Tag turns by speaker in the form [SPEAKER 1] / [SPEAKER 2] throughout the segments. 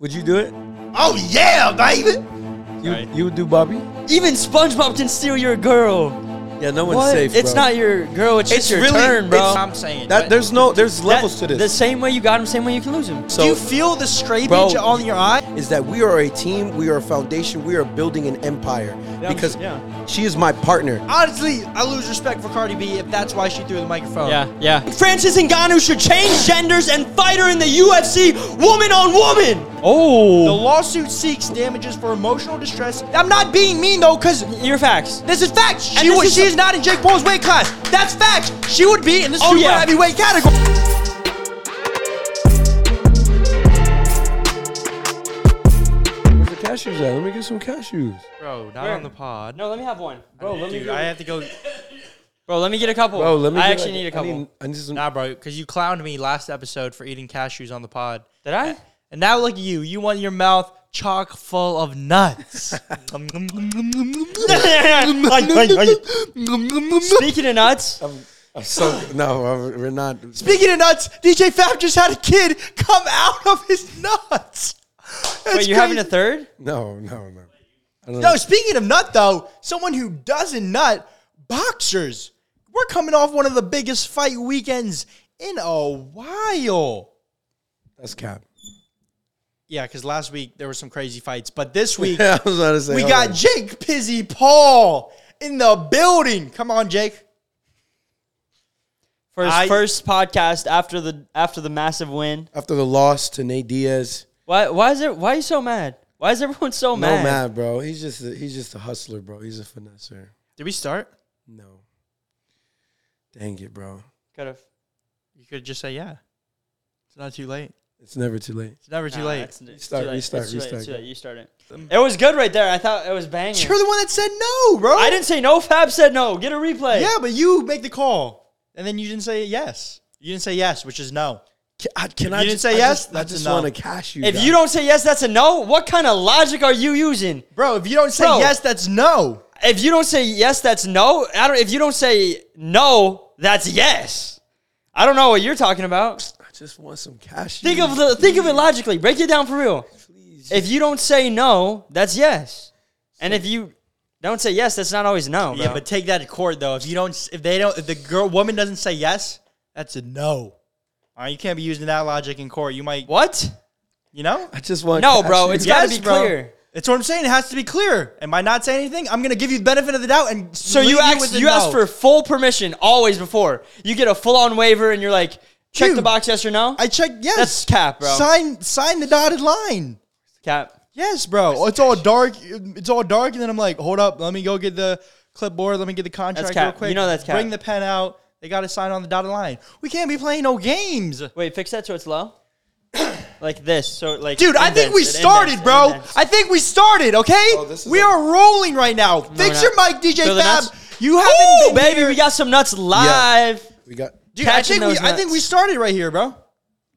[SPEAKER 1] Would you do it?
[SPEAKER 2] Oh yeah, baby.
[SPEAKER 1] You
[SPEAKER 3] Right.
[SPEAKER 1] you would do Bobby?
[SPEAKER 4] Even SpongeBob can steal your girl.
[SPEAKER 1] Yeah, no one's
[SPEAKER 4] What?
[SPEAKER 1] safe.
[SPEAKER 4] it's
[SPEAKER 1] bro.
[SPEAKER 4] not your girl. It's,
[SPEAKER 1] It's
[SPEAKER 4] just your
[SPEAKER 1] really-
[SPEAKER 4] turn, bro.
[SPEAKER 1] it's-
[SPEAKER 3] I'm saying
[SPEAKER 1] that. There's no. There's
[SPEAKER 4] That-
[SPEAKER 1] levels to
[SPEAKER 4] The
[SPEAKER 1] this.
[SPEAKER 4] same way you got him, same way you can lose him.
[SPEAKER 3] Do
[SPEAKER 1] So
[SPEAKER 3] you feel the scrapage
[SPEAKER 1] Bro.
[SPEAKER 3] on your eye?
[SPEAKER 2] Is that we are a team, we are a foundation, we are building an empire. because
[SPEAKER 4] yeah.
[SPEAKER 2] she is my partner.
[SPEAKER 3] Honestly, I lose respect for Cardi B if that's why she threw the microphone.
[SPEAKER 4] Yeah, yeah. Francis Ngannou should change genders and fight her in the UFC, woman on woman.
[SPEAKER 3] The
[SPEAKER 4] Oh,
[SPEAKER 3] lawsuit seeks damages for emotional distress. I'm not being mean though, cause
[SPEAKER 4] your facts.
[SPEAKER 3] this is facts.
[SPEAKER 4] And
[SPEAKER 3] She
[SPEAKER 4] this
[SPEAKER 3] was,
[SPEAKER 4] is-
[SPEAKER 3] she is not in Jake Paul's weight class. That's facts. She would be in the
[SPEAKER 4] Oh,
[SPEAKER 3] super
[SPEAKER 4] yeah.
[SPEAKER 3] heavyweight category.
[SPEAKER 1] where's the cashews at? Let me get some cashews.
[SPEAKER 5] Bro, not
[SPEAKER 4] Where?
[SPEAKER 5] on the pod.
[SPEAKER 4] No, let me have one, bro. Let me,
[SPEAKER 5] Dude, I have to go.
[SPEAKER 4] bro. Let me get a couple.
[SPEAKER 2] Oh,
[SPEAKER 1] Bro, let me.
[SPEAKER 4] I
[SPEAKER 1] get,
[SPEAKER 4] actually
[SPEAKER 1] like,
[SPEAKER 4] need a
[SPEAKER 1] I
[SPEAKER 4] couple.
[SPEAKER 1] I need some.
[SPEAKER 5] Nah, bro, because you clowned me last episode for eating cashews on the pod.
[SPEAKER 4] Did I?
[SPEAKER 5] And now look at you. You want your mouth chock full of nuts.
[SPEAKER 4] Speaking of nuts,
[SPEAKER 1] I'm so
[SPEAKER 2] So no, uh, we're not.
[SPEAKER 3] Speaking of nuts, DJ Fab just had a kid come out of his nuts. That's
[SPEAKER 4] wait, you're having a
[SPEAKER 3] crazy.
[SPEAKER 4] third?
[SPEAKER 2] No, no, no.
[SPEAKER 3] No, speaking of nut though, someone who doesn't nut, boxers. We're coming off one of the biggest fight weekends in a while.
[SPEAKER 2] That's cap.
[SPEAKER 3] Yeah, because last week there were some crazy fights, but this week
[SPEAKER 2] I was about to say.
[SPEAKER 3] we
[SPEAKER 2] hold
[SPEAKER 3] got
[SPEAKER 2] on.
[SPEAKER 3] Jake Pizzy Paul in the building. Come on, Jake.
[SPEAKER 4] First,
[SPEAKER 3] I-
[SPEAKER 4] first podcast after the after the massive win.
[SPEAKER 2] after the loss to Nate Diaz.
[SPEAKER 4] Why? Why is it? Why are you so mad? Why is everyone so mad?
[SPEAKER 2] No mad, bro. He's just a, he's just a hustler, bro. He's a finesser.
[SPEAKER 5] Did we start?
[SPEAKER 2] No. Dang it, bro.
[SPEAKER 4] Could've-
[SPEAKER 5] You could just say yeah. It's not too late.
[SPEAKER 2] It's never too late.
[SPEAKER 5] It's never too
[SPEAKER 4] Nah,
[SPEAKER 5] late.
[SPEAKER 4] it's- it's
[SPEAKER 2] Restart,
[SPEAKER 4] too late.
[SPEAKER 2] restart,
[SPEAKER 4] It's too late, it's
[SPEAKER 2] restart.
[SPEAKER 4] too late. You start it. It was good right there. I thought it was banging.
[SPEAKER 3] You're the one that said no, bro.
[SPEAKER 4] I didn't say no. Fab said no. Get a replay.
[SPEAKER 3] Yeah, but you make the call, and then you didn't say yes. You didn't say yes, which is no.
[SPEAKER 2] Can I, can
[SPEAKER 3] If
[SPEAKER 2] I
[SPEAKER 3] you didn't
[SPEAKER 2] just,
[SPEAKER 3] say
[SPEAKER 2] I
[SPEAKER 3] yes,
[SPEAKER 2] Just,
[SPEAKER 3] that's
[SPEAKER 2] I
[SPEAKER 3] a
[SPEAKER 2] just
[SPEAKER 3] no.
[SPEAKER 2] want to cash you.
[SPEAKER 4] If
[SPEAKER 2] guys.
[SPEAKER 4] you don't say yes, that's a no. What kind of logic are you using?
[SPEAKER 3] Bro, if you don't say
[SPEAKER 4] Bro.
[SPEAKER 3] yes, that's no.
[SPEAKER 4] If you don't say yes, that's no. I don't. If you don't say no, that's yes. I don't know what you're talking about.
[SPEAKER 2] I just want some cash.
[SPEAKER 4] Think of the think of it logically. Break it down for real.
[SPEAKER 2] Please.
[SPEAKER 4] If you don't say no, that's yes. And if you don't say yes, that's not always no.
[SPEAKER 3] Yeah,
[SPEAKER 4] bro.
[SPEAKER 3] but take that to court though. If you don't, if they don't, if the girl woman doesn't say yes, that's a no. All right, you can't be using that logic in court. You might,
[SPEAKER 4] what?
[SPEAKER 3] you know.
[SPEAKER 2] I just want.
[SPEAKER 4] No,
[SPEAKER 2] cash
[SPEAKER 4] bro,
[SPEAKER 2] you
[SPEAKER 4] it's
[SPEAKER 2] guys.
[SPEAKER 4] gotta be clear.
[SPEAKER 3] That's what I'm saying. It has to be clear. And by not saying anything, I'm gonna give you the benefit of the doubt. And
[SPEAKER 4] So
[SPEAKER 3] leave
[SPEAKER 4] you
[SPEAKER 3] with
[SPEAKER 4] asked
[SPEAKER 3] a
[SPEAKER 4] you asked
[SPEAKER 3] no.
[SPEAKER 4] for full permission always before. You get a full on waiver and you're like, check the
[SPEAKER 3] Dude,
[SPEAKER 4] box yes or no?
[SPEAKER 3] I checked. Yes,
[SPEAKER 4] That's cap, bro.
[SPEAKER 3] Sign, sign the dotted line.
[SPEAKER 4] Cap.
[SPEAKER 3] Yes, bro. it's all dark. It's all dark, and then I'm like, hold up, let me go get the clipboard. Let me get the contract
[SPEAKER 4] cap.
[SPEAKER 3] real quick.
[SPEAKER 4] You know that's cap.
[SPEAKER 3] Bring the pen out. They got to sign on the dotted line. We can't be playing no games.
[SPEAKER 4] Wait, fix that so it's low. like this. So like
[SPEAKER 3] Dude, I think we
[SPEAKER 4] indents, it
[SPEAKER 3] started,
[SPEAKER 4] indents, it
[SPEAKER 3] bro.
[SPEAKER 4] indents.
[SPEAKER 3] I think we started, okay?
[SPEAKER 2] Oh, this is
[SPEAKER 3] we
[SPEAKER 2] a-
[SPEAKER 3] are rolling right now. Fix
[SPEAKER 4] not.
[SPEAKER 3] your mic, DJ
[SPEAKER 4] Throw the
[SPEAKER 3] Fab.
[SPEAKER 4] nuts.
[SPEAKER 3] You
[SPEAKER 4] Ooh,
[SPEAKER 3] haven't been
[SPEAKER 4] baby, we got some nuts live.
[SPEAKER 2] We got.
[SPEAKER 3] Dude, I
[SPEAKER 4] catching
[SPEAKER 3] think, we,
[SPEAKER 4] those
[SPEAKER 3] I think we
[SPEAKER 4] nuts.
[SPEAKER 3] started right here, bro.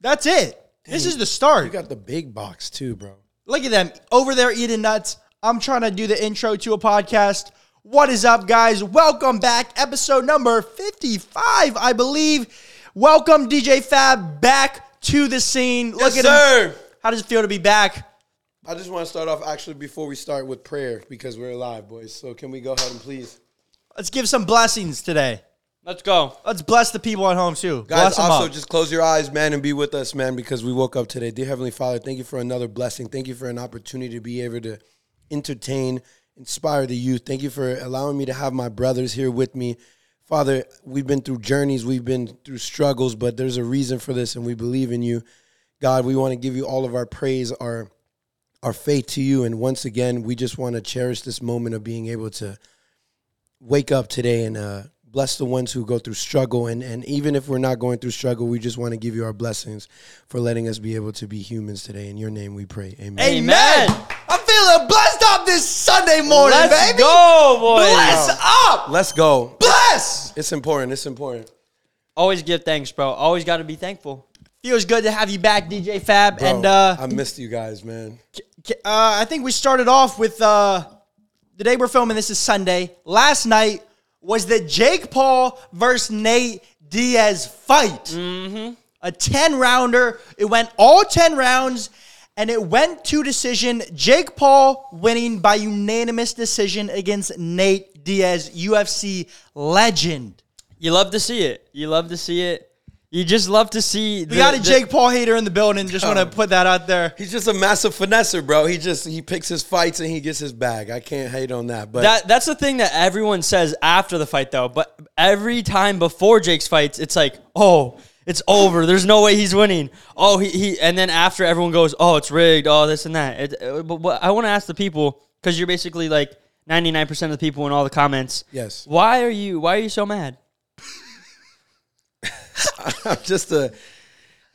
[SPEAKER 3] That's it. This is the
[SPEAKER 2] You
[SPEAKER 3] start.
[SPEAKER 2] got the big box too, bro.
[SPEAKER 3] Look at them over there eating nuts. I'm trying to do the intro to a podcast. What is up, guys? Welcome back. Episode number 55, I believe. Welcome, DJ Fab, back to the scene. Look at him. How does it feel to be back?
[SPEAKER 2] I just want to start off actually before we start with prayer because we're alive, boys. So can we go ahead and please,
[SPEAKER 3] Let's give some blessings today.
[SPEAKER 4] Let's go.
[SPEAKER 3] Let's bless the people at home too.
[SPEAKER 2] guys?
[SPEAKER 3] bless them
[SPEAKER 2] also,
[SPEAKER 3] up.
[SPEAKER 2] just close your eyes, man, and be with us, man, because we woke up today. Dear Heavenly Father, thank you for another blessing. Thank you for an opportunity to be able to entertain, inspire the youth. Thank you for allowing me to have my brothers here with me. Father, we've been through journeys, we've been through struggles, but there's a reason for this, and we believe in you. God, we want to give you all of our praise, our our faith to you. And once again, we just want to cherish this moment of being able to wake up today and uh, bless the ones who go through struggle. And, and even if we're not going through struggle, we just want to give you our blessings for letting us be able to be humans today. In your name we pray. Amen.
[SPEAKER 3] Amen.
[SPEAKER 4] Amen.
[SPEAKER 3] I'm feeling blessed up this Sunday morning,
[SPEAKER 4] Let's
[SPEAKER 3] baby.
[SPEAKER 4] go, boys.
[SPEAKER 3] Bless up.
[SPEAKER 2] Let's go.
[SPEAKER 3] Bless.
[SPEAKER 2] It's important. It's important.
[SPEAKER 4] Always give thanks, bro. Always got to be thankful.
[SPEAKER 3] Feels good to have you back, DJ Fab.
[SPEAKER 2] Bro,
[SPEAKER 3] and uh,
[SPEAKER 2] I missed you guys, man.
[SPEAKER 3] K- uh, I think we started off with uh, the day we're filming. This is Sunday. Last night was the Jake Paul versus Nate Diaz fight. Mm-hmm. A ten rounder. It went all ten rounds, and it went to decision. Jake Paul winning by unanimous decision against Nate Diaz, UFC legend.
[SPEAKER 4] You love to see it. You love to see it. You just love to see.
[SPEAKER 3] We got a Jake Paul hater in the building. Just want to put that out there.
[SPEAKER 2] He's just a massive finesser, bro. He just he picks his fights and he gets his bag. I can't hate on that, but
[SPEAKER 4] That that's the thing that everyone says after the fight, though. But every time before Jake's fights, it's like, oh, it's over. There's no way he's winning. Oh, he, he and then after everyone goes, oh, it's rigged. Oh, this and that. It, uh, but, but I want to ask the people because you're basically like 99 percent of the people in all the comments.
[SPEAKER 2] Yes.
[SPEAKER 4] Why are you Why are you so mad?
[SPEAKER 2] I'm just a.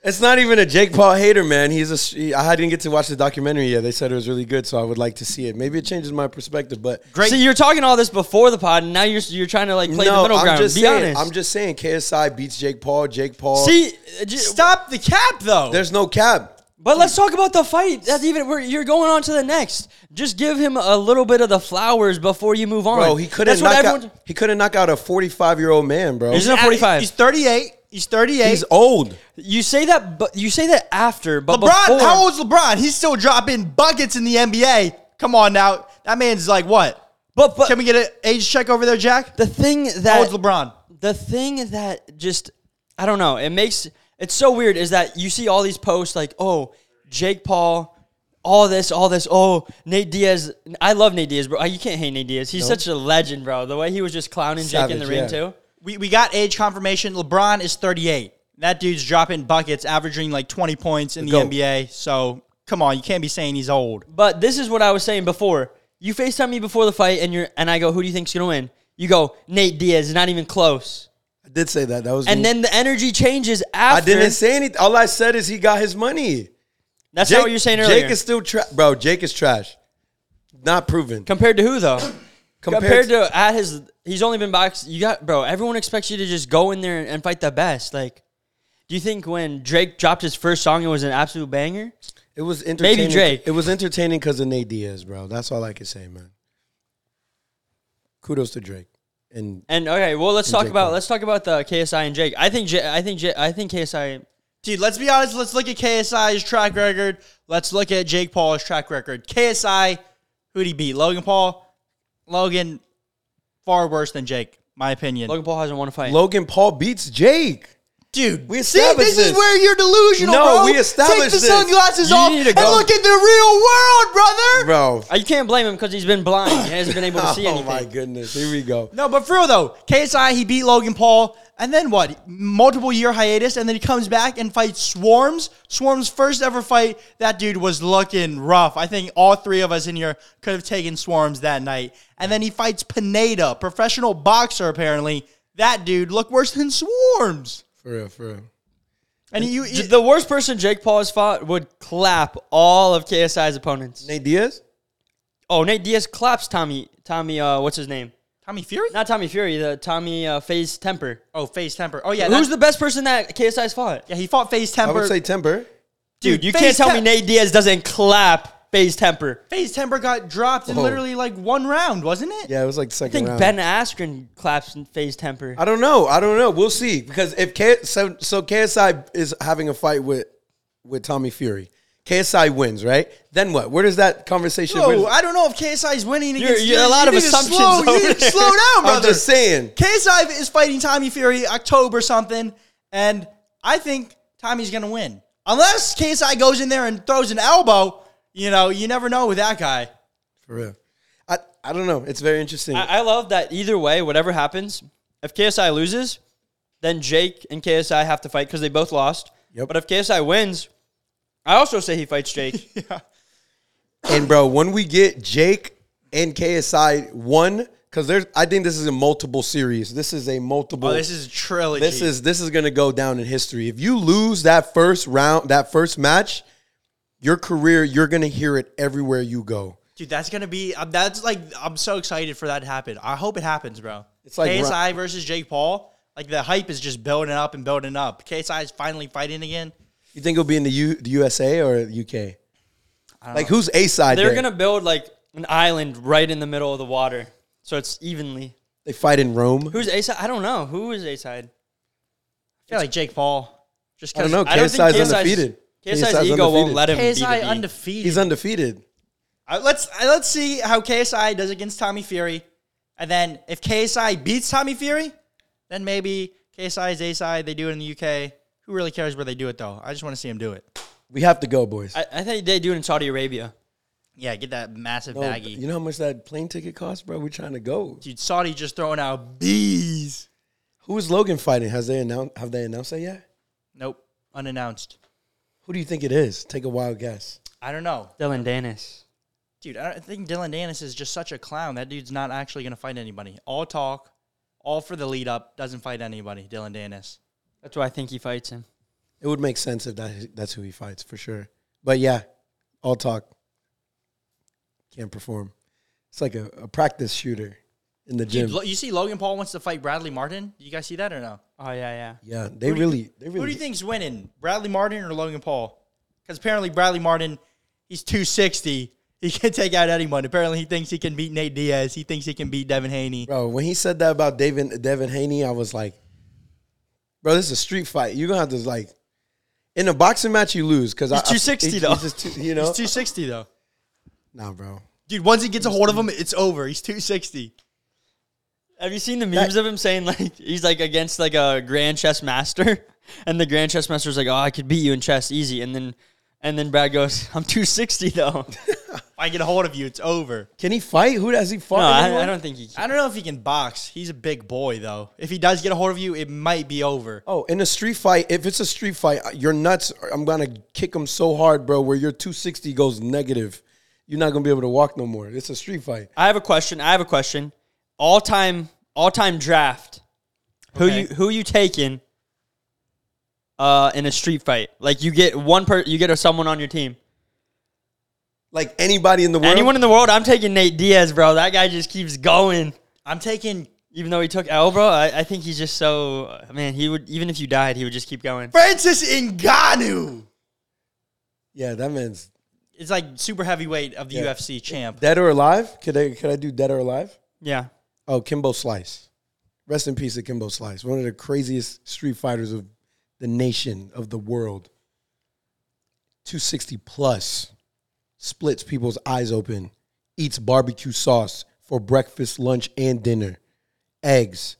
[SPEAKER 2] It's not even a Jake Paul hater, man. He's a. He, I didn't get to watch the documentary yet. They said it was really good, so I would like to see it. Maybe it changes my perspective, but
[SPEAKER 4] Great. See, you're talking all this before the pod, and now you're you're trying to like play the middle ground.
[SPEAKER 2] I'm just
[SPEAKER 4] Be
[SPEAKER 2] saying.
[SPEAKER 4] honest.
[SPEAKER 2] I'm just saying. KSI beats Jake Paul. Jake Paul.
[SPEAKER 4] See, uh, j-
[SPEAKER 3] Stop the cap, though.
[SPEAKER 2] there's no cap.
[SPEAKER 4] But let's talk about the fight. That's even where you're going on to the next. Just give him a little bit of the flowers before you move on.
[SPEAKER 2] Bro, he couldn't
[SPEAKER 4] That's what
[SPEAKER 2] knock
[SPEAKER 4] everyone.
[SPEAKER 2] out. He couldn't knock out a 45 year old man, bro.
[SPEAKER 4] He's not
[SPEAKER 3] He's-
[SPEAKER 4] 45.
[SPEAKER 3] He's 38. He's 38.
[SPEAKER 2] He's old.
[SPEAKER 4] you say that, but you say that after. But
[SPEAKER 3] LeBron,
[SPEAKER 4] before,
[SPEAKER 3] how old's LeBron? He's still dropping buckets in the NBA. Come on now. That man's like what?
[SPEAKER 4] But but
[SPEAKER 3] Can we get an age check over there, Jack?
[SPEAKER 4] the thing that
[SPEAKER 3] How old's LeBron?
[SPEAKER 4] the thing that just I don't know. It makes it's so weird is that you see all these posts like, oh, Jake Paul, all this, all this. Oh, Nate Diaz. I love Nate Diaz, bro. You can't hate Nate Diaz. He's such a legend, bro. The way he was just clowning Jake in the
[SPEAKER 2] Savage,
[SPEAKER 4] ring
[SPEAKER 2] yeah.
[SPEAKER 4] too.
[SPEAKER 3] We, we got age confirmation. LeBron is 38. That dude's dropping buckets, averaging like 20 points in the
[SPEAKER 2] Go.
[SPEAKER 3] NBA. So come on, you can't be saying he's old.
[SPEAKER 4] But this is what I was saying before. You FaceTime me before the fight and you're and I go, who do you think's gonna win? You go, Nate Diaz, not even close.
[SPEAKER 2] I did say that. That was.
[SPEAKER 4] And
[SPEAKER 2] me.
[SPEAKER 4] then the energy changes
[SPEAKER 2] I
[SPEAKER 4] after
[SPEAKER 2] didn't say anything. All I said is he got his money.
[SPEAKER 4] that's not what you're saying earlier.
[SPEAKER 2] Jake is still trash, bro. Jake is trash. Not proven.
[SPEAKER 4] compared to who though? compared,
[SPEAKER 2] Compared
[SPEAKER 4] to, at his he's only been boxed you got bro, everyone expects you to just go in there and, and fight the best. Like do you think when Drake dropped his first song it was an absolute banger?
[SPEAKER 2] It was entertaining.
[SPEAKER 4] Drake.
[SPEAKER 2] It was entertaining because of Nate Diaz, bro. That's all I can say, man. Kudos to Drake. And
[SPEAKER 4] And okay, well let's talk
[SPEAKER 2] Jake
[SPEAKER 4] about
[SPEAKER 2] Paul.
[SPEAKER 4] let's talk about the KSI and Jake. I think J- I think J- I think KSI
[SPEAKER 3] Dude, let's be honest. Let's look at KSI's track record. Let's look at Jake Paul's track record. KSI, who'd he beat? Logan Paul? Logan, far worse than Jake, my opinion.
[SPEAKER 4] Logan Paul hasn't won a fight.
[SPEAKER 2] Logan Paul beats Jake.
[SPEAKER 3] Dude,
[SPEAKER 2] We
[SPEAKER 3] see,
[SPEAKER 2] established
[SPEAKER 3] this is
[SPEAKER 2] this.
[SPEAKER 3] where you're delusional,
[SPEAKER 2] No,
[SPEAKER 3] bro.
[SPEAKER 2] we established
[SPEAKER 3] Take the
[SPEAKER 2] this.
[SPEAKER 3] sunglasses
[SPEAKER 4] You
[SPEAKER 3] off
[SPEAKER 4] need
[SPEAKER 3] and
[SPEAKER 4] to go.
[SPEAKER 3] look at the real world, brother.
[SPEAKER 2] Bro.
[SPEAKER 4] Uh, You can't blame him because he's been blind. He hasn't been able to see
[SPEAKER 2] oh
[SPEAKER 4] anything.
[SPEAKER 2] my goodness. Here we go.
[SPEAKER 3] No, but for real though, KSI he beat Logan Paul, and then what? Multiple year hiatus, and then he comes back and fights Swarms. Swarms' first ever fight. That dude was looking rough. I think all three of us in here could have taken Swarms that night. And then he fights Pineda, professional boxer apparently. That dude looked worse than Swarms.
[SPEAKER 2] For real, for real.
[SPEAKER 3] And you,
[SPEAKER 4] J- The worst person Jake Paul has fought would clap all of KSI's opponents.
[SPEAKER 2] Nate Diaz?
[SPEAKER 4] Oh, Nate Diaz claps Tommy. Tommy, uh, what's his name?
[SPEAKER 3] Tommy Fury?
[SPEAKER 4] Not Tommy Fury. The Tommy uh, Phase Temper.
[SPEAKER 3] oh, Face Temper. Oh yeah,
[SPEAKER 4] Who's
[SPEAKER 3] who's
[SPEAKER 4] the best person that KSI's fought?
[SPEAKER 3] yeah? He fought Face
[SPEAKER 2] I
[SPEAKER 3] Temper.
[SPEAKER 2] would say Timber.
[SPEAKER 4] Dude, you
[SPEAKER 3] Faze
[SPEAKER 4] can't tell me
[SPEAKER 3] Tem-
[SPEAKER 4] Nate Diaz doesn't clap Phase Temper.
[SPEAKER 3] Face Temper got dropped in
[SPEAKER 2] Whoa.
[SPEAKER 3] literally like one round, wasn't it?
[SPEAKER 2] Yeah, it was like the
[SPEAKER 4] I
[SPEAKER 2] second
[SPEAKER 4] think
[SPEAKER 2] round.
[SPEAKER 4] Ben Askren claps Phase Temper.
[SPEAKER 2] I don't know. I don't know. We'll see. Because if K so so KSI is having a fight with with Tommy Fury. KSI wins, right? Then what? Where does that conversation where
[SPEAKER 3] Yo,
[SPEAKER 2] does-
[SPEAKER 3] I don't know if KSI is winning
[SPEAKER 4] You're-
[SPEAKER 3] against
[SPEAKER 4] you're- a lot of
[SPEAKER 3] need to
[SPEAKER 4] assumptions
[SPEAKER 3] Slow,
[SPEAKER 4] over
[SPEAKER 3] you need to
[SPEAKER 4] there.
[SPEAKER 3] slow down,
[SPEAKER 2] I'm
[SPEAKER 3] brother.
[SPEAKER 2] just saying.
[SPEAKER 3] KSI is fighting Tommy Fury October something, and I think Tommy's gonna win unless KSI goes in there and throws an elbow. You know, you never know with that guy.
[SPEAKER 2] For real. I, I don't know. It's very interesting.
[SPEAKER 4] I, I love that either way, whatever happens, if KSI loses, then Jake and KSI have to fight because they both lost.
[SPEAKER 2] Yep.
[SPEAKER 4] But if KSI wins, I also say he fights Jake.
[SPEAKER 2] and bro, when we get Jake and KSI one, because there's I think this is a multiple series. This is a multiple.
[SPEAKER 3] Oh, this is a trilogy.
[SPEAKER 2] this is this is gonna go down in history. If you lose that first round, that first match, your career, you're gonna hear it everywhere you go.
[SPEAKER 3] dude. That's gonna be. uh, That's like I'm so excited for that to happen. I hope it happens, bro. It's
[SPEAKER 2] like
[SPEAKER 3] KSI versus Jake Paul. Like the hype is just building up and building up. KSI is finally fighting again.
[SPEAKER 2] You think it'll be in the U, the USA or UK? Like who's A side?
[SPEAKER 4] They're
[SPEAKER 2] there?
[SPEAKER 4] gonna build like an island right in the middle of the water, so it's evenly.
[SPEAKER 2] they fight in Rome.
[SPEAKER 4] Who's A side? I don't know. Who is A side?
[SPEAKER 3] I feel like Jake Paul. Just
[SPEAKER 2] I don't
[SPEAKER 3] because
[SPEAKER 2] know.
[SPEAKER 4] I don't
[SPEAKER 2] KSI's
[SPEAKER 4] think KSI's
[SPEAKER 2] undefeated.
[SPEAKER 4] KSI's
[SPEAKER 2] KSI's
[SPEAKER 4] ego won't
[SPEAKER 2] undefeated.
[SPEAKER 4] let him. beat
[SPEAKER 5] KSI
[SPEAKER 4] a beat.
[SPEAKER 5] undefeated.
[SPEAKER 2] He's undefeated.
[SPEAKER 3] Uh, let's uh, let's see how KSI does against Tommy Fury, and then if KSI beats Tommy Fury, then maybe KSI is A side. They do it in the UK. Who really cares where they do it though? I just want to see him do it.
[SPEAKER 2] We have to go, boys.
[SPEAKER 4] I, I think they do it in Saudi Arabia.
[SPEAKER 3] Yeah, get that massive
[SPEAKER 2] No,
[SPEAKER 3] baggie.
[SPEAKER 2] you know how much that plane ticket costs, bro? We're trying to go.
[SPEAKER 3] Dude, Saudi just throwing out bees.
[SPEAKER 2] Who is Logan fighting? Has they announced? Have they announced that yet?
[SPEAKER 3] Nope, unannounced.
[SPEAKER 2] Who do you think it is? Take a wild guess.
[SPEAKER 3] I don't know,
[SPEAKER 4] Dylan Dennis.
[SPEAKER 3] dude. I don't think Dylan Danis is just such a clown. That dude's not actually gonna fight anybody. All talk, all for the lead up. Doesn't fight anybody. Dylan Danis.
[SPEAKER 4] That's why I think he fights him.
[SPEAKER 2] It would make sense if that, that's who he fights for sure. But yeah, all talk. Can't perform. It's like a, a practice shooter in the
[SPEAKER 3] Dude,
[SPEAKER 2] gym.
[SPEAKER 3] Lo- you see, Logan Paul wants to fight Bradley Martin. You guys see that or no?
[SPEAKER 4] Oh yeah, yeah.
[SPEAKER 2] yeah, they really, they really.
[SPEAKER 3] Who do you think's winning, Bradley Martin or Logan Paul? Because apparently Bradley Martin, he's 260. He can take out anyone. Apparently he thinks he can beat Nate Diaz. He thinks he can beat Devin Haney.
[SPEAKER 2] Bro, when he said that about David Devin Haney, I was like, bro, this is a street fight. You're gonna have to like in a boxing match you lose because I
[SPEAKER 4] 260
[SPEAKER 2] he's-
[SPEAKER 4] though.
[SPEAKER 2] he's just too- you know,
[SPEAKER 3] He's 260 though.
[SPEAKER 2] nah, bro.
[SPEAKER 3] Dude, once he gets a hold of him, it's over. He's 260.
[SPEAKER 4] Have you seen the memes of him saying like he's like against like a grand chess master, and the grand chess master's like, "Oh, I could beat you in chess easy," and then and then Brad goes, "I'm 260 though."
[SPEAKER 3] If I get a hold of you, it's over.
[SPEAKER 2] Can he fight? Who has he fought?
[SPEAKER 4] no,
[SPEAKER 2] anyone?
[SPEAKER 4] I, I don't think he. Can.
[SPEAKER 3] I don't know if he can box. He's a big boy though. If he does get a hold of you, it might be over.
[SPEAKER 2] Oh, in a street fight, if it's a street fight, you're nuts. uh, I'm gonna kick him so hard, bro, where your 260 goes negative. You're not gonna be able to walk no more. It's a street fight.
[SPEAKER 4] I have a question. I have a question. All time, all time draft. Who
[SPEAKER 3] Okay.
[SPEAKER 4] you who you taking? Uh, in a street fight, like you get one per, you get a, someone on your team.
[SPEAKER 2] Like anybody in the world.
[SPEAKER 4] Anyone in the world, I'm taking Nate Diaz, bro. That guy just keeps going.
[SPEAKER 3] I'm taking
[SPEAKER 4] Even though he took L, bro, I, I think he's just so man. He would even if you died, he would just keep going.
[SPEAKER 3] Francis Ngannou.
[SPEAKER 2] yeah, that man's
[SPEAKER 3] It's like super heavyweight of the UFC champ.
[SPEAKER 2] dead or alive. Could I could I do dead or alive?
[SPEAKER 4] Yeah,
[SPEAKER 2] Oh, Kimbo Slice. Rest in peace to Kimbo Slice, one of the craziest street fighters of the nation, of the world. 260 plus, splits people's eyes open, eats barbecue sauce for breakfast, lunch, and dinner, eggs,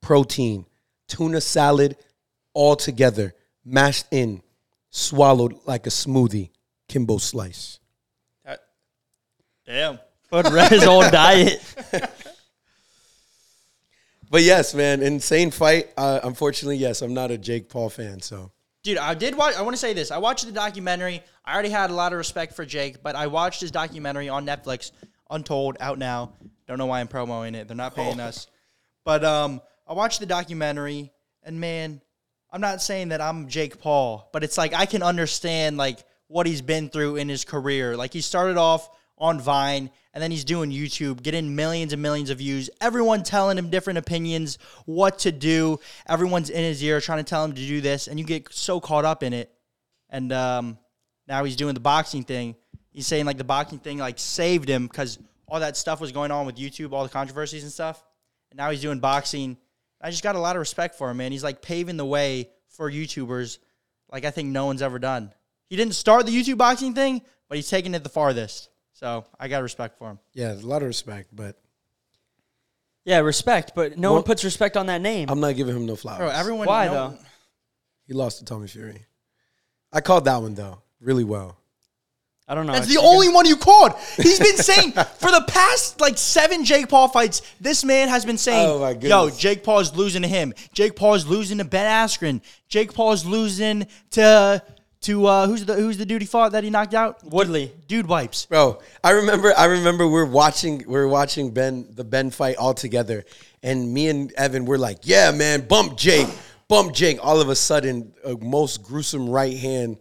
[SPEAKER 2] protein, tuna salad, all together, mashed in, swallowed like a smoothie. Kimbo Slice.
[SPEAKER 3] Damn.
[SPEAKER 4] but his whole diet.
[SPEAKER 2] But yes, man, insane fight. Uh, unfortunately, yes, I'm not a Jake Paul fan, so.
[SPEAKER 3] Dude, I did watch. I want to say this. I watched the documentary. I already had a lot of respect for Jake, but I watched his documentary on Netflix, Untold, out now. Don't know why I'm promoting it. They're not paying us. But um, I watched the documentary, and man, I'm not saying that I'm Jake Paul, but it's like I can understand like what he's been through in his career. Like he started off on Vine and then he's doing YouTube, getting millions and millions of views. Everyone telling him different opinions, what to do. Everyone's in his ear trying to tell him to do this, and you get so caught up in it. And um, now he's doing the boxing thing. He's saying like the boxing thing like saved him because all that stuff was going on with YouTube, all the controversies and stuff. And now he's doing boxing. I just got a lot of respect for him, man. He's like paving the way for YouTubers like I think no one's ever done. He didn't start the YouTube boxing thing, but he's taking it the farthest. So I got respect for him.
[SPEAKER 2] Yeah, a lot of respect, but
[SPEAKER 4] Yeah, respect, but no one puts respect on that name.
[SPEAKER 2] I'm not giving him no flowers.
[SPEAKER 3] Bro, everyone
[SPEAKER 4] Why
[SPEAKER 3] no-
[SPEAKER 4] though?
[SPEAKER 2] he lost to Tommy Fury. I called that one though really well.
[SPEAKER 4] I don't know.
[SPEAKER 3] That's the only one you called. He's been saying for the past like seven Jake Paul fights, this man has been saying,
[SPEAKER 2] Oh, my
[SPEAKER 3] "Yo,
[SPEAKER 2] goodness.
[SPEAKER 3] Jake Paul is losing to him. Jake Paul is losing to Ben Askren. Jake Paul is losing to to uh, who's the who's the dude he fought that he knocked out?
[SPEAKER 4] Woodley.
[SPEAKER 3] Dude wipes.
[SPEAKER 2] Bro, I remember I remember we're watching we're watching Ben the Ben fight all together. And me and Evan were like, yeah, man, bump Jake, bump Jake. All of a sudden, a most gruesome right hand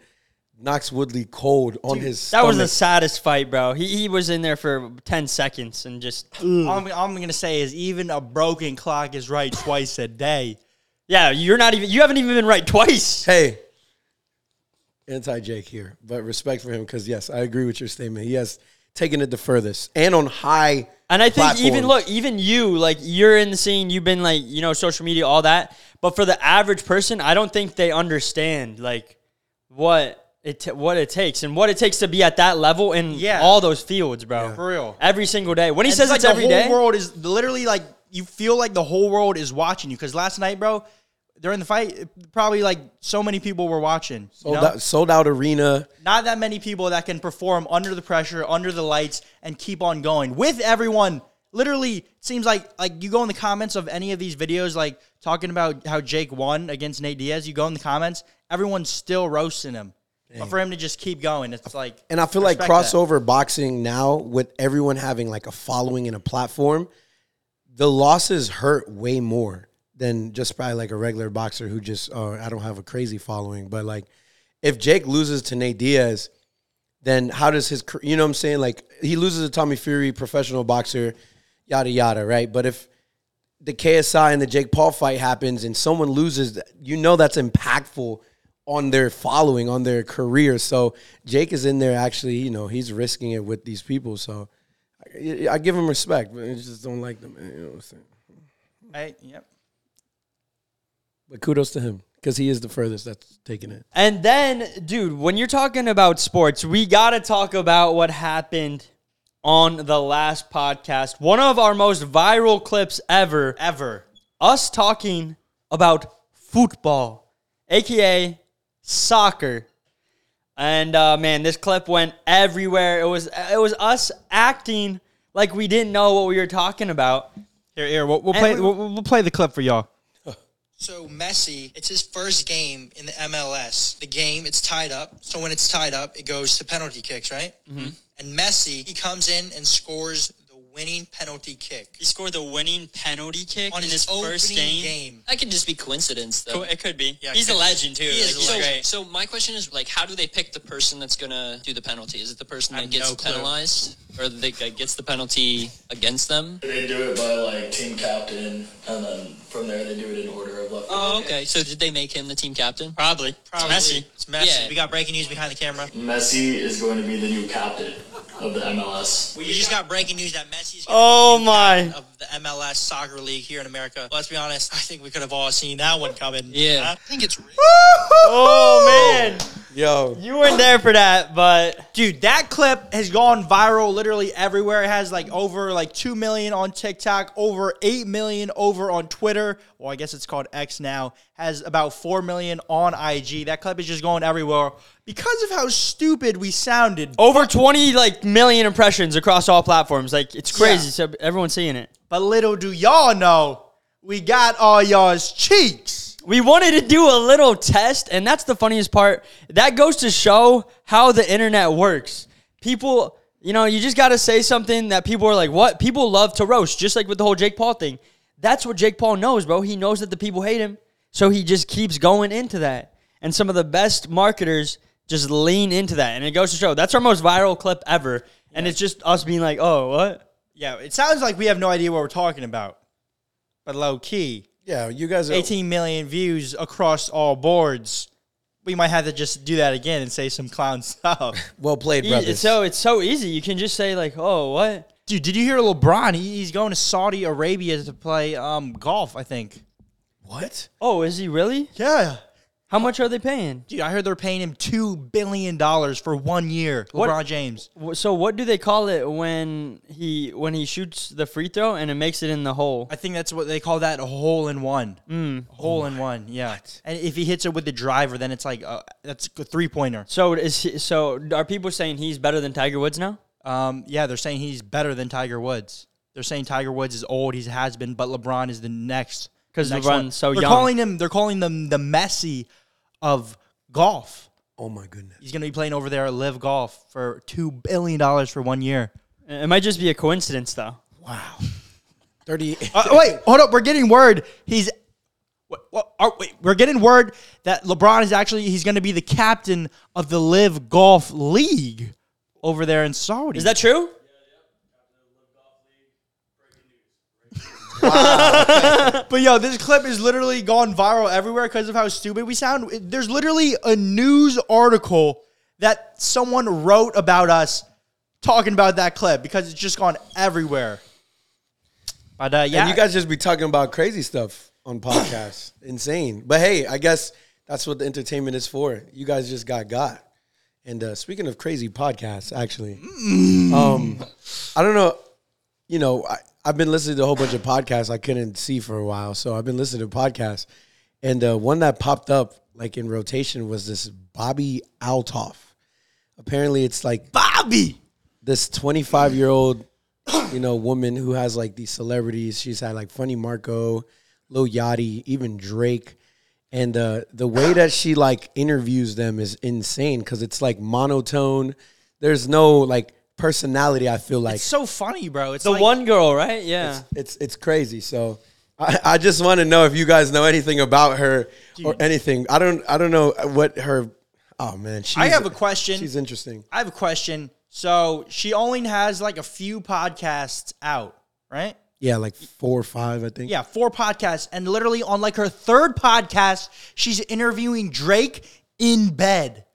[SPEAKER 2] knocks Woodley cold on his
[SPEAKER 4] That was the
[SPEAKER 2] stomach.
[SPEAKER 4] saddest fight, bro. He he was in there for ten seconds and just
[SPEAKER 3] All I'm, all I'm gonna say is even a broken clock is right twice a day.
[SPEAKER 4] yeah. You're not even. You haven't even been right twice.
[SPEAKER 2] Hey, anti Jake here, but respect for him because yes, I agree with your statement. He has taken it the furthest and on high.
[SPEAKER 4] And I think even
[SPEAKER 2] platforms.
[SPEAKER 4] look, even you, like you're in the scene, you've been like, you know, social media, all that. But for the average person, I don't think they understand like what it t- what it takes and what it takes to be at that level in
[SPEAKER 5] Yeah.
[SPEAKER 4] all those fields, bro.
[SPEAKER 5] For real.
[SPEAKER 4] Every single day. When he says
[SPEAKER 3] like
[SPEAKER 4] it's every
[SPEAKER 3] the whole
[SPEAKER 4] day,
[SPEAKER 3] world is literally like you feel like the whole world is watching you. Because last night, bro, during the fight, probably like so many people were watching. you
[SPEAKER 2] Sold,
[SPEAKER 3] know?
[SPEAKER 2] out, sold out arena.
[SPEAKER 3] Not that many people that can perform under the pressure, under the lights, and keep on going with everyone. Literally, it seems like like you go in the comments of any of these videos, like talking about how Jake won against Nate Diaz. You go in the comments, everyone's still roasting him, but for him to just keep going, it's like
[SPEAKER 2] And I feel like
[SPEAKER 3] respect that.
[SPEAKER 2] crossover boxing now, with everyone having like a following and a platform, the losses hurt way more than just probably like a regular boxer who just, uh, I don't have a crazy following. But like, if Jake loses to Nate Diaz, then how does his, car- you know what I'm saying? Like, he loses to Tommy Fury, professional boxer, yada, yada, right? But if the KSI and the Jake Paul fight happens and someone loses, you know that's impactful on their following, on their career. So Jake is in there actually, you know, he's risking it with these people. So I, I give him respect, but I just don't like them. You know what I'm saying?
[SPEAKER 3] Right? Yep.
[SPEAKER 2] But kudos to him because he is the furthest that's taken it.
[SPEAKER 4] And then, dude, when you're talking about sports, we got to talk about what happened on the last podcast. One of our most viral clips ever,
[SPEAKER 3] Ever.
[SPEAKER 4] us talking about football, aka soccer. And uh, man, this clip went everywhere. It was it was us acting like we didn't know what we were talking about.
[SPEAKER 5] Here, here, we'll, we'll
[SPEAKER 4] And
[SPEAKER 5] play.
[SPEAKER 4] we-
[SPEAKER 5] We'll, we'll play the clip for y'all.
[SPEAKER 6] So Messi, it's his first game in the MLS. The game, it's tied up. So when it's tied up, it goes to penalty kicks, right? Mm-hmm. And Messi, he comes in and scores the winning penalty kick
[SPEAKER 7] He scored the winning penalty kick
[SPEAKER 6] on
[SPEAKER 7] in
[SPEAKER 6] his,
[SPEAKER 7] his, first
[SPEAKER 6] opening
[SPEAKER 7] game.
[SPEAKER 8] That could just be coincidence, though.
[SPEAKER 7] Co- It could be.
[SPEAKER 6] Yeah, it
[SPEAKER 7] he's a
[SPEAKER 6] could be.
[SPEAKER 7] legend too.
[SPEAKER 6] He
[SPEAKER 7] Like,
[SPEAKER 6] is a
[SPEAKER 7] he's
[SPEAKER 6] legend.
[SPEAKER 7] great.
[SPEAKER 8] So my question is, like, how do they pick the person that's gonna do the penalty? Is it the person that gets
[SPEAKER 6] no clue.
[SPEAKER 8] penalized, or the that gets the penalty against them?
[SPEAKER 9] They do it by like team captain, and then from there they do it in order of left.
[SPEAKER 8] Oh, okay. So did they make him the team captain?
[SPEAKER 7] Probably. Probably. It's Messi.
[SPEAKER 6] It's Messi.
[SPEAKER 8] Yeah.
[SPEAKER 6] We got breaking news behind the camera.
[SPEAKER 9] Messi is going to be the new captain of the MLS.
[SPEAKER 6] We just got breaking news that Messi's gonna
[SPEAKER 4] Oh my!
[SPEAKER 6] of the MLS soccer league here in America. Let's be honest, I think we could have all seen that one coming.
[SPEAKER 8] Yeah.
[SPEAKER 6] I think it's
[SPEAKER 4] Oh man,
[SPEAKER 2] Yo,
[SPEAKER 4] you weren't there for that, but
[SPEAKER 3] Dude, that clip has gone viral literally everywhere. It has like over like 2 million on TikTok, over 8 million over on Twitter. Well, I guess it's called X now. Has about 4 million on IG. That clip is just going everywhere because of how stupid we sounded.
[SPEAKER 4] over 20 like million impressions across all platforms like it's crazy so everyone's seeing it
[SPEAKER 3] But little do y'all know, we got all y'all's cheeks.
[SPEAKER 4] we wanted to do a little test and that's the funniest part that goes to show how the internet works people you know you just gotta say something that people are like what people love to roast just like with the whole jake paul thing that's what jake paul knows bro he knows that the people hate him so he just keeps going into that and some of the best marketers just lean into that and it goes to show that's our most viral clip ever and it's just us being like oh what
[SPEAKER 3] Yeah, it sounds like we have no idea what we're talking about. But low key,
[SPEAKER 2] yeah, you guys are.
[SPEAKER 3] 18 million views across all boards. We might have to just do that again and say some clown stuff.
[SPEAKER 2] Well played,
[SPEAKER 4] E-
[SPEAKER 2] brothers.
[SPEAKER 4] It's so it's so easy. You can just say like, "Oh, what?"
[SPEAKER 3] Dude, did you hear LeBron? He- He's going to Saudi Arabia to play um, golf, I think.
[SPEAKER 2] what?
[SPEAKER 4] Oh, is he really?
[SPEAKER 3] Yeah.
[SPEAKER 4] How much are they paying?
[SPEAKER 3] Dude, I heard they're paying him $2 billion for one year. LeBron James.
[SPEAKER 4] Wh- So what do they call it when he when he shoots the free throw and it makes it in the hole?
[SPEAKER 3] I think that's what they call that a hole in one. Mm. Hole in one, yeah. And if he hits it with the driver, then it's like, uh, that's a three pointer.
[SPEAKER 4] So is he, so are people saying he's better than Tiger Woods now?
[SPEAKER 3] Um, yeah, they're saying he's better than Tiger Woods. They're saying Tiger Woods is old. He's has been, but LeBron is the next
[SPEAKER 4] 'Cause
[SPEAKER 3] the next
[SPEAKER 4] LeBron's so
[SPEAKER 3] they're
[SPEAKER 4] young.
[SPEAKER 3] calling him. They're calling them the Messi of golf.
[SPEAKER 2] Oh my goodness.
[SPEAKER 3] He's going to be playing over there at Live Golf for two billion dollars for one year.
[SPEAKER 4] It might just be a coincidence though.
[SPEAKER 2] 30.
[SPEAKER 3] Uh, wait, hold up. We're getting word he's. What, what, are, wait, we're getting word that LeBron is actually he's going to be the captain of the Live Golf League over there in Saudi.
[SPEAKER 4] Is that true?
[SPEAKER 3] But yo, this clip is literally gone viral everywhere because of how stupid we sound. It- There's literally a news article that someone wrote about us talking about that clip because it's just gone everywhere. But uh, yeah,
[SPEAKER 2] And you guys just be talking about crazy stuff on podcasts. Insane. But hey, I guess that's what the entertainment is for. You guys just got got. And uh, speaking of crazy podcasts, actually,
[SPEAKER 3] Mm.
[SPEAKER 2] um, I don't know. You know, I, I've been listening to a whole bunch of podcasts I couldn't see for a while, so I've been listening to podcasts, and uh, one that popped up like in rotation was this Bobby Altoff. Apparently, it's like
[SPEAKER 3] Bobby.
[SPEAKER 2] this 25 year old you know woman who has like these celebrities she's had like funny marco lil yachty even drake and uh, the way that she like interviews them is insane because it's like monotone there's no like personality i feel like
[SPEAKER 3] It's so funny, bro. It's
[SPEAKER 4] The
[SPEAKER 3] like,
[SPEAKER 4] one girl, right? Yeah.
[SPEAKER 2] it's it's crazy. So I, I just want to know if you guys know anything about her or anything. I don't I don't know what her. Oh man, she's,
[SPEAKER 3] I have a question.
[SPEAKER 2] She's interesting.
[SPEAKER 3] I have a question. So she only has like a few podcasts out, right?
[SPEAKER 2] Yeah, like four or five, I think.
[SPEAKER 3] Yeah, four podcasts. And literally on like her third podcast, she's interviewing Drake in bed.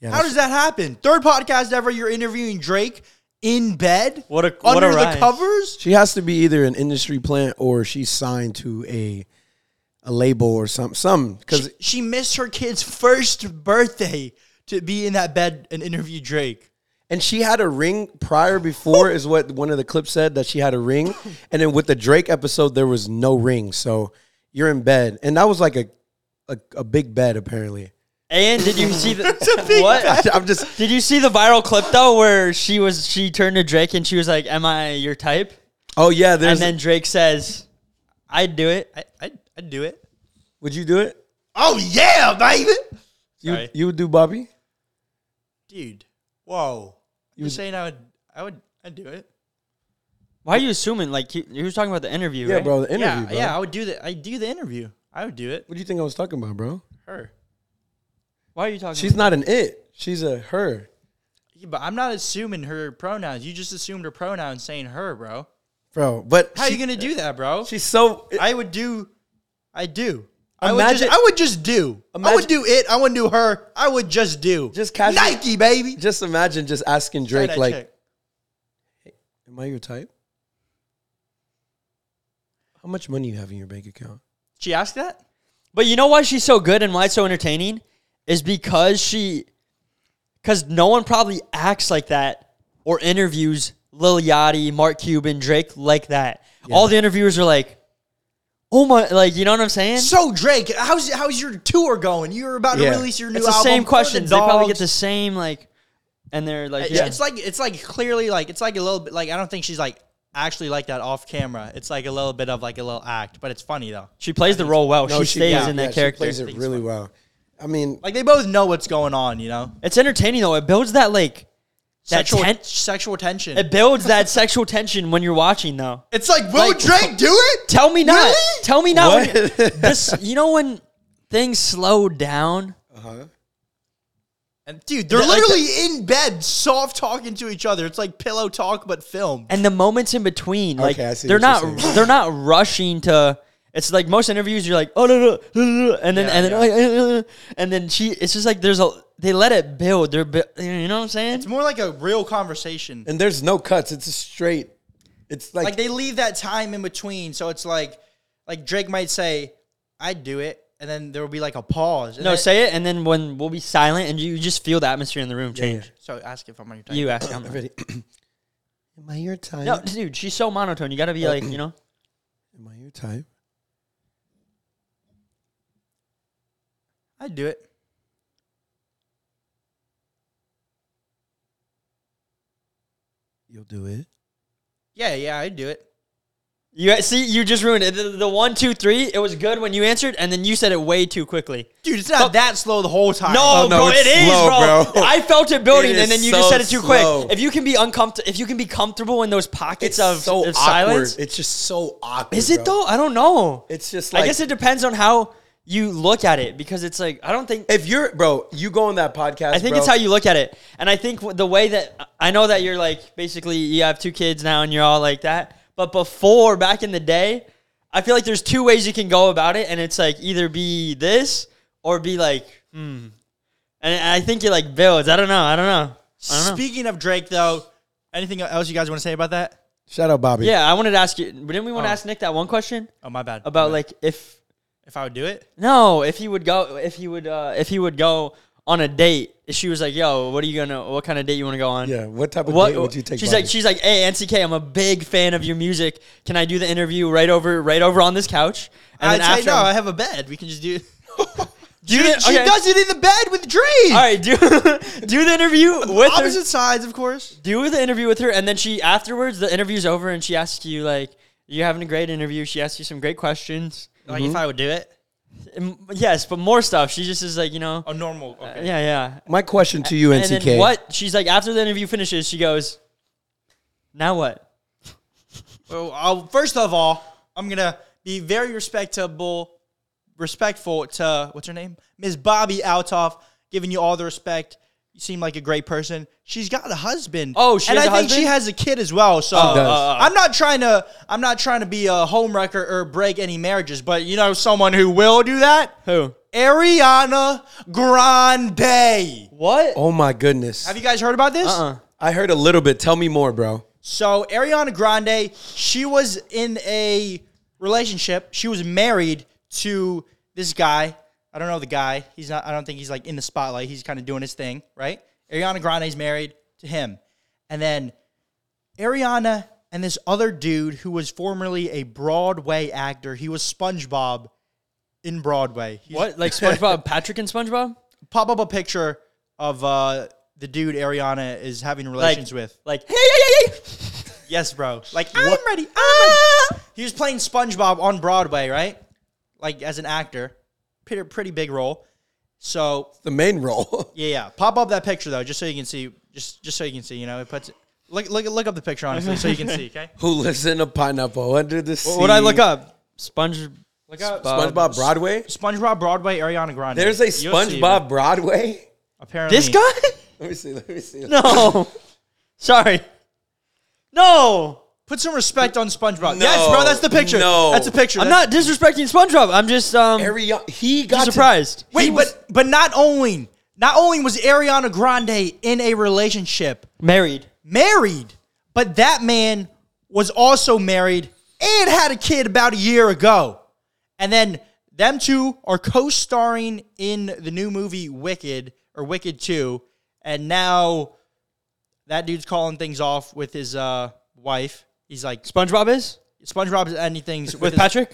[SPEAKER 2] yeah
[SPEAKER 3] How does that happen? Third podcast ever, you're interviewing Drake in bed?
[SPEAKER 4] What a- what a
[SPEAKER 3] Under the
[SPEAKER 4] ride.
[SPEAKER 3] covers?
[SPEAKER 2] She has to be either an industry plant or she's signed to a a label or some some because
[SPEAKER 3] She missed her kid's first birthday to be in that bed and interview Drake.
[SPEAKER 2] and she had a ring prior before is what one of the clips said that she had a ring and then with the Drake episode there was no ring so you're in bed and that was like a a, a big bed apparently
[SPEAKER 4] And did you see the what?
[SPEAKER 2] I'm just
[SPEAKER 4] Did you see the viral clip though, where she was she turned to Drake and she was like, "Am I your type?"
[SPEAKER 2] oh yeah there's
[SPEAKER 4] and then Drake says, "I'd do it."
[SPEAKER 3] I, I, I'd do it.
[SPEAKER 2] would you do it
[SPEAKER 3] Oh, yeah, baby.
[SPEAKER 2] you
[SPEAKER 3] Sorry.
[SPEAKER 2] you would do Bobby
[SPEAKER 3] Dude, whoa. You're
[SPEAKER 2] would-
[SPEAKER 3] saying I would, I would, I'd do it.
[SPEAKER 4] Why are you assuming? Like he, he was talking about the interview,
[SPEAKER 2] yeah
[SPEAKER 4] right?
[SPEAKER 2] bro the interview
[SPEAKER 3] yeah,
[SPEAKER 2] bro.
[SPEAKER 3] yeah, I would do the, I do the interview. I would do it.
[SPEAKER 2] what do you think I was talking about bro
[SPEAKER 3] Her.
[SPEAKER 4] Why are you talking?
[SPEAKER 2] she's not an it she's a her
[SPEAKER 3] Yeah, but I'm not assuming her pronouns. You just assumed her pronouns saying her, bro.
[SPEAKER 2] bro but
[SPEAKER 3] How
[SPEAKER 2] she-
[SPEAKER 3] you gonna do that, bro?
[SPEAKER 2] she's so
[SPEAKER 3] I would do, I do. I would
[SPEAKER 2] Imagine-
[SPEAKER 3] just, I would just do. I
[SPEAKER 2] Imagine-
[SPEAKER 3] would do it. I wouldn't do her. I would just do.
[SPEAKER 2] Just casual-
[SPEAKER 3] Nike, baby.
[SPEAKER 2] just imagine just asking
[SPEAKER 3] Try
[SPEAKER 2] Drake
[SPEAKER 3] that
[SPEAKER 2] like,
[SPEAKER 3] chick.
[SPEAKER 2] "Am I your type? How much money you have in your bank account?"
[SPEAKER 3] she asked that.
[SPEAKER 4] But you know why she's so good and why it's so entertaining is because she, because no one probably acts like that or interviews Lil Yachty, Mark Cuban, Drake like that. All the interviewers are like, "Oh my!" Like you know what I'm saying?
[SPEAKER 3] So Drake, how's how's your tour going? You're about
[SPEAKER 2] Yeah.
[SPEAKER 3] to release your new
[SPEAKER 4] it's the
[SPEAKER 3] album.
[SPEAKER 4] same
[SPEAKER 3] for
[SPEAKER 4] questions. they probably get
[SPEAKER 3] dogs.
[SPEAKER 4] the same like, and they're like,
[SPEAKER 3] It's-
[SPEAKER 4] yeah.
[SPEAKER 3] It's like it's like clearly like it's like a little bit like I don't think she's like actually like that off camera. It's like a little bit of like a little act, but it's funny though.
[SPEAKER 4] she plays the role well. Oh, she, stays
[SPEAKER 2] yeah,
[SPEAKER 4] in
[SPEAKER 2] yeah,
[SPEAKER 4] that
[SPEAKER 2] she
[SPEAKER 4] character.
[SPEAKER 2] plays it really well. I mean,
[SPEAKER 3] Like they both know what's going on, you know.
[SPEAKER 4] It's entertaining though. It builds that like that
[SPEAKER 3] sexual
[SPEAKER 4] ten-
[SPEAKER 3] sexual tension.
[SPEAKER 4] it builds that sexual tension when you're watching though.
[SPEAKER 3] It's like, will
[SPEAKER 4] Like-
[SPEAKER 3] Drake do it?
[SPEAKER 4] Tell me not.
[SPEAKER 3] Really?
[SPEAKER 4] Tell me not. when-
[SPEAKER 2] What?
[SPEAKER 4] this, you know when things slow down.
[SPEAKER 3] And dude, they're
[SPEAKER 4] Th- like
[SPEAKER 3] literally in bed, soft talking to each other. It's like pillow talk but filmed.
[SPEAKER 4] and the moments in between, like
[SPEAKER 2] Okay, I see
[SPEAKER 4] they're
[SPEAKER 2] what
[SPEAKER 4] not
[SPEAKER 2] you're saying.
[SPEAKER 4] they're not rushing to. It's like most interviews, you're like, oh no, no, no, no, no," and then and then "Uh, uh, uh," and then she. It's just like there's a they let it build. They're bu- you know what I'm saying?
[SPEAKER 3] It's more like a real conversation.
[SPEAKER 2] and there's no cuts. It's a straight. It's like,
[SPEAKER 3] like they leave that time in between, so it's like like Drake might say, "I'd do it," and then there will be like a pause. and
[SPEAKER 4] no,
[SPEAKER 3] then-
[SPEAKER 4] say it, and then when we'll be silent, and you just feel the atmosphere in the room change.
[SPEAKER 3] So ask if I'm on your time.
[SPEAKER 4] You ask him.
[SPEAKER 2] "Am I your type?
[SPEAKER 4] No, dude, she's so monotone. You gotta be like, you know,
[SPEAKER 2] Am I your type?
[SPEAKER 3] I'd do it.
[SPEAKER 2] You'll do it."
[SPEAKER 3] Yeah, yeah, I'd do it.
[SPEAKER 4] you see, you just ruined it. The, the one, two, three. It was good when you answered, and then you said it way too quickly.
[SPEAKER 3] Dude, it's not that slow the whole time.
[SPEAKER 4] No,
[SPEAKER 2] Oh, no,
[SPEAKER 4] bro,
[SPEAKER 2] it's
[SPEAKER 4] it is,
[SPEAKER 2] slow,
[SPEAKER 4] bro.
[SPEAKER 2] bro.
[SPEAKER 4] I felt it building,
[SPEAKER 2] It is
[SPEAKER 4] and then you
[SPEAKER 2] so
[SPEAKER 4] just said it too
[SPEAKER 2] slow.
[SPEAKER 4] quick. If you can be uncomfortable, if you can be comfortable in those pockets of, of
[SPEAKER 2] awkward.
[SPEAKER 4] silence,
[SPEAKER 2] It's just so awkward.
[SPEAKER 4] is
[SPEAKER 2] bro.
[SPEAKER 4] it though? I don't know.
[SPEAKER 2] It's just
[SPEAKER 4] I
[SPEAKER 2] like
[SPEAKER 4] guess it depends on how you look at it because it's like I don't think.
[SPEAKER 2] if you're bro, you go on that podcast.
[SPEAKER 4] I think
[SPEAKER 2] bro,
[SPEAKER 4] it's how you look at it, and I think w- the way that I know that you're like basically you have two kids now, and you're all like that. But before, back in the day, I feel like there's two ways you can go about it, and it's like either be this or be like, hmm. And and I think it like builds. I don't know. I don't know. I don't know.
[SPEAKER 3] Speaking of Drake, though, anything else you guys want to say about that?
[SPEAKER 2] shout out Bobby.
[SPEAKER 4] Yeah, I wanted to ask you. Didn't we want to
[SPEAKER 3] Oh.
[SPEAKER 4] ask Nick that one question
[SPEAKER 3] Oh, my bad.
[SPEAKER 4] about
[SPEAKER 3] My bad.
[SPEAKER 4] like if
[SPEAKER 3] if I would do it,
[SPEAKER 4] no, if he would go, if he would, uh, if he would go on a date. She was like, "Yo, what are you gonna? What kind of date you want to go on?"
[SPEAKER 2] Yeah, what type of date would you take
[SPEAKER 4] She's
[SPEAKER 2] Bobby?
[SPEAKER 4] like, she's like, "Hey, NCK, I'm a big fan of your music. Can I do the interview right over, right over on this couch?" And
[SPEAKER 3] I tell you, no,
[SPEAKER 4] I'm-
[SPEAKER 3] I have a bed. We can just do.
[SPEAKER 4] do the-
[SPEAKER 3] She
[SPEAKER 4] okay.
[SPEAKER 3] does it in the bed with Dree.
[SPEAKER 4] All right, do do the interview with her.
[SPEAKER 3] Opposite sides, of course.
[SPEAKER 4] do the interview with her, and then she afterwards the interview's over, and she asks you like, "You're having a great interview." She asks you some great questions.
[SPEAKER 3] Like
[SPEAKER 2] Mm-hmm.
[SPEAKER 3] if I would do it,
[SPEAKER 4] Mm, Yes, but more stuff. She just is like, you know,
[SPEAKER 5] A normal.
[SPEAKER 3] Uh,
[SPEAKER 5] Okay.
[SPEAKER 4] yeah, yeah.
[SPEAKER 2] My question to you,
[SPEAKER 4] And
[SPEAKER 2] NCK.
[SPEAKER 4] then what? She's like, after the interview finishes, she goes, "Now what?"
[SPEAKER 3] well, I'll, first of all, I'm gonna be very respectable, respectful to what's her name, Miss Bobby Altoff, giving you all the respect. You seem like a great person. She's got a husband.
[SPEAKER 4] Oh, she
[SPEAKER 3] and
[SPEAKER 4] has
[SPEAKER 3] I
[SPEAKER 4] a
[SPEAKER 3] think she
[SPEAKER 4] husband? Oh,
[SPEAKER 3] has a kid as well. So
[SPEAKER 2] does.
[SPEAKER 3] uh, I'm not trying to. I'm not trying to be a homewrecker or break any marriages, but you know, someone who will do that.
[SPEAKER 4] Who?
[SPEAKER 3] Ariana Grande.
[SPEAKER 4] What?
[SPEAKER 2] oh my goodness.
[SPEAKER 3] Have you guys heard about this?
[SPEAKER 4] Uh-uh.
[SPEAKER 2] I heard a little bit. Tell me more, bro.
[SPEAKER 3] So Ariana Grande, she was in a relationship. She was married to this guy. I don't know the guy. He's not. I don't think he's like in the spotlight. He's kind of doing his thing, right? Ariana Grande's married to him, and then Ariana and this other dude who was formerly a Broadway actor. He was SpongeBob in Broadway. He's-
[SPEAKER 4] What? Like SpongeBob, Patrick and SpongeBob?
[SPEAKER 3] Pop up a picture of uh, the dude Ariana is having
[SPEAKER 4] Like,
[SPEAKER 3] relations with.
[SPEAKER 4] like, hey, hey, hey, hey.
[SPEAKER 3] Yes, bro. Like I'm ready. I'm
[SPEAKER 4] Ah!
[SPEAKER 3] ready. He was playing SpongeBob on Broadway, right? Like as an actor, pretty pretty big role. So
[SPEAKER 2] The main role.
[SPEAKER 3] yeah, yeah. Pop up that picture though, just so you can see. Just just so you can see. You know, it puts. Look look look up the picture honestly, so you can see. Okay.
[SPEAKER 2] Who lives in a pineapple under the sea?
[SPEAKER 4] What'd I look up? Uh, Sponge.
[SPEAKER 3] Look up
[SPEAKER 2] SpongeBob Broadway?
[SPEAKER 3] SpongeBob Broadway Ariana Grande.
[SPEAKER 2] There's a
[SPEAKER 3] You'll see, bro.
[SPEAKER 2] SpongeBob Broadway?
[SPEAKER 3] Apparently,
[SPEAKER 4] This guy?
[SPEAKER 2] Let me see. Let me see.
[SPEAKER 4] No. Sorry. No.
[SPEAKER 3] Put some respect on SpongeBob. yes, bro. That's the picture.
[SPEAKER 2] no.
[SPEAKER 3] That's the picture.
[SPEAKER 4] I'm
[SPEAKER 3] That's-
[SPEAKER 4] not disrespecting SpongeBob. I'm just um
[SPEAKER 2] Ariana, he got to-
[SPEAKER 4] surprised.
[SPEAKER 3] Wait, but but not only not only was Ariana Grande in a relationship.
[SPEAKER 4] married.
[SPEAKER 3] married, but that man was also married and had a kid about a year ago. And then them two are co-starring in the new movie Wicked or Wicked 2. And now that dude's calling things off with his uh, wife. He's like
[SPEAKER 4] SpongeBob is
[SPEAKER 3] SpongeBob's anything's with,
[SPEAKER 4] with
[SPEAKER 3] his-
[SPEAKER 4] Patrick.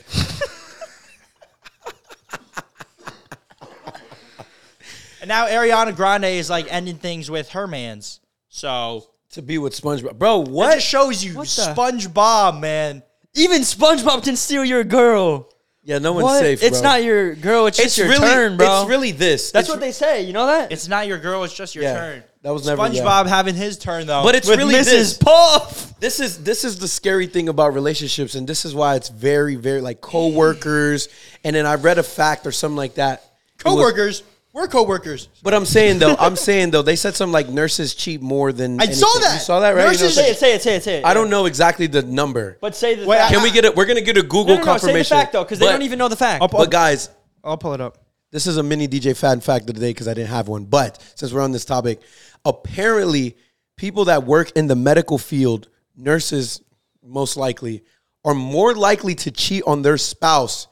[SPEAKER 3] And now Ariana Grande is like ending things with her man's. So
[SPEAKER 2] to be with SpongeBob. Bro,
[SPEAKER 3] that
[SPEAKER 2] what?
[SPEAKER 3] shows you
[SPEAKER 4] the-
[SPEAKER 3] SpongeBob, man.
[SPEAKER 4] Even SpongeBob can steal your girl.
[SPEAKER 2] yeah, no one's
[SPEAKER 4] What?
[SPEAKER 2] safe,
[SPEAKER 4] it's
[SPEAKER 2] bro.
[SPEAKER 4] not your girl. It's, just your
[SPEAKER 2] really,
[SPEAKER 4] turn, bro.
[SPEAKER 2] It's really this.
[SPEAKER 4] That's
[SPEAKER 2] It's
[SPEAKER 4] what they say. You know that?
[SPEAKER 3] It's not your girl, it's just your
[SPEAKER 2] Yeah,
[SPEAKER 3] turn.
[SPEAKER 2] that was never- yeah.
[SPEAKER 3] SpongeBob having his turn though.
[SPEAKER 2] But it's
[SPEAKER 4] with
[SPEAKER 2] really
[SPEAKER 4] Mrs.
[SPEAKER 2] this.
[SPEAKER 4] Puff.
[SPEAKER 2] This is this is the scary thing about relationships, and this is why it's very, very like coworkers. And then I read a fact or something like that. It was-
[SPEAKER 3] coworkers. We're coworkers.
[SPEAKER 2] But I'm saying though, I'm saying though, they said something like nurses cheat more than
[SPEAKER 3] I saw
[SPEAKER 2] anything.
[SPEAKER 3] that.
[SPEAKER 2] You saw that right? You know,
[SPEAKER 3] Nurses-
[SPEAKER 2] it's like-
[SPEAKER 4] Say it. Say it. Say it. Say it.
[SPEAKER 2] I don't know exactly the number.
[SPEAKER 4] But say the
[SPEAKER 3] Wait,
[SPEAKER 4] fact.
[SPEAKER 3] I-
[SPEAKER 2] Can we get it? We're gonna get a Google
[SPEAKER 4] no, no, no, say
[SPEAKER 2] confirmation.
[SPEAKER 4] the fact though, because they
[SPEAKER 2] But-
[SPEAKER 4] don't even know the fact.
[SPEAKER 2] But guys,
[SPEAKER 3] I'll pull it up.
[SPEAKER 2] this is a mini DJ fan fact of the day because I didn't have one. But since we're on this topic, apparently people that work in the medical field, nurses most likely, are more likely to cheat on their spouse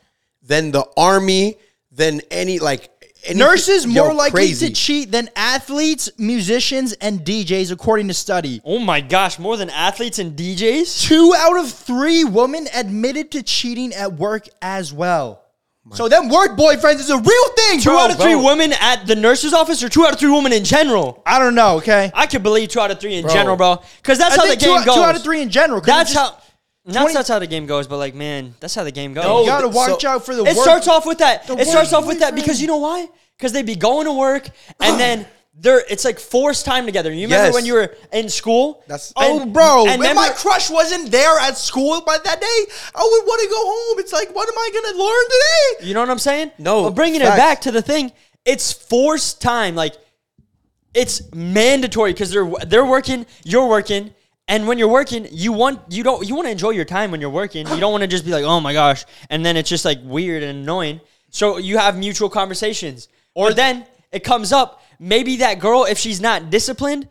[SPEAKER 2] than the army, than any like any
[SPEAKER 3] Nurses
[SPEAKER 2] Yo,
[SPEAKER 3] more likely
[SPEAKER 2] crazy.
[SPEAKER 3] to cheat than athletes, musicians, and DJs, according to study.
[SPEAKER 4] oh my gosh, more than athletes and DJs.
[SPEAKER 3] Two out of three women admitted to cheating at work as well. So them work boyfriends is a real thing,
[SPEAKER 4] Two
[SPEAKER 3] bro.
[SPEAKER 4] out of three women at the nurse's office, or two out of three women in general.
[SPEAKER 3] I don't know. Okay,
[SPEAKER 4] I could believe two out of three in general, bro, because that's
[SPEAKER 3] I
[SPEAKER 4] how the
[SPEAKER 3] think
[SPEAKER 4] game
[SPEAKER 3] two,
[SPEAKER 4] goes.
[SPEAKER 3] two out of three in general. 'cause it
[SPEAKER 4] That's
[SPEAKER 3] just-
[SPEAKER 4] how. Not
[SPEAKER 3] 20
[SPEAKER 4] that's how the game goes, but like, man, that's how the game goes.
[SPEAKER 3] you gotta
[SPEAKER 2] th-
[SPEAKER 3] watch
[SPEAKER 2] so-
[SPEAKER 3] out for the.
[SPEAKER 4] It
[SPEAKER 3] work-
[SPEAKER 4] starts off with that. It
[SPEAKER 3] work
[SPEAKER 4] starts off with that because you know why? Because they'd be going to work and then they're it's like forced time together. You remember
[SPEAKER 2] Yes.
[SPEAKER 4] when you were in school?
[SPEAKER 2] That's-
[SPEAKER 3] Oh,
[SPEAKER 4] And-
[SPEAKER 3] bro!
[SPEAKER 4] and
[SPEAKER 3] And
[SPEAKER 4] remember-
[SPEAKER 3] my crush wasn't there at school by that day. I would want to go home. It's like, what am I gonna learn today?
[SPEAKER 4] You know what I'm saying?
[SPEAKER 2] No,
[SPEAKER 4] But bringing it
[SPEAKER 2] facts.
[SPEAKER 4] back to the thing, it's forced time. Like it's mandatory because they're they're working, you're working, and when you're working, you want you don't you want to enjoy your time when you're working. You don't want to just be like, oh my gosh, and then it's just like weird and annoying. So you have mutual conversations, or then it comes up. Maybe that girl, if she's not disciplined,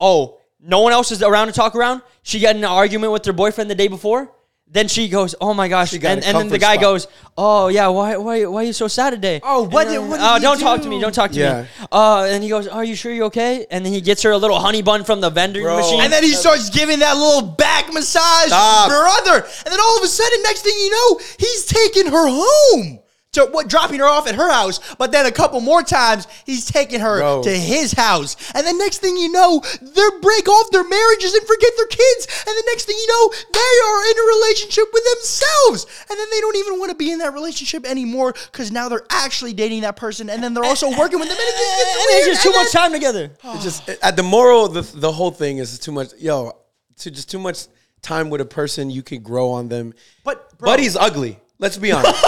[SPEAKER 4] oh, no one else is around to talk around. She got in an argument with her boyfriend the day before. Then she goes, "Oh my gosh!"
[SPEAKER 2] She got
[SPEAKER 4] and
[SPEAKER 2] a
[SPEAKER 4] and then the
[SPEAKER 2] comfort
[SPEAKER 4] guy
[SPEAKER 2] spot.
[SPEAKER 4] goes, "Oh yeah, why why why are you so sad today?"
[SPEAKER 3] Oh, what
[SPEAKER 4] And
[SPEAKER 3] did-
[SPEAKER 4] then,
[SPEAKER 3] what did
[SPEAKER 4] oh,
[SPEAKER 3] he
[SPEAKER 4] don't talk
[SPEAKER 3] do?"
[SPEAKER 4] to me. Don't talk to
[SPEAKER 2] Yeah.
[SPEAKER 4] me. Uh, and he goes, "Are you sure you're okay?" And then he gets her a little honey bun from the vending
[SPEAKER 2] Bro.
[SPEAKER 4] machine.
[SPEAKER 3] And then he starts giving that little back massage,
[SPEAKER 2] Stop.
[SPEAKER 3] brother. And then all of a sudden, next thing you know, he's taking her home to what, dropping her off at her house. But then a couple more times, he's taking her
[SPEAKER 2] Bro.
[SPEAKER 3] to his house. And then next thing you know, they break off their marriages and forget their kids. And the next thing you know, they are in a relationship with themselves. And then they don't even want to be in that relationship anymore because now they're actually dating that person. And then they're also working with them. And it's just,
[SPEAKER 4] and it's just too much
[SPEAKER 3] time.
[SPEAKER 4] time together.
[SPEAKER 2] It's just at the moral, the the whole thing is too much. Yo, to just too much time with a person, you can grow on them.
[SPEAKER 3] But, bro-
[SPEAKER 2] Buddy's ugly. Let's be honest.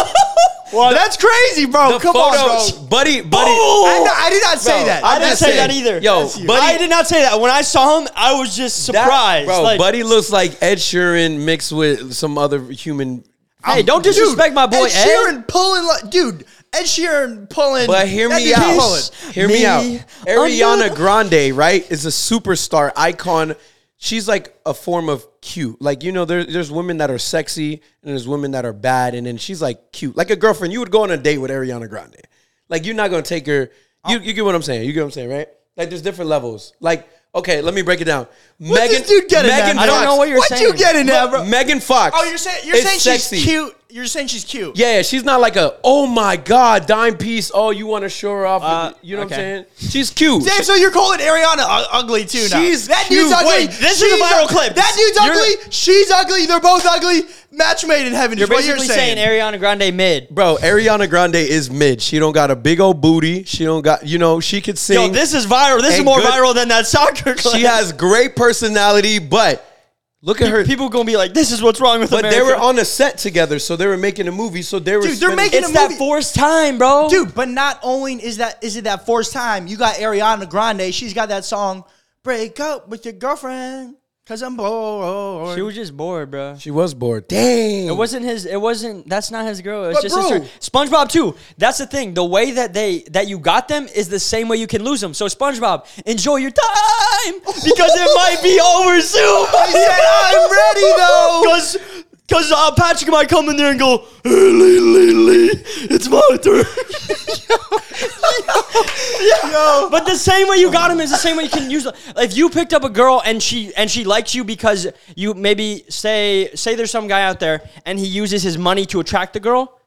[SPEAKER 3] Well, that's crazy, bro.
[SPEAKER 2] The
[SPEAKER 3] Come on,
[SPEAKER 2] photos-
[SPEAKER 3] bro. Oh!
[SPEAKER 2] buddy, buddy.
[SPEAKER 3] I, no, I did not say
[SPEAKER 2] Bro,
[SPEAKER 3] that.
[SPEAKER 2] I
[SPEAKER 4] I didn't
[SPEAKER 2] just
[SPEAKER 4] say
[SPEAKER 2] said-
[SPEAKER 4] that either.
[SPEAKER 2] Yo, buddy-
[SPEAKER 4] I did not say that. When I saw him, I was just
[SPEAKER 2] That-
[SPEAKER 4] surprised.
[SPEAKER 2] bro.
[SPEAKER 4] like,
[SPEAKER 2] buddy looks like Ed Sheeran mixed with some other human.
[SPEAKER 4] hey, don't disrespect my boy eh?
[SPEAKER 3] Ed Sheeran pulling, like, dude. Ed Sheeran pulling.
[SPEAKER 2] But hear
[SPEAKER 3] that
[SPEAKER 2] me
[SPEAKER 3] dude's
[SPEAKER 2] out.
[SPEAKER 3] pulling.
[SPEAKER 2] Hear me,
[SPEAKER 4] Me
[SPEAKER 2] out. Ariana
[SPEAKER 4] under-
[SPEAKER 2] Grande, right, is a superstar icon. She's like a form of cute. Like you know, there, there's women that are sexy and there's women that are bad, and then she's like cute, like a girlfriend. You would go on a date with Ariana Grande. Like you're not gonna take her. You, you get what I'm saying? You get what I'm saying, right? Like there's different levels. Like okay, let me break it down.
[SPEAKER 3] What's this dude getting at?
[SPEAKER 2] Megan
[SPEAKER 4] I don't
[SPEAKER 2] Fox-
[SPEAKER 4] know what you're
[SPEAKER 3] What
[SPEAKER 4] saying.
[SPEAKER 3] you getting at, bro?
[SPEAKER 2] Megan Fox.
[SPEAKER 3] Oh, you're saying you're
[SPEAKER 2] is
[SPEAKER 3] saying
[SPEAKER 2] sexy.
[SPEAKER 3] she's cute. You're saying she's cute.
[SPEAKER 2] Yeah, yeah, she's not like a oh my god dime piece. Oh, you want to show her off?
[SPEAKER 4] Uh,
[SPEAKER 2] with- you know what I'm saying? She's cute.
[SPEAKER 3] Damn, so you're calling Ariana u- ugly too now.
[SPEAKER 2] She's
[SPEAKER 3] that
[SPEAKER 2] cute.
[SPEAKER 3] dude's ugly.
[SPEAKER 2] Wait,
[SPEAKER 4] this is a
[SPEAKER 3] She's
[SPEAKER 4] viral
[SPEAKER 3] ug-
[SPEAKER 4] clip.
[SPEAKER 3] That dude's
[SPEAKER 4] You're-
[SPEAKER 3] ugly. She's ugly. They're both ugly. Match made in heaven.
[SPEAKER 4] You're
[SPEAKER 3] is what
[SPEAKER 4] basically
[SPEAKER 3] you're
[SPEAKER 4] saying. Ariana Grande mid.
[SPEAKER 2] Bro, Ariana Grande is mid. She don't got a big old booty. She don't got you know. She could
[SPEAKER 4] Yo,
[SPEAKER 2] sing.
[SPEAKER 4] this is viral. This is
[SPEAKER 2] And
[SPEAKER 4] more
[SPEAKER 2] good-
[SPEAKER 4] viral than that soccer. clip.
[SPEAKER 2] she has great personality, but look at her.
[SPEAKER 4] people gonna be like, "This is what's wrong with
[SPEAKER 2] but
[SPEAKER 4] America."
[SPEAKER 2] they were on a set together, so they were making a movie. So they were.
[SPEAKER 3] Dude, they're
[SPEAKER 2] spending-
[SPEAKER 3] making
[SPEAKER 4] It's
[SPEAKER 3] a
[SPEAKER 4] that
[SPEAKER 3] movie.
[SPEAKER 4] forced time, bro.
[SPEAKER 3] dude. But not only is that is it that forced time. You got Ariana Grande. She's got that song "Break Up with Your Girlfriend" because I'm bored.
[SPEAKER 4] she was just bored, bro.
[SPEAKER 2] She was bored. Dang.
[SPEAKER 4] It wasn't his. It wasn't. That's not his girl. It's
[SPEAKER 3] But
[SPEAKER 4] just
[SPEAKER 3] bro-
[SPEAKER 4] his. SpongeBob too. That's the thing. The way that they that you got them is the same way you can lose them. So SpongeBob, enjoy your time because it might be over soon.
[SPEAKER 3] He said, "I'm ready though."
[SPEAKER 4] Cause, cause uh, Patrick might come in there and go, hey, Lee, Lee, Lee, it's my turn.
[SPEAKER 3] Yo.
[SPEAKER 4] But the same way you got him is the same way you can use. If you picked up a girl and she and she likes you because you maybe say say there's some guy out there and he uses his money to attract the girl.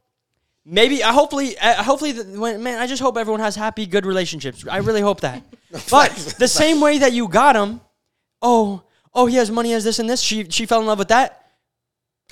[SPEAKER 4] Maybe I hopefully uh, hopefully the, when, man I just hope everyone has happy good relationships. I really hope that. But the same way that you got him, oh oh he has money he has this and this. She she fell in love with that.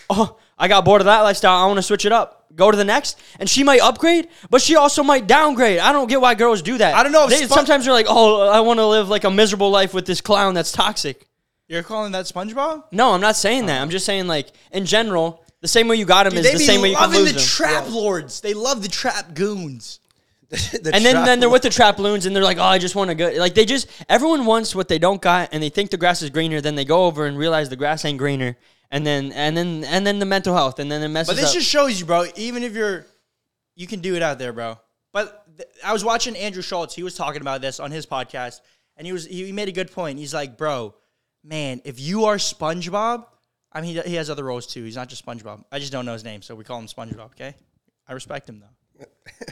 [SPEAKER 4] Oh I got bored of that lifestyle. I want to switch it up. Go to the next, and she might upgrade, but she also might downgrade. I don't get why girls do that.
[SPEAKER 3] I don't know if
[SPEAKER 4] They,
[SPEAKER 3] Spon-
[SPEAKER 4] sometimes they're like, "Oh, I want to live like a miserable life with this clown that's toxic."
[SPEAKER 3] You're calling that SpongeBob?
[SPEAKER 4] No, I'm not saying that. I'm just saying like in general, the same way you got him is the same way you can
[SPEAKER 3] loving
[SPEAKER 4] lose
[SPEAKER 3] the
[SPEAKER 4] him.
[SPEAKER 3] trap lords. They love the trap goons.
[SPEAKER 4] and then, then they're with the trap loons and they're like, oh, I just want to go. Like, they just, everyone wants what they don't got and they think the grass is greener. Then they go over and realize the grass ain't greener. And then, and then, and then the mental health. And then it
[SPEAKER 3] But
[SPEAKER 4] messes
[SPEAKER 3] this
[SPEAKER 4] up.
[SPEAKER 3] just shows you, bro. Even if you're, you can do it out there, bro. But th- I was watching Andrew Schultz. He was talking about this on his podcast, and he was he made a good point. He's like, bro, man, if you are SpongeBob, I mean, he, he has other roles too. He's not just SpongeBob. I just don't know his name, so we call him SpongeBob. Okay, I respect him though.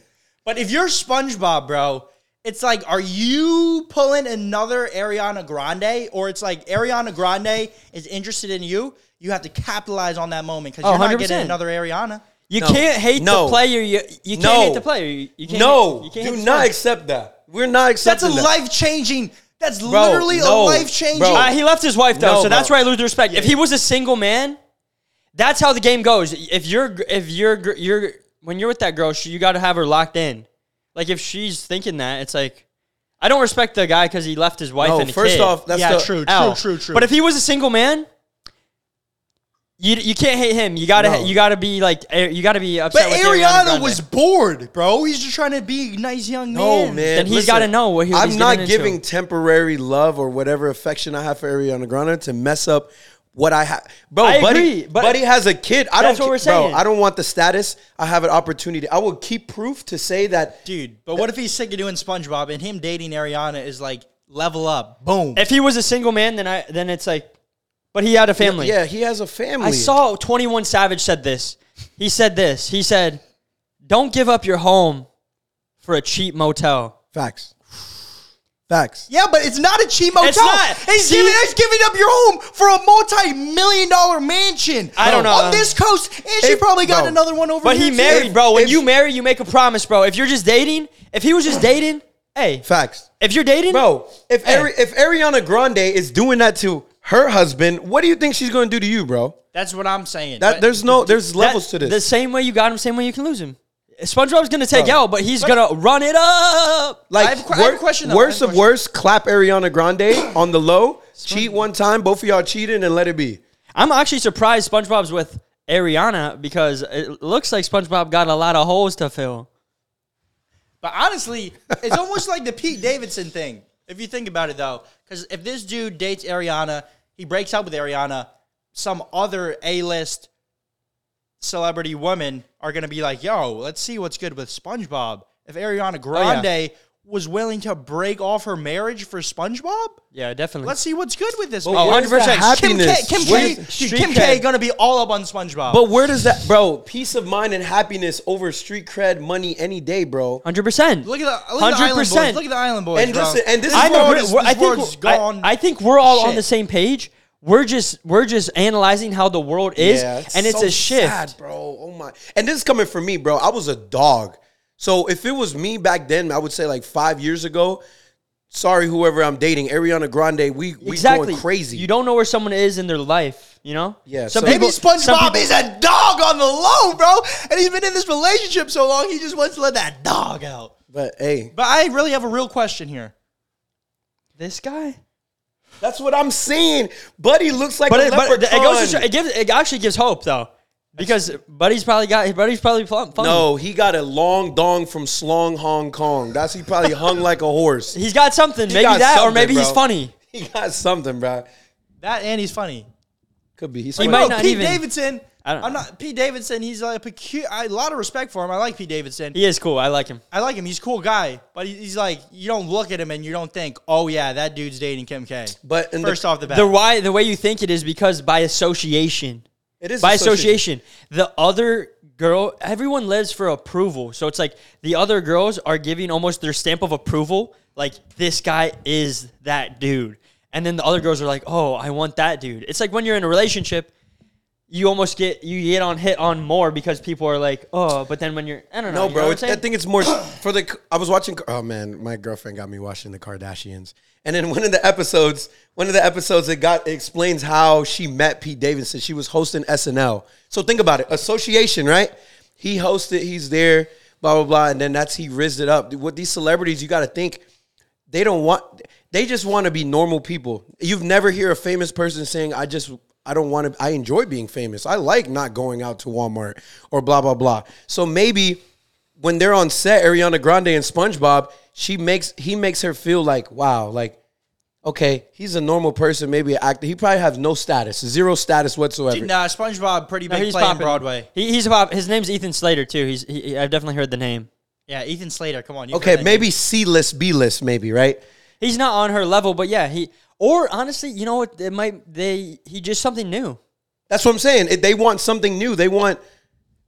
[SPEAKER 3] but if you're SpongeBob, bro. It's like, are you pulling another Ariana Grande, or it's like Ariana Grande is interested in you? You have to capitalize on that moment because
[SPEAKER 4] Oh,
[SPEAKER 3] you're not getting
[SPEAKER 4] 100%.
[SPEAKER 3] another Ariana.
[SPEAKER 4] you
[SPEAKER 2] No.
[SPEAKER 4] can't hate
[SPEAKER 2] No.
[SPEAKER 4] the player. You, you can't
[SPEAKER 2] No.
[SPEAKER 4] hate the player. You, you can't
[SPEAKER 2] no,
[SPEAKER 4] hate- you can't hate
[SPEAKER 2] do
[SPEAKER 4] the
[SPEAKER 2] not
[SPEAKER 4] player.
[SPEAKER 2] accept that. We're not
[SPEAKER 3] That's a
[SPEAKER 2] accepting that.
[SPEAKER 3] life changing. That's
[SPEAKER 2] Bro,
[SPEAKER 3] literally
[SPEAKER 2] no,
[SPEAKER 3] a life changing.
[SPEAKER 2] bro.
[SPEAKER 4] Uh, he left his wife though,
[SPEAKER 2] No,
[SPEAKER 4] so that's
[SPEAKER 2] bro.
[SPEAKER 4] where I lose the respect. if he was a single man, that's how the game goes. If you're, gr- if you're, gr- you're when you're with that girl, she, you got to have her locked in. Like if she's thinking that, it's like, I don't respect the guy because he left his wife.
[SPEAKER 2] No,
[SPEAKER 4] and a
[SPEAKER 2] first
[SPEAKER 4] kid.
[SPEAKER 2] off, that's
[SPEAKER 3] yeah,
[SPEAKER 2] the,
[SPEAKER 3] true,
[SPEAKER 4] Ow.
[SPEAKER 3] true, true, true.
[SPEAKER 4] But if he was a single man, you you can't hate him. You gotta
[SPEAKER 2] No.
[SPEAKER 4] you gotta be like eh, you gotta be
[SPEAKER 3] but
[SPEAKER 4] upset. with
[SPEAKER 3] Ariana
[SPEAKER 4] Grande.
[SPEAKER 3] was bored, bro. He's just trying to be a nice young man.
[SPEAKER 2] No, man.
[SPEAKER 4] Then he's
[SPEAKER 2] Listen,
[SPEAKER 4] gotta know what he- what
[SPEAKER 2] I'm
[SPEAKER 4] he's
[SPEAKER 2] not
[SPEAKER 4] getting into.
[SPEAKER 2] giving temporary love or whatever affection I have for Ariana Grande to mess up what I have. Bro,
[SPEAKER 4] I
[SPEAKER 2] buddy,
[SPEAKER 4] agree, but-
[SPEAKER 2] buddy has a kid. I
[SPEAKER 4] That's
[SPEAKER 2] don't.
[SPEAKER 4] what we're
[SPEAKER 2] ca- bro,
[SPEAKER 4] saying.
[SPEAKER 2] I don't want the status. I have an opportunity. I will keep proof to say that.
[SPEAKER 3] Dude, but what if he's sick of doing SpongeBob and him dating Ariana is like level up, boom.
[SPEAKER 4] If he was a single man, then I then it's like But he had a family.
[SPEAKER 2] Yeah, he has a family.
[SPEAKER 4] I saw 21 Savage said this. He said this. He said, "Don't give up your home for a cheap motel."
[SPEAKER 2] facts. Facts.
[SPEAKER 3] Yeah, but it's not a cheap motel.
[SPEAKER 4] not.
[SPEAKER 3] He's,
[SPEAKER 4] See-
[SPEAKER 3] giving, he's giving up your home for a multi-million dollar mansion.
[SPEAKER 4] I don't know.
[SPEAKER 3] on this coast, and she
[SPEAKER 4] If-
[SPEAKER 3] probably got
[SPEAKER 2] no.
[SPEAKER 3] another one over.
[SPEAKER 4] But
[SPEAKER 3] here
[SPEAKER 4] he
[SPEAKER 3] too.
[SPEAKER 4] married, bro. When
[SPEAKER 2] if-
[SPEAKER 4] you marry, you make a promise, bro. If you're just dating, if he was just dating, hey,
[SPEAKER 2] Facts.
[SPEAKER 4] if you're dating,
[SPEAKER 2] Bro, if
[SPEAKER 4] Hey.
[SPEAKER 2] Ari- if Ariana Grande is doing that to her husband, what do you think she's going to do to you, bro?
[SPEAKER 3] That's what I'm saying.
[SPEAKER 2] That there's no there's
[SPEAKER 4] that-
[SPEAKER 2] levels to this.
[SPEAKER 4] The same way you got him, same way you can lose him. SpongeBob's gonna take
[SPEAKER 2] Bro.
[SPEAKER 4] out, but he's gonna run it up.
[SPEAKER 2] like
[SPEAKER 3] I have a que- I have a question, though. I have a
[SPEAKER 2] worst of
[SPEAKER 3] question.
[SPEAKER 2] worst, clap Ariana Grande on the low, cheat one time, both of y'all cheating and let it be.
[SPEAKER 4] I'm actually surprised SpongeBob's with Ariana because it looks like SpongeBob got a lot of holes to fill.
[SPEAKER 3] But honestly, it's almost like the Pete Davidson thing, if you think about it though. Because if this dude dates Ariana, he breaks up with Ariana, some other A list celebrity women are going to be like, yo, let's see what's good with SpongeBob. If Ariana Grande was willing to break off her marriage for SpongeBob,
[SPEAKER 4] Yeah, definitely.
[SPEAKER 3] let's see what's good with this.
[SPEAKER 4] Oh,
[SPEAKER 3] man.
[SPEAKER 2] Where's
[SPEAKER 4] 100%.
[SPEAKER 2] the
[SPEAKER 3] Kim K,
[SPEAKER 2] happiness?
[SPEAKER 3] Kim K,
[SPEAKER 2] Where's-
[SPEAKER 3] dude,
[SPEAKER 4] Street
[SPEAKER 3] Kim K
[SPEAKER 4] cred.
[SPEAKER 3] gonna be all up on SpongeBob.
[SPEAKER 2] But where does that, bro? Peace of mind and happiness over street cred, money any day, bro.
[SPEAKER 4] Hundred percent.
[SPEAKER 3] look at the look at the Island Boys.
[SPEAKER 4] 100%.
[SPEAKER 3] Look at the Island Boys.
[SPEAKER 2] And
[SPEAKER 3] bro.
[SPEAKER 2] this, and this is
[SPEAKER 4] I'm
[SPEAKER 2] what-
[SPEAKER 4] agree-
[SPEAKER 3] this
[SPEAKER 4] we're- I think
[SPEAKER 3] world's
[SPEAKER 4] we're- I-
[SPEAKER 3] gone
[SPEAKER 4] I, think we're all on
[SPEAKER 3] shit.
[SPEAKER 4] the same page. We're just we're just analyzing how the world is,
[SPEAKER 2] Yeah, it's
[SPEAKER 4] and it's
[SPEAKER 2] so
[SPEAKER 4] a shift.
[SPEAKER 2] sad, bro. Oh my! And this is coming from me, bro. I was a dog. So if it was me back then, I would say like five years ago. Sorry, whoever I'm dating, Ariana Grande. We we
[SPEAKER 4] exactly.
[SPEAKER 2] going crazy.
[SPEAKER 4] You don't know where someone is in their life. You know.
[SPEAKER 2] Yeah,
[SPEAKER 4] Some
[SPEAKER 2] so-
[SPEAKER 3] Maybe
[SPEAKER 4] people- some
[SPEAKER 3] SpongeBob
[SPEAKER 4] people-
[SPEAKER 3] is a dog on the low, bro. And he's been in this relationship so long, he just wants to let that dog out.
[SPEAKER 2] But hey,
[SPEAKER 3] But I really have a real question here.
[SPEAKER 4] This guy.
[SPEAKER 2] that's what I'm saying. Buddy looks like
[SPEAKER 4] But
[SPEAKER 2] a
[SPEAKER 4] it, but it
[SPEAKER 2] leprechaun.
[SPEAKER 4] goes. To, show- it gives. It actually gives hope though, because Buddy's probably got. Buddy's probably fun.
[SPEAKER 2] no, he got a long dong from Slong Hong Kong. That's he probably hung like a horse.
[SPEAKER 4] He's got something. maybe
[SPEAKER 2] got
[SPEAKER 4] that, or
[SPEAKER 2] something,
[SPEAKER 4] maybe he's
[SPEAKER 2] bro.
[SPEAKER 4] funny.
[SPEAKER 2] He got something, bro.
[SPEAKER 3] That and he's funny.
[SPEAKER 2] Could be. He's
[SPEAKER 4] He
[SPEAKER 2] funny.
[SPEAKER 4] might
[SPEAKER 3] Bro,
[SPEAKER 4] not
[SPEAKER 3] Pete
[SPEAKER 4] even-
[SPEAKER 3] Davidson.
[SPEAKER 4] I don't
[SPEAKER 3] I'm
[SPEAKER 4] know.
[SPEAKER 3] not Pete Davidson. He's like a pecu- I, a lot of respect for him. I like Pete Davidson.
[SPEAKER 4] He is cool. I like him.
[SPEAKER 3] I like him. He's a cool guy. But he- he's like you don't look at him and you don't think, oh yeah, that dude's dating Kim K.
[SPEAKER 2] But in the-
[SPEAKER 3] First off the bat,
[SPEAKER 4] The why the way you think it is because by association.
[SPEAKER 2] It is
[SPEAKER 4] by
[SPEAKER 2] association.
[SPEAKER 4] association. The other girl, everyone lives for approval. So it's like the other girls are giving almost their stamp of approval. Like this guy is that dude, and then the other girls are like, "Oh, I want that dude." It's like when you're in a relationship, you almost get you get on hit on more because people are like, "Oh," but then when you're I don't know,
[SPEAKER 2] No,
[SPEAKER 4] you
[SPEAKER 2] bro.
[SPEAKER 4] know
[SPEAKER 2] It's, I think it's more for the. I was watching. Oh man, my girlfriend got me watching the Kardashians, and then one of the episodes, one of the episodes, it got it explains how she met Pete Davidson. She was hosting SNL. So think about it, association, right? He hosted. He's there. Blah blah blah, and then that's he rizzed it up. With these celebrities, you got to think they don't want. They just want to be normal people. You've never hear a famous person saying, "I just." I don't want to. I enjoy being famous. I like not going out to Walmart or blah blah blah. So maybe when they're on set, Ariana Grande and SpongeBob, she makes he makes her feel like, wow, like, okay, he's a normal person, maybe an actor. He probably has no status, zero status whatsoever.
[SPEAKER 3] nah, SpongeBob pretty
[SPEAKER 4] No,
[SPEAKER 3] big
[SPEAKER 4] he's
[SPEAKER 3] play on
[SPEAKER 4] popping.
[SPEAKER 3] Broadway.
[SPEAKER 4] He, he's pop. His name's Ethan Slater too. He's he, he- I've definitely heard the name.
[SPEAKER 3] Yeah, Ethan Slater. Come on. you
[SPEAKER 2] Okay,
[SPEAKER 3] heard that
[SPEAKER 2] maybe C list, B list, maybe right.
[SPEAKER 4] He's not on her level, but yeah, he or honestly, you know what? It might they he just something new.
[SPEAKER 2] That's what I'm saying. If they want something new. They want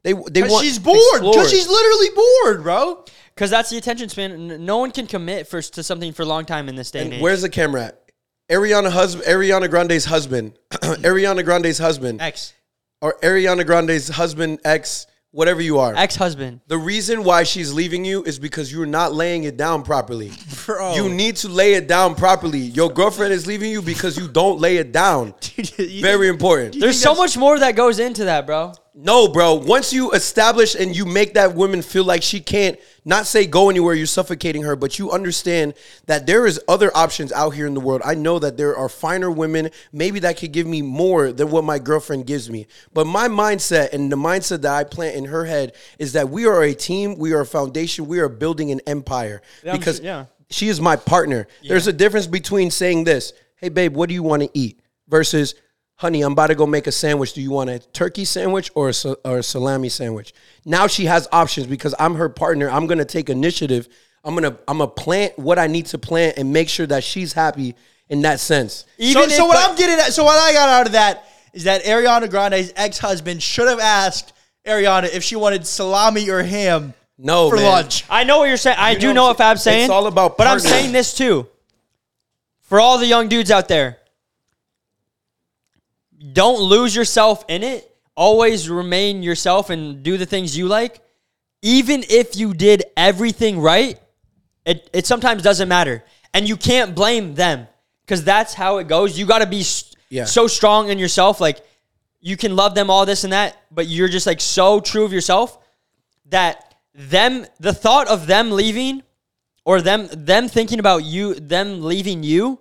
[SPEAKER 2] they they
[SPEAKER 3] dude.
[SPEAKER 2] want.
[SPEAKER 3] She's bored.
[SPEAKER 2] explore.
[SPEAKER 3] Cause she's literally bored, bro.
[SPEAKER 4] Because that's the attention span. N- No one can commit for to something for a long time in this day and, age.
[SPEAKER 2] Where's the camera at? Ariana husband, Ariana Grande's husband, Ariana Grande's husband,
[SPEAKER 3] X.
[SPEAKER 2] or Ariana Grande's husband ex, whatever you are.
[SPEAKER 4] ex-husband?
[SPEAKER 2] The reason why she's leaving you is because you're not laying it down properly.
[SPEAKER 3] Bro.
[SPEAKER 2] You need to lay it down properly. Your girlfriend is leaving you because you don't lay it down. Very important.
[SPEAKER 4] There's so much more that goes into that, bro.
[SPEAKER 2] No, bro. Once you establish and you make that woman feel like she can't not say go anywhere, you're suffocating her, but you understand that there is other options out here in the world. I know that there are finer women, maybe that could give me more than what my girlfriend gives me. But my mindset and the mindset that I plant in her head is that we are a team, we are a foundation, we are building an empire.
[SPEAKER 4] I'm
[SPEAKER 2] because
[SPEAKER 4] sure- yeah.
[SPEAKER 2] she is my partner. There's a difference between saying this, hey babe, what do you want to eat? Versus, honey, I'm about to go make a sandwich. Do you want a turkey sandwich or a, sa- or a salami sandwich? Now she has options because I'm her partner. I'm gonna take initiative. I'm gonna I'm gonna plant what I need to plant and make sure that she's happy in that sense.
[SPEAKER 4] Even
[SPEAKER 3] so,
[SPEAKER 4] if-
[SPEAKER 3] so what
[SPEAKER 4] but-
[SPEAKER 3] I'm getting at, so what I got out of that is that Ariana Grande's ex-husband should have asked Ariana if she wanted salami or ham
[SPEAKER 2] No,
[SPEAKER 3] for
[SPEAKER 2] man.
[SPEAKER 3] lunch.
[SPEAKER 4] I know what you're saying. I do know what Fab's saying.
[SPEAKER 2] It's all about
[SPEAKER 4] But I'm
[SPEAKER 2] partners.
[SPEAKER 4] saying this too. For all the young dudes out there, don't lose yourself in it. Always remain yourself and do the things you like. Even if you did everything right, it, it sometimes doesn't matter. And you can't blame them because that's how it goes. You got to be s
[SPEAKER 2] Yeah.
[SPEAKER 4] so strong in yourself. Like, you can love them, all this and that, but you're just like so true of yourself that them the thought of them leaving or them them thinking about you them leaving you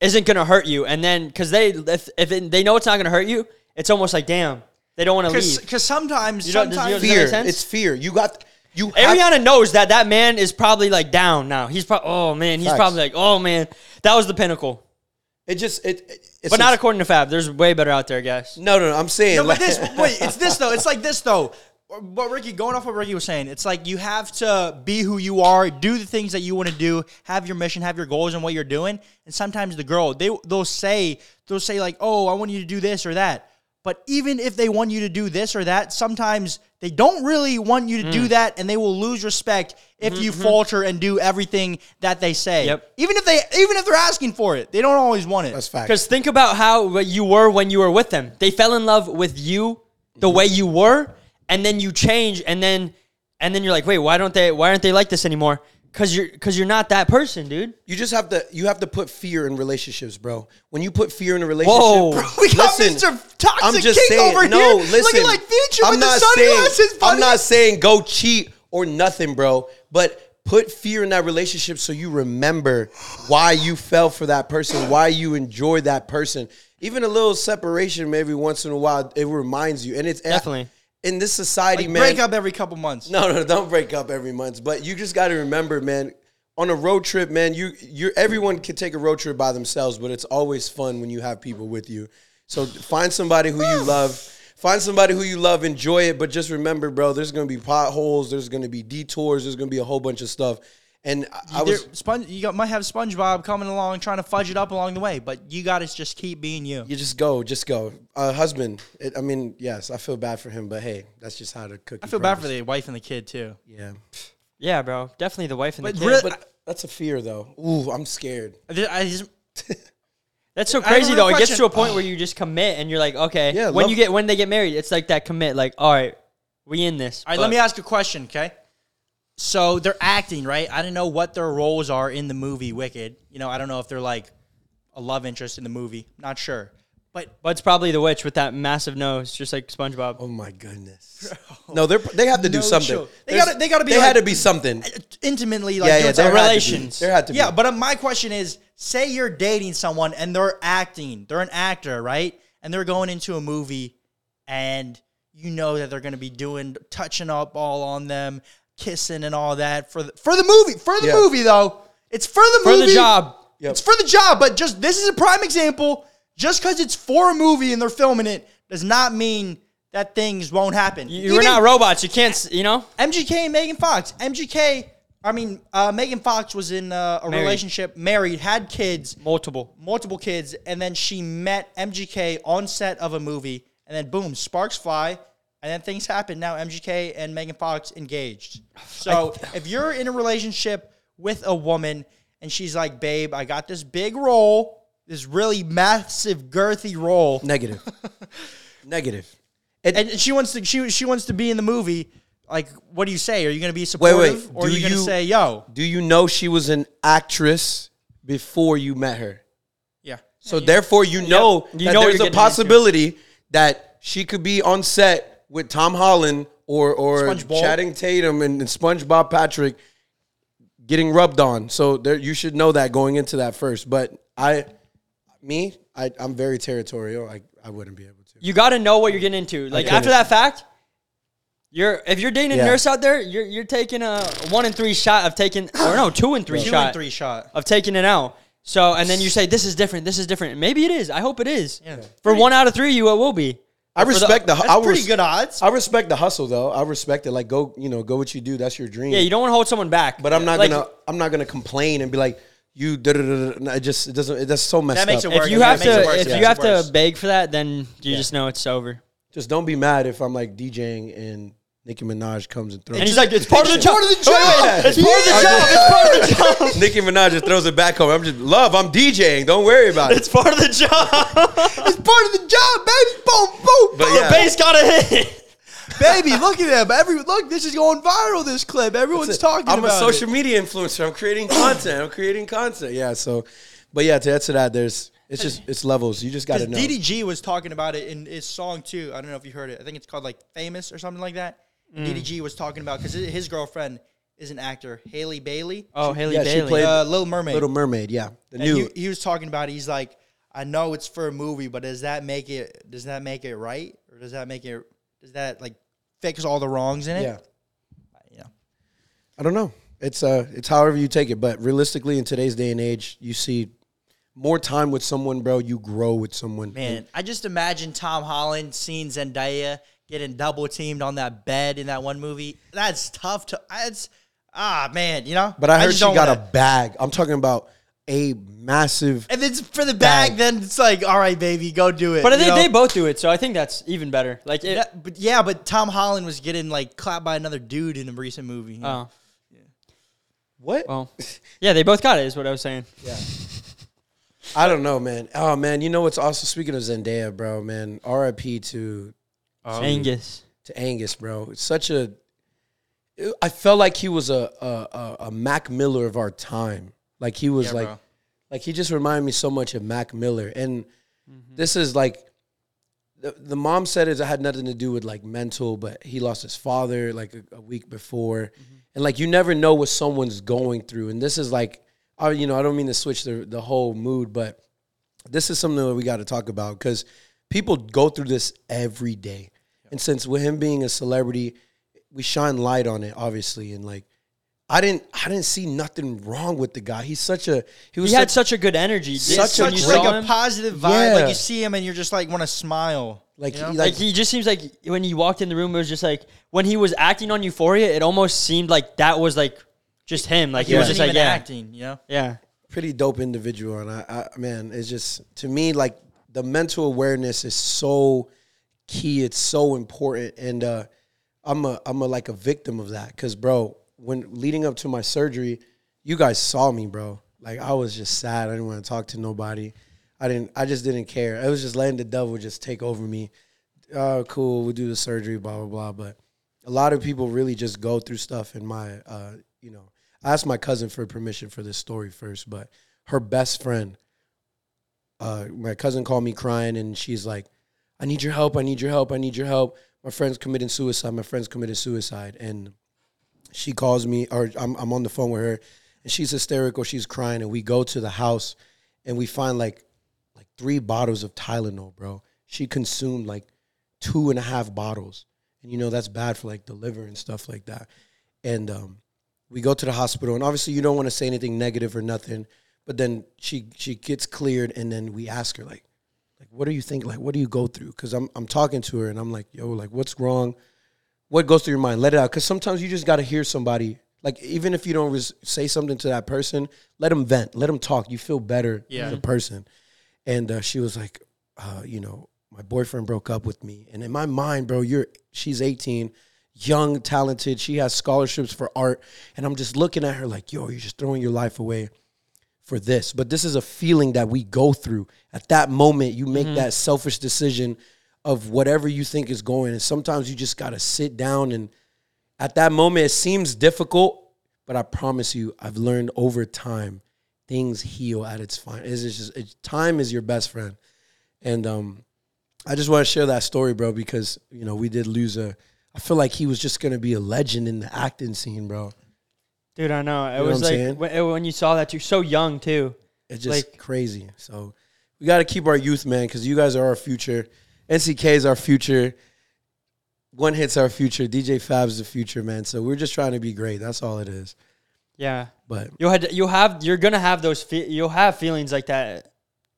[SPEAKER 4] isn't gonna hurt you and then because they if, if it- they know it's not gonna hurt you it's almost like damn they don't want to leave
[SPEAKER 3] Because sometimes,
[SPEAKER 4] You don't- does
[SPEAKER 3] sometimes
[SPEAKER 4] you-
[SPEAKER 2] fear.
[SPEAKER 4] make sense?
[SPEAKER 2] It's fear. You got you. have-
[SPEAKER 4] ariana knows that that man is probably like down now he's probably oh man he's
[SPEAKER 2] Facts.
[SPEAKER 4] probably like oh man that was the pinnacle
[SPEAKER 2] it just it. it- it's
[SPEAKER 4] but not according to fab there's way better out there guys
[SPEAKER 2] No, no, no. I'm saying.
[SPEAKER 3] No, but
[SPEAKER 2] like-
[SPEAKER 3] this wait, it's this though. It's like this though. What Ricky, going off what Ricky was saying, it's like you have to be who you are, do the things that you want to do, have your mission, have your goals, and what you're doing. And sometimes the girl, they they'll say they'll say like, "Oh, I want you to do this or that." But even if they want you to do this or that, sometimes they don't really want you to do that, and they will lose respect if you falter and do everything that they say.
[SPEAKER 4] Yep.
[SPEAKER 3] Even if they even if they're asking for it, they don't always want it.
[SPEAKER 2] that's fact.
[SPEAKER 4] because think about how what you were when you were with them they fell in love with you the way you were and then you change and then and then you're like wait why don't they why aren't they like this anymore because you're because you're not that person dude
[SPEAKER 2] You just have to. You have to put fear in relationships, bro. When you put fear in a relationship,
[SPEAKER 4] Whoa.
[SPEAKER 2] bro,
[SPEAKER 3] We got
[SPEAKER 2] listen,
[SPEAKER 3] Mr. Toxic
[SPEAKER 2] I'm just
[SPEAKER 3] King
[SPEAKER 2] saying.
[SPEAKER 3] over
[SPEAKER 2] no,
[SPEAKER 3] here,
[SPEAKER 2] listen.
[SPEAKER 3] looking like Future
[SPEAKER 2] I'm
[SPEAKER 3] with the
[SPEAKER 2] not
[SPEAKER 3] sunglasses,
[SPEAKER 2] saying.
[SPEAKER 3] buddy.
[SPEAKER 2] I'm not saying go cheat or nothing, bro. But put fear in that relationship so you remember why you fell for that person, why you enjoy that person. Even a little separation, maybe once in a while, it reminds you. And it's
[SPEAKER 4] Definitely.
[SPEAKER 2] in this society, man.
[SPEAKER 3] Break up every couple months.
[SPEAKER 2] No, no, don't break up every month. But you just got to remember, man. On a road trip, man, you you everyone can take a road trip by themselves, but it's always fun when you have people with you. So find somebody who you love. Find somebody who you love, enjoy it, but just remember, bro, there's gonna be potholes, there's gonna be detours, there's gonna be a whole bunch of stuff. And I, I
[SPEAKER 3] There-
[SPEAKER 2] was
[SPEAKER 3] Spon- you got, might have SpongeBob coming along trying to fudge it up along the way, but you got to just keep being you.
[SPEAKER 2] you just go, just go. Uh, husband, it, I mean, yes, I feel bad for him, but hey, that's just how the cookie.
[SPEAKER 3] I feel bad for the wife and the kid too.
[SPEAKER 2] Yeah,
[SPEAKER 4] yeah bro definitely the wife and the
[SPEAKER 3] But
[SPEAKER 4] kid
[SPEAKER 3] really-
[SPEAKER 2] but that's a fear though. Ooh, I'm scared.
[SPEAKER 3] I just- I just-
[SPEAKER 4] that's so
[SPEAKER 3] have a
[SPEAKER 4] crazy
[SPEAKER 3] real
[SPEAKER 4] though it gets
[SPEAKER 3] question.
[SPEAKER 4] to a point where you just commit and you're like okay
[SPEAKER 2] Yeah,
[SPEAKER 4] when
[SPEAKER 2] love-
[SPEAKER 4] you get when they get married it's like that commit like all right we in this
[SPEAKER 3] all right, let me ask a question, okay? So they're acting, right? I don't know what their roles are in the movie Wicked. You know, I don't know if they're like a love interest in the movie. Not sure. But
[SPEAKER 4] bud's probably the witch with that massive nose just like spongebob
[SPEAKER 2] Oh my goodness! No, they're they have to do
[SPEAKER 3] No
[SPEAKER 2] something.
[SPEAKER 3] joke. They
[SPEAKER 2] There's-
[SPEAKER 3] gotta- they gotta be
[SPEAKER 2] They
[SPEAKER 3] like-
[SPEAKER 2] had to be something.
[SPEAKER 3] intimately, like
[SPEAKER 2] Yeah,
[SPEAKER 3] doing
[SPEAKER 2] yeah.
[SPEAKER 3] something-
[SPEAKER 2] There had to be.
[SPEAKER 4] relations.
[SPEAKER 2] There had to be.
[SPEAKER 3] Yeah, but uh, my question is: say you're dating someone and they're acting, they're an actor, right? And they're going into a movie, and you know that they're going to be doing touching up all on them, kissing and all that for the, for the movie. For the
[SPEAKER 2] Yeah.
[SPEAKER 3] movie, though, it's for the
[SPEAKER 4] For the
[SPEAKER 3] movie.
[SPEAKER 4] job.
[SPEAKER 2] Yep.
[SPEAKER 3] It's for the job. But just this is a prime example. Just because it's for a movie and they're filming it does not mean that things won't happen.
[SPEAKER 4] You- you're not robots you can't s- you know
[SPEAKER 3] MGK and Megan Fox. MGK, I mean, uh, Megan Fox was in uh, a
[SPEAKER 4] Married.
[SPEAKER 3] relationship, married, had kids,
[SPEAKER 4] multiple
[SPEAKER 3] multiple kids, and then she met MGK on set of a movie, and then boom, sparks fly, and then things happen. Now MGK and Megan Fox engaged. So if you're in a relationship with a woman and she's like, babe, I got this big role, this really massive, girthy role,
[SPEAKER 2] Negative. Negative.
[SPEAKER 3] and she wants to she she wants to be in the movie. Like, what do you say? Are you going to be
[SPEAKER 2] Wait,
[SPEAKER 3] supportive,
[SPEAKER 2] wait.
[SPEAKER 3] or are
[SPEAKER 2] Do
[SPEAKER 3] you, going to
[SPEAKER 2] you-
[SPEAKER 3] say, "Yo,
[SPEAKER 2] Do you know she was an actress before you met her?
[SPEAKER 3] yeah"?
[SPEAKER 2] So therefore, you know
[SPEAKER 4] You
[SPEAKER 2] that
[SPEAKER 4] know what you're
[SPEAKER 2] there's a
[SPEAKER 4] getting into.
[SPEAKER 2] possibility that she could be on set with Tom Holland or or
[SPEAKER 3] SpongeBob.
[SPEAKER 2] Channing Tatum and, and SpongeBob Patrick getting rubbed on. So there, you should know that going into that first. But I, me, I, I'm very territorial. I, I wouldn't be able to.
[SPEAKER 4] you got to know what you're getting into. Like after that fact, you're if you're dating a
[SPEAKER 2] Yeah.
[SPEAKER 4] nurse out there, you're you're taking a one in three shot of taking or no two in three
[SPEAKER 3] Two
[SPEAKER 4] shot
[SPEAKER 3] and three shot.
[SPEAKER 4] of taking it out. So and then you say this is different, this is different. Maybe it is. I hope it is. For one out of three, you it will be.
[SPEAKER 2] I respect the.
[SPEAKER 3] That's
[SPEAKER 2] I
[SPEAKER 3] pretty
[SPEAKER 2] res-
[SPEAKER 3] good odds.
[SPEAKER 2] I respect the hustle though. I respect it. Like go, you know, go what you do. That's your dream.
[SPEAKER 4] Yeah, you don't want to hold someone back.
[SPEAKER 2] But I'm not
[SPEAKER 4] Like,
[SPEAKER 2] gonna. I'm not gonna complain and be like, you. da- da- da- da- da- It just it doesn't. It, that's so messed
[SPEAKER 10] makes
[SPEAKER 2] up.
[SPEAKER 10] it worse.
[SPEAKER 4] If you
[SPEAKER 10] That
[SPEAKER 4] have
[SPEAKER 10] makes it
[SPEAKER 4] to,
[SPEAKER 10] worse,
[SPEAKER 4] if
[SPEAKER 10] yeah.
[SPEAKER 4] you have
[SPEAKER 10] Makes it
[SPEAKER 4] to
[SPEAKER 10] worse.
[SPEAKER 4] beg for that, then you just know it's over.
[SPEAKER 2] Just don't be mad if I'm like DJing and Nicki Minaj comes and throws.
[SPEAKER 4] And he's like, it's part of the job. It's part of the job. It's part of the job.
[SPEAKER 3] "Oh."
[SPEAKER 2] Nicki Minaj just throws it back over. I'm just love. I'm DJing. Don't worry about it.
[SPEAKER 4] It's part of the job.
[SPEAKER 3] It's part of the job, baby. Boom, boom,
[SPEAKER 2] But
[SPEAKER 3] boom.
[SPEAKER 2] yeah.
[SPEAKER 4] The bass got a hit.
[SPEAKER 3] baby. Look at them. Every look, this is going viral. This clip, everyone's talking
[SPEAKER 2] I'm
[SPEAKER 3] about.
[SPEAKER 2] a social
[SPEAKER 3] it.
[SPEAKER 2] media influencer. I'm creating content. I'm creating content. Yeah. So, but yeah, to add to that, there's it's just it's levels. You just got to know.
[SPEAKER 3] DDG was talking about it in his song too. I don't know if you heard it. I think it's called like "Famous" or something like that. DDG was talking about because his girlfriend is an actor, Haley Bailey.
[SPEAKER 4] Oh, Haley
[SPEAKER 2] Yeah, she
[SPEAKER 4] Bailey.
[SPEAKER 2] played-
[SPEAKER 3] uh, Little Mermaid.
[SPEAKER 2] Little Mermaid. Yeah, the
[SPEAKER 3] and
[SPEAKER 2] new.
[SPEAKER 3] he, he was talking about it. He's like, I know it's for a movie, but does that make it? Does that make it right, or does that make it? Does that like fix all the wrongs in it?
[SPEAKER 2] yeah.
[SPEAKER 3] Yeah.
[SPEAKER 2] I don't know. It's uh, it's however you take it. But realistically, in today's day and age, you see more time with someone, bro. You grow with someone.
[SPEAKER 10] Man, I just imagine Tom Holland seeing Zendaya getting double teamed on that bed in that one movie. That's tough to. That's ah man, you know.
[SPEAKER 2] But I heard
[SPEAKER 10] just
[SPEAKER 2] she
[SPEAKER 10] don't
[SPEAKER 2] got
[SPEAKER 10] wanna-
[SPEAKER 2] a bag. I'm talking about a massive.
[SPEAKER 10] If it's for the bag,
[SPEAKER 2] Bag.
[SPEAKER 10] then it's like, all right, baby, go do it.
[SPEAKER 4] But I
[SPEAKER 10] you
[SPEAKER 4] think
[SPEAKER 10] know?
[SPEAKER 4] they both do it, so I think that's even better. Like, it,
[SPEAKER 10] That- but yeah, but Tom Holland was getting like clapped by another dude in a recent movie. you know?
[SPEAKER 4] oh,
[SPEAKER 2] What?
[SPEAKER 4] well, yeah, they both got it. Is what I was saying.
[SPEAKER 2] I don't know, man. Oh man, you know what's also speaking of Zendaya, bro, man. R.I.P. to
[SPEAKER 4] Angus.
[SPEAKER 2] to Angus, bro. It's such a. it- I felt like he was a a, a, a Mac Miller of our time. Like he was like, like he just reminded me so much of Mac Miller. And this is like, the, the mom said it had nothing to do with like mental, but he lost his father like a, a week before, and like you never know what someone's going through. And this is like, I you know I don't mean to switch the the whole mood, but this is something that we got to talk about because people go through this every day. And since with him being a celebrity, we shine light on it, obviously. And like, I didn't, I didn't see nothing wrong with the guy. He's such a, he was
[SPEAKER 4] He had
[SPEAKER 2] such,
[SPEAKER 4] such a good energy.
[SPEAKER 2] Such
[SPEAKER 4] Such when
[SPEAKER 2] a
[SPEAKER 4] you
[SPEAKER 2] great-
[SPEAKER 4] saw
[SPEAKER 10] like a
[SPEAKER 4] him,
[SPEAKER 10] positive vibe. Like
[SPEAKER 2] Yeah.
[SPEAKER 10] you see him and you're just like want to smile.
[SPEAKER 2] like, he,
[SPEAKER 4] like
[SPEAKER 2] like,
[SPEAKER 4] he just seems like when he walked in the room, it was just like when he was acting on Euphoria, it almost seemed like that was like just him. Like
[SPEAKER 10] He
[SPEAKER 4] he was
[SPEAKER 10] wasn't
[SPEAKER 4] just like
[SPEAKER 10] even
[SPEAKER 4] yeah,
[SPEAKER 10] acting, you know.
[SPEAKER 4] yeah.
[SPEAKER 2] pretty dope individual. And I, I, man, it's just to me like the mental awareness is so key. It's so important, and uh, I'm a, I'm a like a victim of that. Cause bro, when leading up to my surgery, you guys saw me, bro. Like I was just sad. I didn't want to talk to nobody. I didn't. I just didn't care. I was just letting the devil just take over me. Oh, cool. We'll do the surgery. Blah blah blah. But a lot of people really just go through stuff and my uh, you know i asked my cousin for permission for this story first but her best friend uh, my cousin called me crying and she's like i need your help i need your help i need your help my friend's committing suicide my friend's committed suicide and she calls me or I'm, I'm on the phone with her and she's hysterical she's crying and we go to the house and we find like like three bottles of tylenol bro she consumed like two and a half bottles and you know that's bad for like the liver and stuff like that and um, we go to the hospital and obviously you don't want to say anything negative or nothing but then she she gets cleared and then we ask her like like what do you think like what do you go through because I'm, I'm talking to her and i'm like yo like what's wrong what goes through your mind let it out because sometimes you just got to hear somebody like even if you don't res- say something to that person let them vent let them talk you feel better as a person and uh, she was like uh, you know my boyfriend broke up with me and in my mind bro you're she's 18 young talented she has scholarships for art and i'm just looking at her like yo you're just throwing your life away for this but this is a feeling that we go through at that moment you make that selfish decision of whatever you think is going and sometimes you just got to sit down and at that moment it seems difficult but i promise you i've learned over time things heal at its finest it's just it's, time is your best friend and um i just want to share that story bro because you know we did lose a i feel like he was just gonna be a legend in the acting scene bro
[SPEAKER 4] Dude, I know. It
[SPEAKER 2] know
[SPEAKER 4] was
[SPEAKER 2] what I'm saying?
[SPEAKER 4] like when, when you saw that, you're so young too.
[SPEAKER 2] It's just
[SPEAKER 4] Like-
[SPEAKER 2] crazy. So we got to keep our youth, man, because you guys are our future. NCK is our future. One hit's our future. DJ Fab's the future, man. So we're just trying to be great. That's all it is.
[SPEAKER 4] Yeah,
[SPEAKER 2] But
[SPEAKER 4] you'll had you'll have you're gonna have those fe- you'll have feelings like that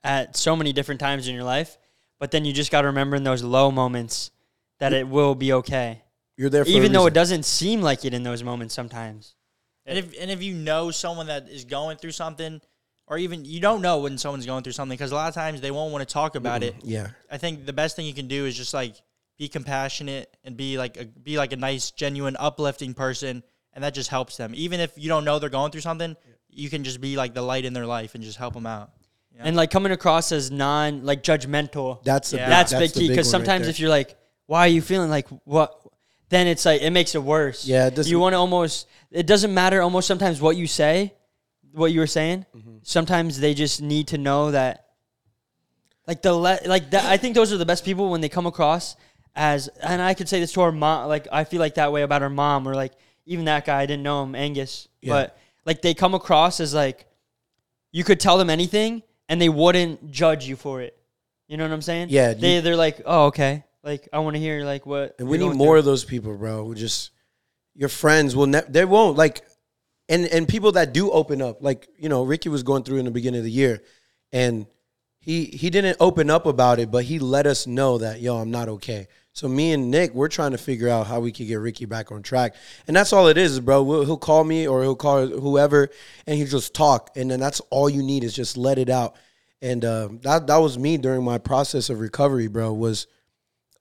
[SPEAKER 4] at so many different times in your life, but then you just got to remember in those low moments that it will be okay,
[SPEAKER 2] you're there for
[SPEAKER 4] even though it
[SPEAKER 2] does.
[SPEAKER 4] doesn't seem like it in those moments sometimes.
[SPEAKER 10] And if and if you know someone that is going through something, or even you don't know when someone's going through something because a lot of times they won't want to talk about it.
[SPEAKER 2] Yeah.
[SPEAKER 10] I think the best thing you can do is just like be compassionate and be like a, be like a nice, genuine, uplifting person, and that just helps them. Even if you don't know they're going through something, you can just be like the light in their life and just help them out.
[SPEAKER 4] and like coming across as non like judgmental.
[SPEAKER 2] That's the big-
[SPEAKER 4] that's,
[SPEAKER 2] that's
[SPEAKER 4] big
[SPEAKER 2] the
[SPEAKER 4] key
[SPEAKER 2] big
[SPEAKER 4] because
[SPEAKER 2] one right
[SPEAKER 4] sometimes
[SPEAKER 2] there.
[SPEAKER 4] if you're like, why are you feeling like what? Then it's like it makes it worse.
[SPEAKER 2] Yeah, it doesn't-
[SPEAKER 4] you want to almost. It doesn't matter almost sometimes what you say, what you were saying.
[SPEAKER 2] Mm-hmm.
[SPEAKER 4] Sometimes they just need to know that. Like the le- like that, I think those are the best people when they come across as, and I could say this to our mom. Like I feel like that way about our mom, or like even that guy I didn't know him, Angus, but like they come across as like you could tell them anything and they wouldn't judge you for it. You know what I'm saying?
[SPEAKER 2] Yeah,
[SPEAKER 4] They
[SPEAKER 2] you-
[SPEAKER 4] they're like, oh okay. Like I want to hear like what.
[SPEAKER 2] And
[SPEAKER 4] you're
[SPEAKER 2] we need
[SPEAKER 4] going
[SPEAKER 2] more
[SPEAKER 4] through."
[SPEAKER 2] of those people, bro. Who just your friends will never they won't like and and people that do open up, like, you know, Ricky was going through in the beginning of the year and he he didn't open up about it, but he let us know that, yo, I'm not okay. So me and Nick, we're trying to figure out how we could get Ricky back on track. And that's all it is, bro. We'll, he'll call me or he'll call whoever and he'll just talk. And then that's all you need is just let it out. And uh, that that was me during my process of recovery, bro, was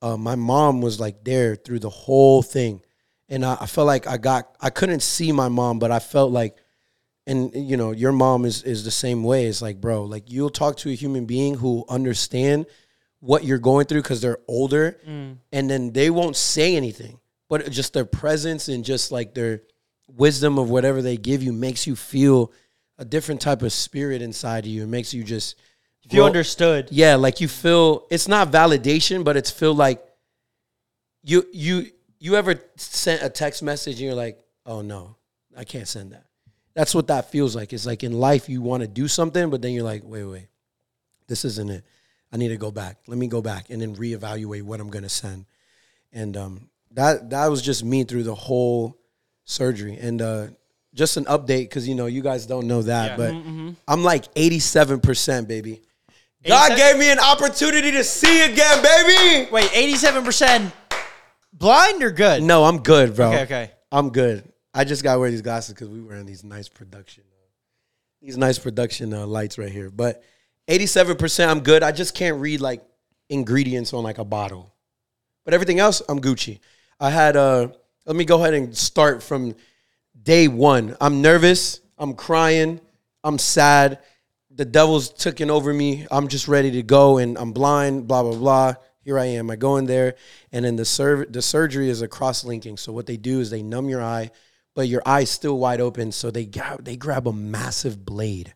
[SPEAKER 2] uh, my mom was like there through the whole thing and I, I felt like i got i couldn't see my mom but i felt like and you know your mom is is the same way it's like bro like you'll talk to a human being who understand what you're going through because they're older
[SPEAKER 4] Mm.
[SPEAKER 2] and then they won't say anything but just their presence and just like their wisdom of whatever they give you makes you feel a different type of spirit inside of you it makes you just
[SPEAKER 4] If you
[SPEAKER 2] grow-
[SPEAKER 4] understood.
[SPEAKER 2] yeah like you feel it's not validation but it's feel like you you you ever sent a text message and you're like oh no i can't send that that's what that feels like it's like in life you want to do something but then you're like wait wait this isn't it i need to go back let me go back and then reevaluate what i'm going to send and um that that was just me through the whole surgery and uh just an update because you know you guys don't know that but i'm like 87% baby God gave me an opportunity to see again, baby.
[SPEAKER 10] Wait, eighty-seven percent blind or good?
[SPEAKER 2] No, I'm good, bro.
[SPEAKER 10] Okay, okay.
[SPEAKER 2] I'm good. I just gotta wear these glasses because we wearing these nice production, uh, these nice production uh, lights right here. But 87, percent I'm good. I just can't read like ingredients on like a bottle, but everything else, I'm Gucci. I had. Uh, let me go ahead and start from day one. I'm nervous. I'm crying. I'm sad. The devil's taking over me. I'm just ready to go, and I'm blind. Blah blah blah. Here I am. I go in there, and then the sur- the surgery is a cross linking. So what they do is they numb your eye, but your eye's still wide open. So they grab they grab a massive blade,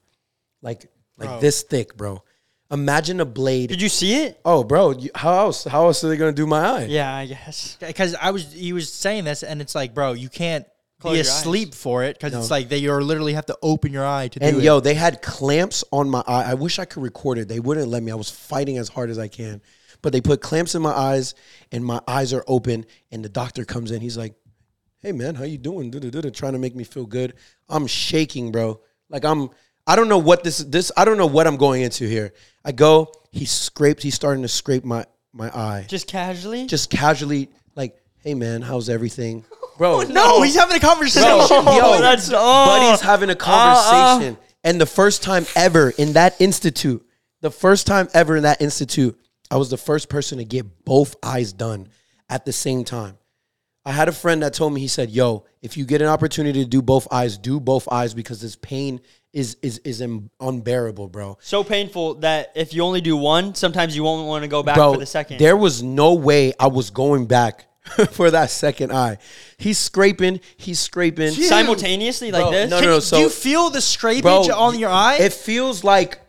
[SPEAKER 2] like like this thick, bro. Imagine a blade.
[SPEAKER 4] Did you see it?
[SPEAKER 2] oh, bro, you, how else how else are they gonna do my eye?
[SPEAKER 4] Yeah, I guess.
[SPEAKER 10] because I was he was saying this, and it's like, bro, you can't
[SPEAKER 4] Close
[SPEAKER 10] be
[SPEAKER 4] your
[SPEAKER 10] asleep for it because it's like they you literally have to open your eye to
[SPEAKER 2] And
[SPEAKER 10] do
[SPEAKER 2] yo,
[SPEAKER 10] it.
[SPEAKER 2] they had clamps on my eye. I wish I could record it. They wouldn't let me. I was fighting as hard as I can. But they put clamps in my eyes and my eyes are open and the doctor comes in. He's like, "Hey man, how you doing?" Da-da-da-da, trying to make me feel good. I'm shaking, bro. Like I'm I don't know what this this I don't know what I'm going into here. I go, he scraped, he's starting to scrape my my eye.
[SPEAKER 4] Just casually.
[SPEAKER 2] Just casually like, "Hey man, how's everything?" Bro,
[SPEAKER 10] No, he's having a conversation.
[SPEAKER 2] yo,
[SPEAKER 4] that's- oh.
[SPEAKER 2] buddies having a conversation. and the first time ever in that institute, the first time ever in that institute, I was the first person to get both eyes done at the same time. I had a friend that told me, he said, Yo, if you get an opportunity to do both eyes, do both eyes because this pain is is is un- unbearable, bro.
[SPEAKER 4] so painful that if you only do one, sometimes you won't want to go back
[SPEAKER 2] Bro,
[SPEAKER 4] for the second.
[SPEAKER 2] There was no way I was going back for that second eye. He's scraping, he's scraping.
[SPEAKER 4] Simultaneously, like this.
[SPEAKER 2] No, no, no. So
[SPEAKER 10] do you feel the scrapage on your eye?
[SPEAKER 2] It feels like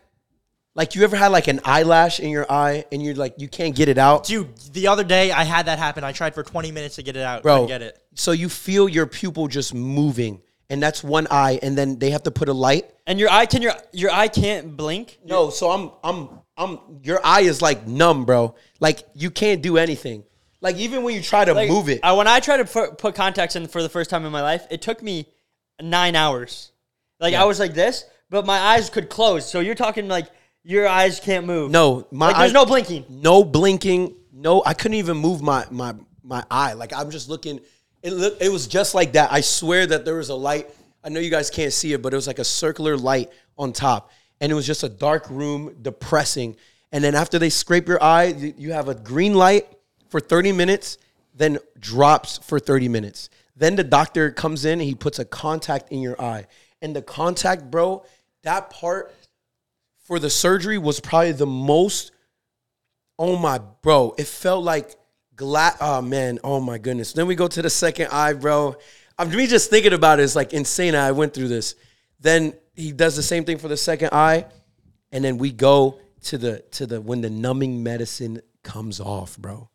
[SPEAKER 2] like you ever had like an eyelash in your eye and you're like you can't get it out.
[SPEAKER 10] Dude, the other day I had that happen. I tried for 20 minutes to get it out.
[SPEAKER 2] bro.
[SPEAKER 10] Couldn't get it.
[SPEAKER 2] So you feel your pupil just moving and that's one eye and then they have to put a light.
[SPEAKER 4] and your eye can your your eye can't blink.
[SPEAKER 2] No, so I'm I'm I'm your eye is like numb, bro. Like you can't do anything. Like even when you try to
[SPEAKER 4] Like,
[SPEAKER 2] move it.
[SPEAKER 4] I, when I tried to put, put contacts in for the first time in my life, it took me nine hours. Like I was like this, but my eyes could close. So you're talking like your eyes can't move.
[SPEAKER 2] no, my
[SPEAKER 4] like, there's
[SPEAKER 2] eye-
[SPEAKER 4] no blinking.
[SPEAKER 2] No blinking. No, I couldn't even move my my my eye. Like I'm just looking. It look, it was just like that. I swear that there was a light. I know you guys can't see it, but it was like a circular light on top, and it was just a dark room, depressing. And then after they scrape your eye, you you have a green light for 30 minutes, then drops for 30 minutes. Then the doctor comes in and he puts a contact in your eye. And the contact, bro, that part for the surgery was probably the most oh my bro it felt like glad oh man oh my goodness then we go to the second eye bro i'm me just thinking about it it's like insane i went through this then he does the same thing for the second eye and then we go to the to the when the numbing medicine comes off bro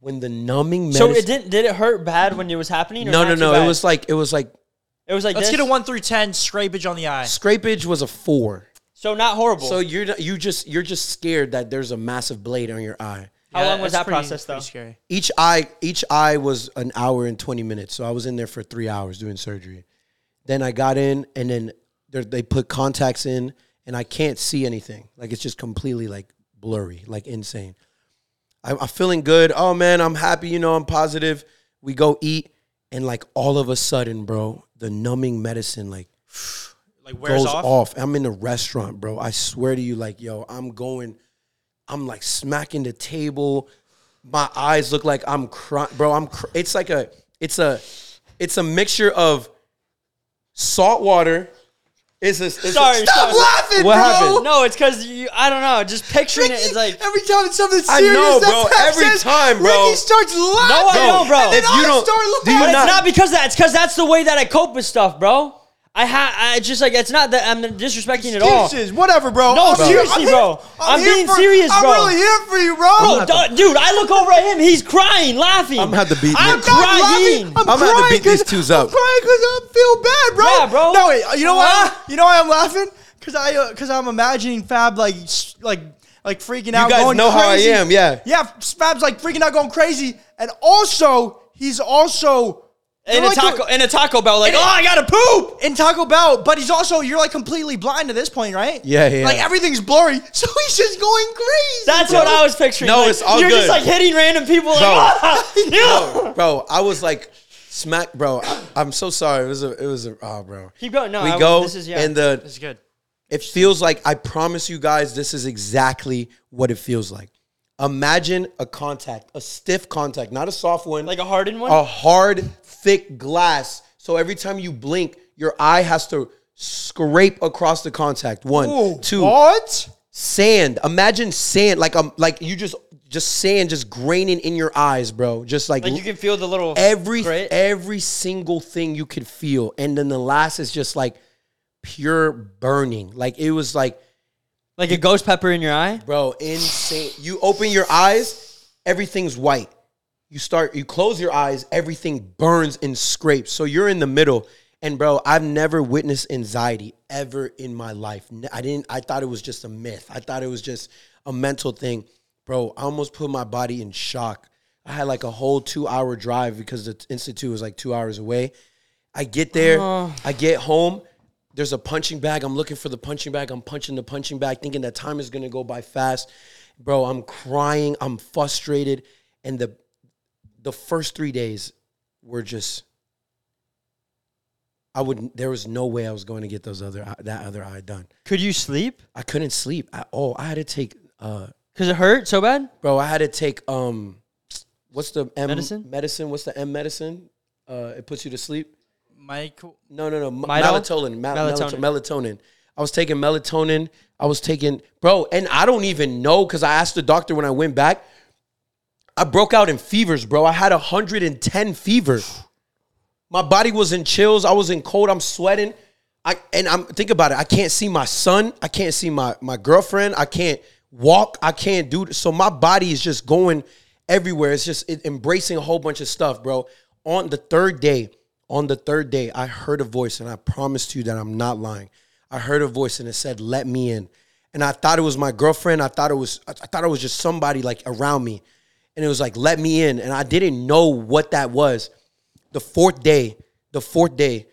[SPEAKER 2] when the numbing medicine
[SPEAKER 4] So it didn't. Did it hurt bad when it was happening? Or
[SPEAKER 2] no
[SPEAKER 4] not
[SPEAKER 2] no
[SPEAKER 4] too
[SPEAKER 2] no
[SPEAKER 4] bad?
[SPEAKER 2] it was like it was like
[SPEAKER 4] It was like.
[SPEAKER 10] Let's
[SPEAKER 4] this.
[SPEAKER 10] get a one through ten scrapage on the eye.
[SPEAKER 2] scrapage was a four
[SPEAKER 4] So not horrible.
[SPEAKER 2] so
[SPEAKER 4] So
[SPEAKER 2] you're not- you just you're just scared that there's a massive blade on your eye
[SPEAKER 4] how
[SPEAKER 10] Yeah,
[SPEAKER 4] long was
[SPEAKER 10] that's
[SPEAKER 4] that
[SPEAKER 10] pretty-
[SPEAKER 4] process though?
[SPEAKER 10] pretty scary.
[SPEAKER 2] each eye each eye was an hour and 20 minutes so i was in there for three hours doing surgery then i got in and then they're- they put contacts in and i can't see anything like it's just completely like blurry like insane I, i'm feeling good oh man i'm happy you know i'm positive we go eat and like all of a sudden bro the numbing medicine like
[SPEAKER 10] Like
[SPEAKER 2] goes
[SPEAKER 10] wears
[SPEAKER 2] off.
[SPEAKER 10] off.
[SPEAKER 2] I'm in a restaurant, bro. I swear to you, like, yo, I'm going, I'm like smacking the table. My eyes look like I'm crying, bro. I'm. Cr- it's like a, it's a, it's a mixture of salt water. It's a. It's
[SPEAKER 4] Sorry,
[SPEAKER 2] A, stop
[SPEAKER 4] sorry.
[SPEAKER 2] laughing,
[SPEAKER 4] What
[SPEAKER 2] bro.
[SPEAKER 4] happened? No, it's because you. I don't know. Just picturing it is like.
[SPEAKER 3] Every time it's something serious,
[SPEAKER 2] I know,
[SPEAKER 3] that's
[SPEAKER 2] bro.
[SPEAKER 3] what it
[SPEAKER 2] Every
[SPEAKER 3] says.
[SPEAKER 2] time, bro.
[SPEAKER 3] Ricky starts laughing.
[SPEAKER 4] No, I don't, bro.
[SPEAKER 3] And then
[SPEAKER 4] If
[SPEAKER 2] you
[SPEAKER 3] I
[SPEAKER 2] don't-
[SPEAKER 3] start
[SPEAKER 2] do you
[SPEAKER 3] laughing.
[SPEAKER 4] But
[SPEAKER 2] not-
[SPEAKER 4] it's not because that. It's because that's the way that I cope with stuff, bro. I ha. I just like it's not that I'm disrespecting at all.
[SPEAKER 3] Excuses, whatever, bro.
[SPEAKER 4] No,
[SPEAKER 3] I'm here-
[SPEAKER 4] seriously,
[SPEAKER 3] I'm
[SPEAKER 4] bro.
[SPEAKER 3] here-
[SPEAKER 4] I'm
[SPEAKER 3] here
[SPEAKER 4] being
[SPEAKER 3] for-
[SPEAKER 4] serious, bro. Oh,
[SPEAKER 3] I'm really here for you, bro.
[SPEAKER 4] Bro, du- dude, I look over at him. He's crying, laughing.
[SPEAKER 2] I'm gonna have to beat
[SPEAKER 4] I'm
[SPEAKER 2] Nick.
[SPEAKER 3] I'm not
[SPEAKER 4] crying.
[SPEAKER 3] laughing.
[SPEAKER 2] I'm gonna have to
[SPEAKER 3] crying
[SPEAKER 2] beat these
[SPEAKER 3] 'cause-
[SPEAKER 2] twos
[SPEAKER 3] I'm
[SPEAKER 2] up.
[SPEAKER 3] crying because I feel bad, bro.
[SPEAKER 4] Yeah, bro. Ah.
[SPEAKER 3] No, wait. You know
[SPEAKER 4] Huh?
[SPEAKER 3] what? You know why I'm laughing? Because I, because I'm imagining Fab like, s- like, like freaking out.
[SPEAKER 2] guys
[SPEAKER 3] going
[SPEAKER 2] know how I
[SPEAKER 3] crazy.
[SPEAKER 2] am, yeah.
[SPEAKER 3] Yeah, Fab's like freaking out, going crazy, and also he's also
[SPEAKER 4] in
[SPEAKER 3] you're
[SPEAKER 4] a
[SPEAKER 3] like
[SPEAKER 4] taco in a Taco Bell, like
[SPEAKER 3] And it-
[SPEAKER 4] oh, I gotta poop.
[SPEAKER 3] in Taco Bell, but he's also you're like completely blind at this point, right?
[SPEAKER 2] Yeah, yeah.
[SPEAKER 3] Like everything's blurry, so he's just going crazy.
[SPEAKER 4] That's what I was picturing.
[SPEAKER 2] No,
[SPEAKER 4] like,
[SPEAKER 2] it's all
[SPEAKER 4] You're just
[SPEAKER 2] good.
[SPEAKER 4] like hitting random people. Like,
[SPEAKER 2] No.
[SPEAKER 4] "Ah, yeah."
[SPEAKER 2] bro. I was like, smack, bro. I, I'm so sorry. It was a, it was a, oh, bro.
[SPEAKER 4] Keep going. No,
[SPEAKER 2] we
[SPEAKER 4] I-
[SPEAKER 2] go
[SPEAKER 4] This is yeah.
[SPEAKER 2] and the
[SPEAKER 10] It's good.
[SPEAKER 2] It feels like, I promise you guys, this is exactly what it feels like. Imagine a contact, a stiff contact, not a soft one,
[SPEAKER 4] like a hardened one.
[SPEAKER 2] a hard, thick glass. So every time you blink, your eye has to scrape across the contact. One, two,
[SPEAKER 3] What?
[SPEAKER 2] sand. Imagine sand, like um, like you just just sand just graining in your eyes, bro. Just like,
[SPEAKER 4] Like you can feel the little
[SPEAKER 2] every e-
[SPEAKER 4] grit.
[SPEAKER 2] every single thing you could feel and then the last is just like pure burning like it was like
[SPEAKER 4] like a ghost pepper in your eye.
[SPEAKER 2] bro insane you open your eyes everything's white you start you close your eyes everything burns and scrapes so you're in the middle and bro i've never witnessed anxiety ever in my life N- i didn't i thought it was just a myth i thought it was just a mental thing bro i almost put my body in shock i had like a whole two hour drive because the t- institute was like two hours away I get there, I get home. There's a punching bag. I'm looking for the punching bag. I'm punching the punching bag, thinking that time is gonna go by fast. Bro, I'm crying. I'm frustrated. And the the first three days were just I would there was no way I was going to get those other eye- that other eye done.
[SPEAKER 4] Could you sleep?
[SPEAKER 2] I couldn't sleep at all. I had to take uh
[SPEAKER 4] Cause it hurt so bad.
[SPEAKER 2] bro, I had to take um what's the M
[SPEAKER 4] Medicine?
[SPEAKER 2] Medicine, what's the M medicine? Uh it puts you to sleep.
[SPEAKER 10] Mike,
[SPEAKER 2] No, no, no. M-
[SPEAKER 4] Midol?
[SPEAKER 2] Melatonin, ma-
[SPEAKER 4] Melatonin.
[SPEAKER 2] melatonin. Melatonin. I was taking melatonin. I was taking, bro, and I don't even know because I asked the doctor when I went back. I broke out in fevers, bro. I had 110 fever. My body was in chills. I was in cold. I'm sweating. I and I'm think about it. I can't see my son. I can't see my my girlfriend. I can't walk. I can't do so. My body is just going everywhere. It's just it, embracing a whole bunch of stuff, bro. On the third day, on the third day, I heard a voice, and I promised you that I'm not lying. I heard a voice, and it said, "Let me in." And I thought it was my girlfriend. I thought it was I I thought it was just somebody like around me, and it was like, "Let me in." And I didn't know what that was the fourth day, the fourth day,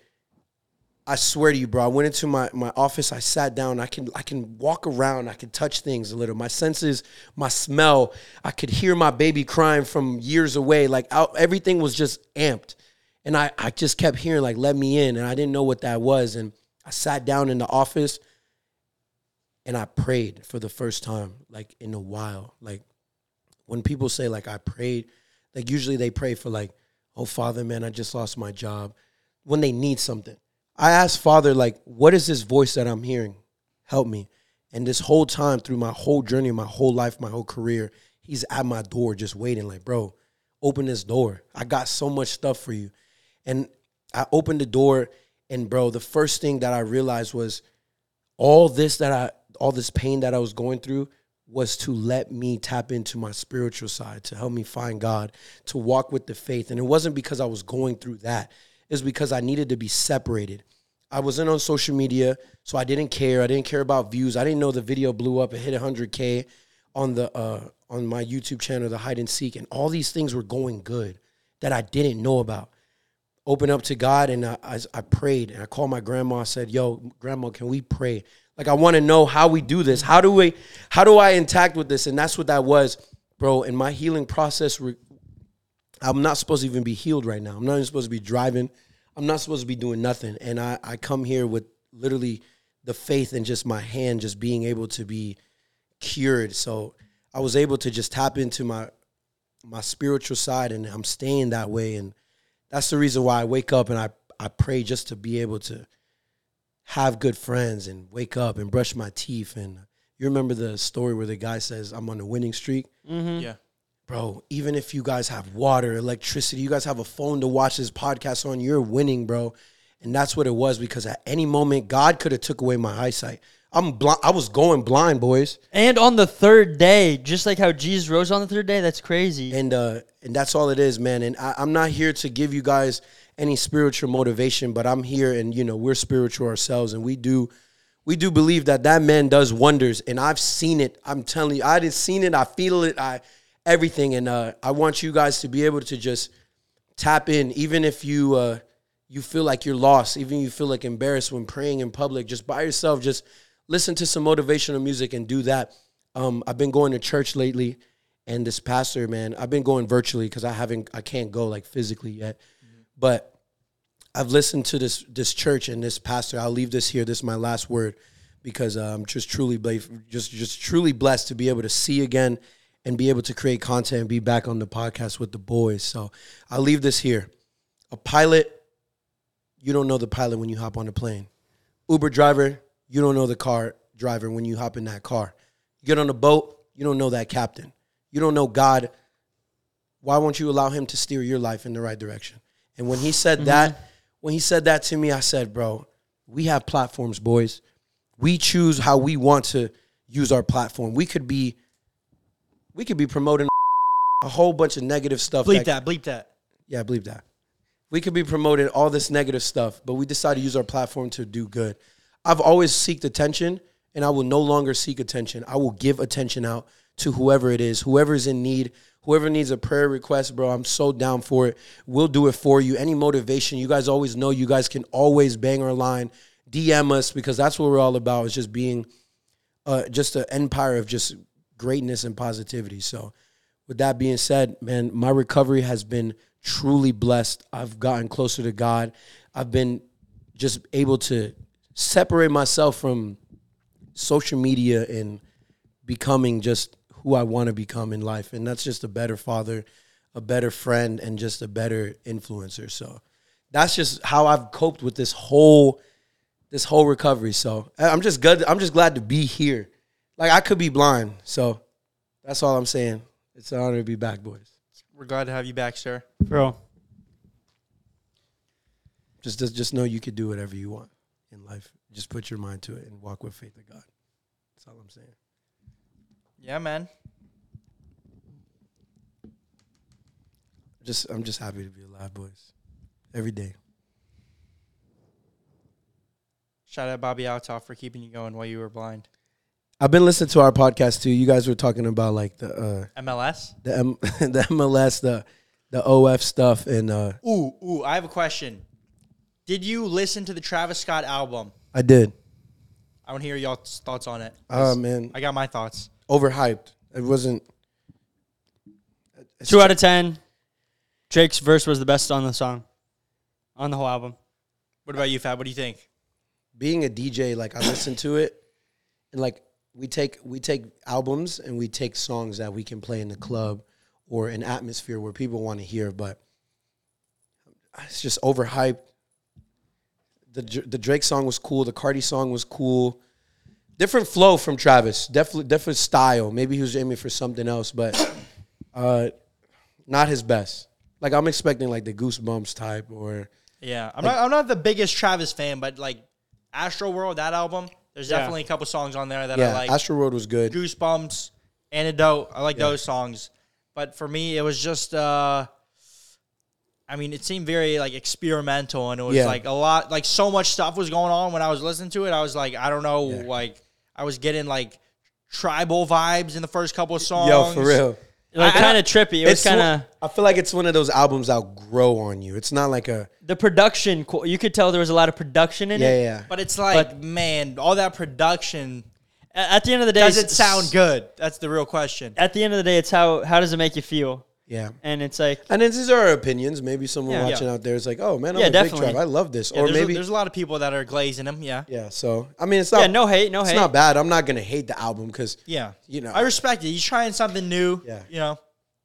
[SPEAKER 2] I swear to you, bro. I went into my, my office. I sat down. I can I can walk around. I can touch things a little. My senses, my smell. I could hear my baby crying from years away. Like out, everything was just amped, and I I just kept hearing like "Let me in," and I didn't know what that was. And I sat down in the office, and I prayed for the first time like in a while. Like when people say like I prayed, like usually they pray for like, oh Father, man, I just lost my job. When they need something, I asked Father like, what is this voice that I'm hearing? Help me. And this whole time through my whole journey, my whole life, my whole career, he's at my door just waiting like, bro, open this door. I got so much stuff for you. And I opened the door and bro, the first thing that I realized was all this that I all this pain that I was going through was to let me tap into my spiritual side, to help me find God, to walk with the faith. And it wasn't because I was going through that. It's because I needed to be separated. I wasn't on social media, so I didn't care. I didn't care about views. I didn't know the video blew up and hit 100k on the uh, on my YouTube channel, the hide and seek, and all these things were going good that I didn't know about open up to God and I, I, I prayed and I called my grandma. I said, "Yo, grandma, can we pray? Like, I want to know how we do this. How do we? How do I interact with this?" And that's what that was, bro. In my healing process, re- I'm not supposed to even be healed right now. I'm not even supposed to be driving. I'm not supposed to be doing nothing. And I, I come here with literally the faith and just my hand just being able to be cured. So I was able to just tap into my my spiritual side and I'm staying that way and that's the reason why I wake up and I, I pray just to be able to have good friends and wake up and brush my teeth. And you remember the story where the guy says, I'm on a winning streak?
[SPEAKER 10] Yeah.
[SPEAKER 2] Bro, even if you guys have water, electricity, you guys have a phone to watch this podcast on, you're winning, bro. And that's what it was because at any moment, God could have took away my eyesight. I'm blind. I was going blind, boys.
[SPEAKER 4] And on the third day, just like how Jesus rose on the third day, that's crazy.
[SPEAKER 2] and uh and that's all it is man and I, i'm not here to give you guys any spiritual motivation but i'm here and you know we're spiritual ourselves and we do we do believe that that man does wonders and i've seen it i'm telling you i did seen it i feel it i everything and uh i want you guys to be able to just tap in even if you uh you feel like you're lost even you feel like embarrassed when praying in public just by yourself just listen to some motivational music and do that um i've been going to church lately and this pastor man i've been going virtually because i haven't i can't go like physically yet but i've listened to this this church and this pastor i'll leave this here this is my last word because uh, i'm just truly bla- just just truly blessed to be able to see again and be able to create content and be back on the podcast with the boys so i'll leave this here a pilot you don't know the pilot when you hop on the plane uber driver you don't know the car driver when you hop in that car you get on a boat you don't know that captain you don't know god why won't you allow him to steer your life in the right direction? And when he said that, when he said that to me, I said, bro, we have platforms, boys. We choose how we want to use our platform. We could be, we could be promoting a whole bunch of negative stuff.
[SPEAKER 10] Bleep that. Bleep that.
[SPEAKER 2] Yeah, believe that. We could be promoting all this negative stuff, but we decided to use our platform to do good. I've always seeked attention, and I will no longer seek attention. I will give attention out to whoever it is, whoever's in need, whoever needs a prayer request, bro. I'm so down for it. We'll do it for you. Any motivation, you guys always know you guys can always bang our line, DM us, because that's what we're all about, is just being uh, just an empire of just greatness and positivity. So, with that being said, man, my recovery has been truly blessed. I've gotten closer to God. I've been just able to separate myself from social media and becoming just who I want to become in life. And that's just a better father, a better friend, and just a better influencer. So that's just how I've coped with this whole this whole recovery. So I- I'm just good. I'm just glad to be here. Like I could be blind. So that's all I'm saying. It's an honor to be back, boys.
[SPEAKER 10] We're glad to have you back, sir.
[SPEAKER 4] Bro.
[SPEAKER 2] Just just, just know you could do whatever you want in life. Just put your mind to it and walk with faith of God. That's all I'm saying.
[SPEAKER 10] Yeah, man.
[SPEAKER 2] Just I'm just happy to be alive, boys. Every day.
[SPEAKER 10] Shout out Bobby Altoff for keeping you going while you were blind.
[SPEAKER 2] I've been listening to our podcast too. You guys were talking about like the uh
[SPEAKER 10] MLS.
[SPEAKER 2] the M- the MLS the the OF stuff and uh
[SPEAKER 10] Ooh, ooh. I have a question. Did you listen to the Travis Scott album?
[SPEAKER 2] I did.
[SPEAKER 10] I want to hear y'all's thoughts on it.
[SPEAKER 2] Oh man,
[SPEAKER 10] I got my thoughts.
[SPEAKER 2] overhyped. It wasn't
[SPEAKER 4] Two out of ten. Drake's verse was the best on the song. On the whole album.
[SPEAKER 10] What about you, Fab? What do you think?
[SPEAKER 2] being a DJ, like I listened to it, and like we take we take albums and we take songs that we can play in the club or an atmosphere where people want to hear, but it's just overhyped. The Dr- the Drake song was cool. The Cardi song was cool. Different flow from Travis. Definitely different style. Maybe he was aiming for something else, but uh, not his best. Like I'm expecting like the Goosebumps type or
[SPEAKER 3] Yeah, I'm not. I'm not the biggest Travis fan, but like Astro World, that album. There's definitely a couple songs on there that I
[SPEAKER 2] yeah,
[SPEAKER 3] like.
[SPEAKER 2] Astro World was good.
[SPEAKER 3] Goosebumps, Antidote. I like those songs. But for me, it was just. uh I mean, it seemed very like experimental, and it was
[SPEAKER 2] Yeah.
[SPEAKER 3] like a lot, like so much stuff was going on when I was listening to it. I was like, I don't know,
[SPEAKER 2] Yeah.
[SPEAKER 3] like I was getting like tribal vibes in the first couple of songs.
[SPEAKER 2] Yo, for real.
[SPEAKER 4] Like
[SPEAKER 3] I- I
[SPEAKER 4] kind of trippy. It was
[SPEAKER 2] It's one-
[SPEAKER 4] kind of
[SPEAKER 2] I feel like it's one of those albums that'll grow on you. It's not like a
[SPEAKER 4] the production. qu- You could tell there was a lot of production in
[SPEAKER 2] yeah, yeah,
[SPEAKER 4] it.
[SPEAKER 2] yeah.
[SPEAKER 3] But it's like, man, all that production
[SPEAKER 4] A- At the end of the day,
[SPEAKER 3] does it
[SPEAKER 4] it's-
[SPEAKER 3] sound good? That's the real question.
[SPEAKER 4] At the end of the day, it's how how does it make you feel?
[SPEAKER 2] yeah.
[SPEAKER 4] And it's like
[SPEAKER 2] And it's, these are our opinions. Maybe someone
[SPEAKER 4] Yeah.
[SPEAKER 2] watching out there is like, "Oh man, I'm
[SPEAKER 4] Yeah,
[SPEAKER 2] a
[SPEAKER 4] definitely.
[SPEAKER 2] big Trav. I love this."
[SPEAKER 3] Yeah,
[SPEAKER 2] or
[SPEAKER 3] there's, a,
[SPEAKER 2] maybe,
[SPEAKER 3] there's a lot of people that are glazing them. Yeah.
[SPEAKER 2] yeah. So I mean, it's not
[SPEAKER 4] yeah, no hate, no
[SPEAKER 2] it's
[SPEAKER 4] hate.
[SPEAKER 2] not bad. I'm not gonna hate the album because
[SPEAKER 3] Yeah.
[SPEAKER 2] You know.
[SPEAKER 3] I respect it. You're trying something new.
[SPEAKER 2] Yeah.
[SPEAKER 3] You know,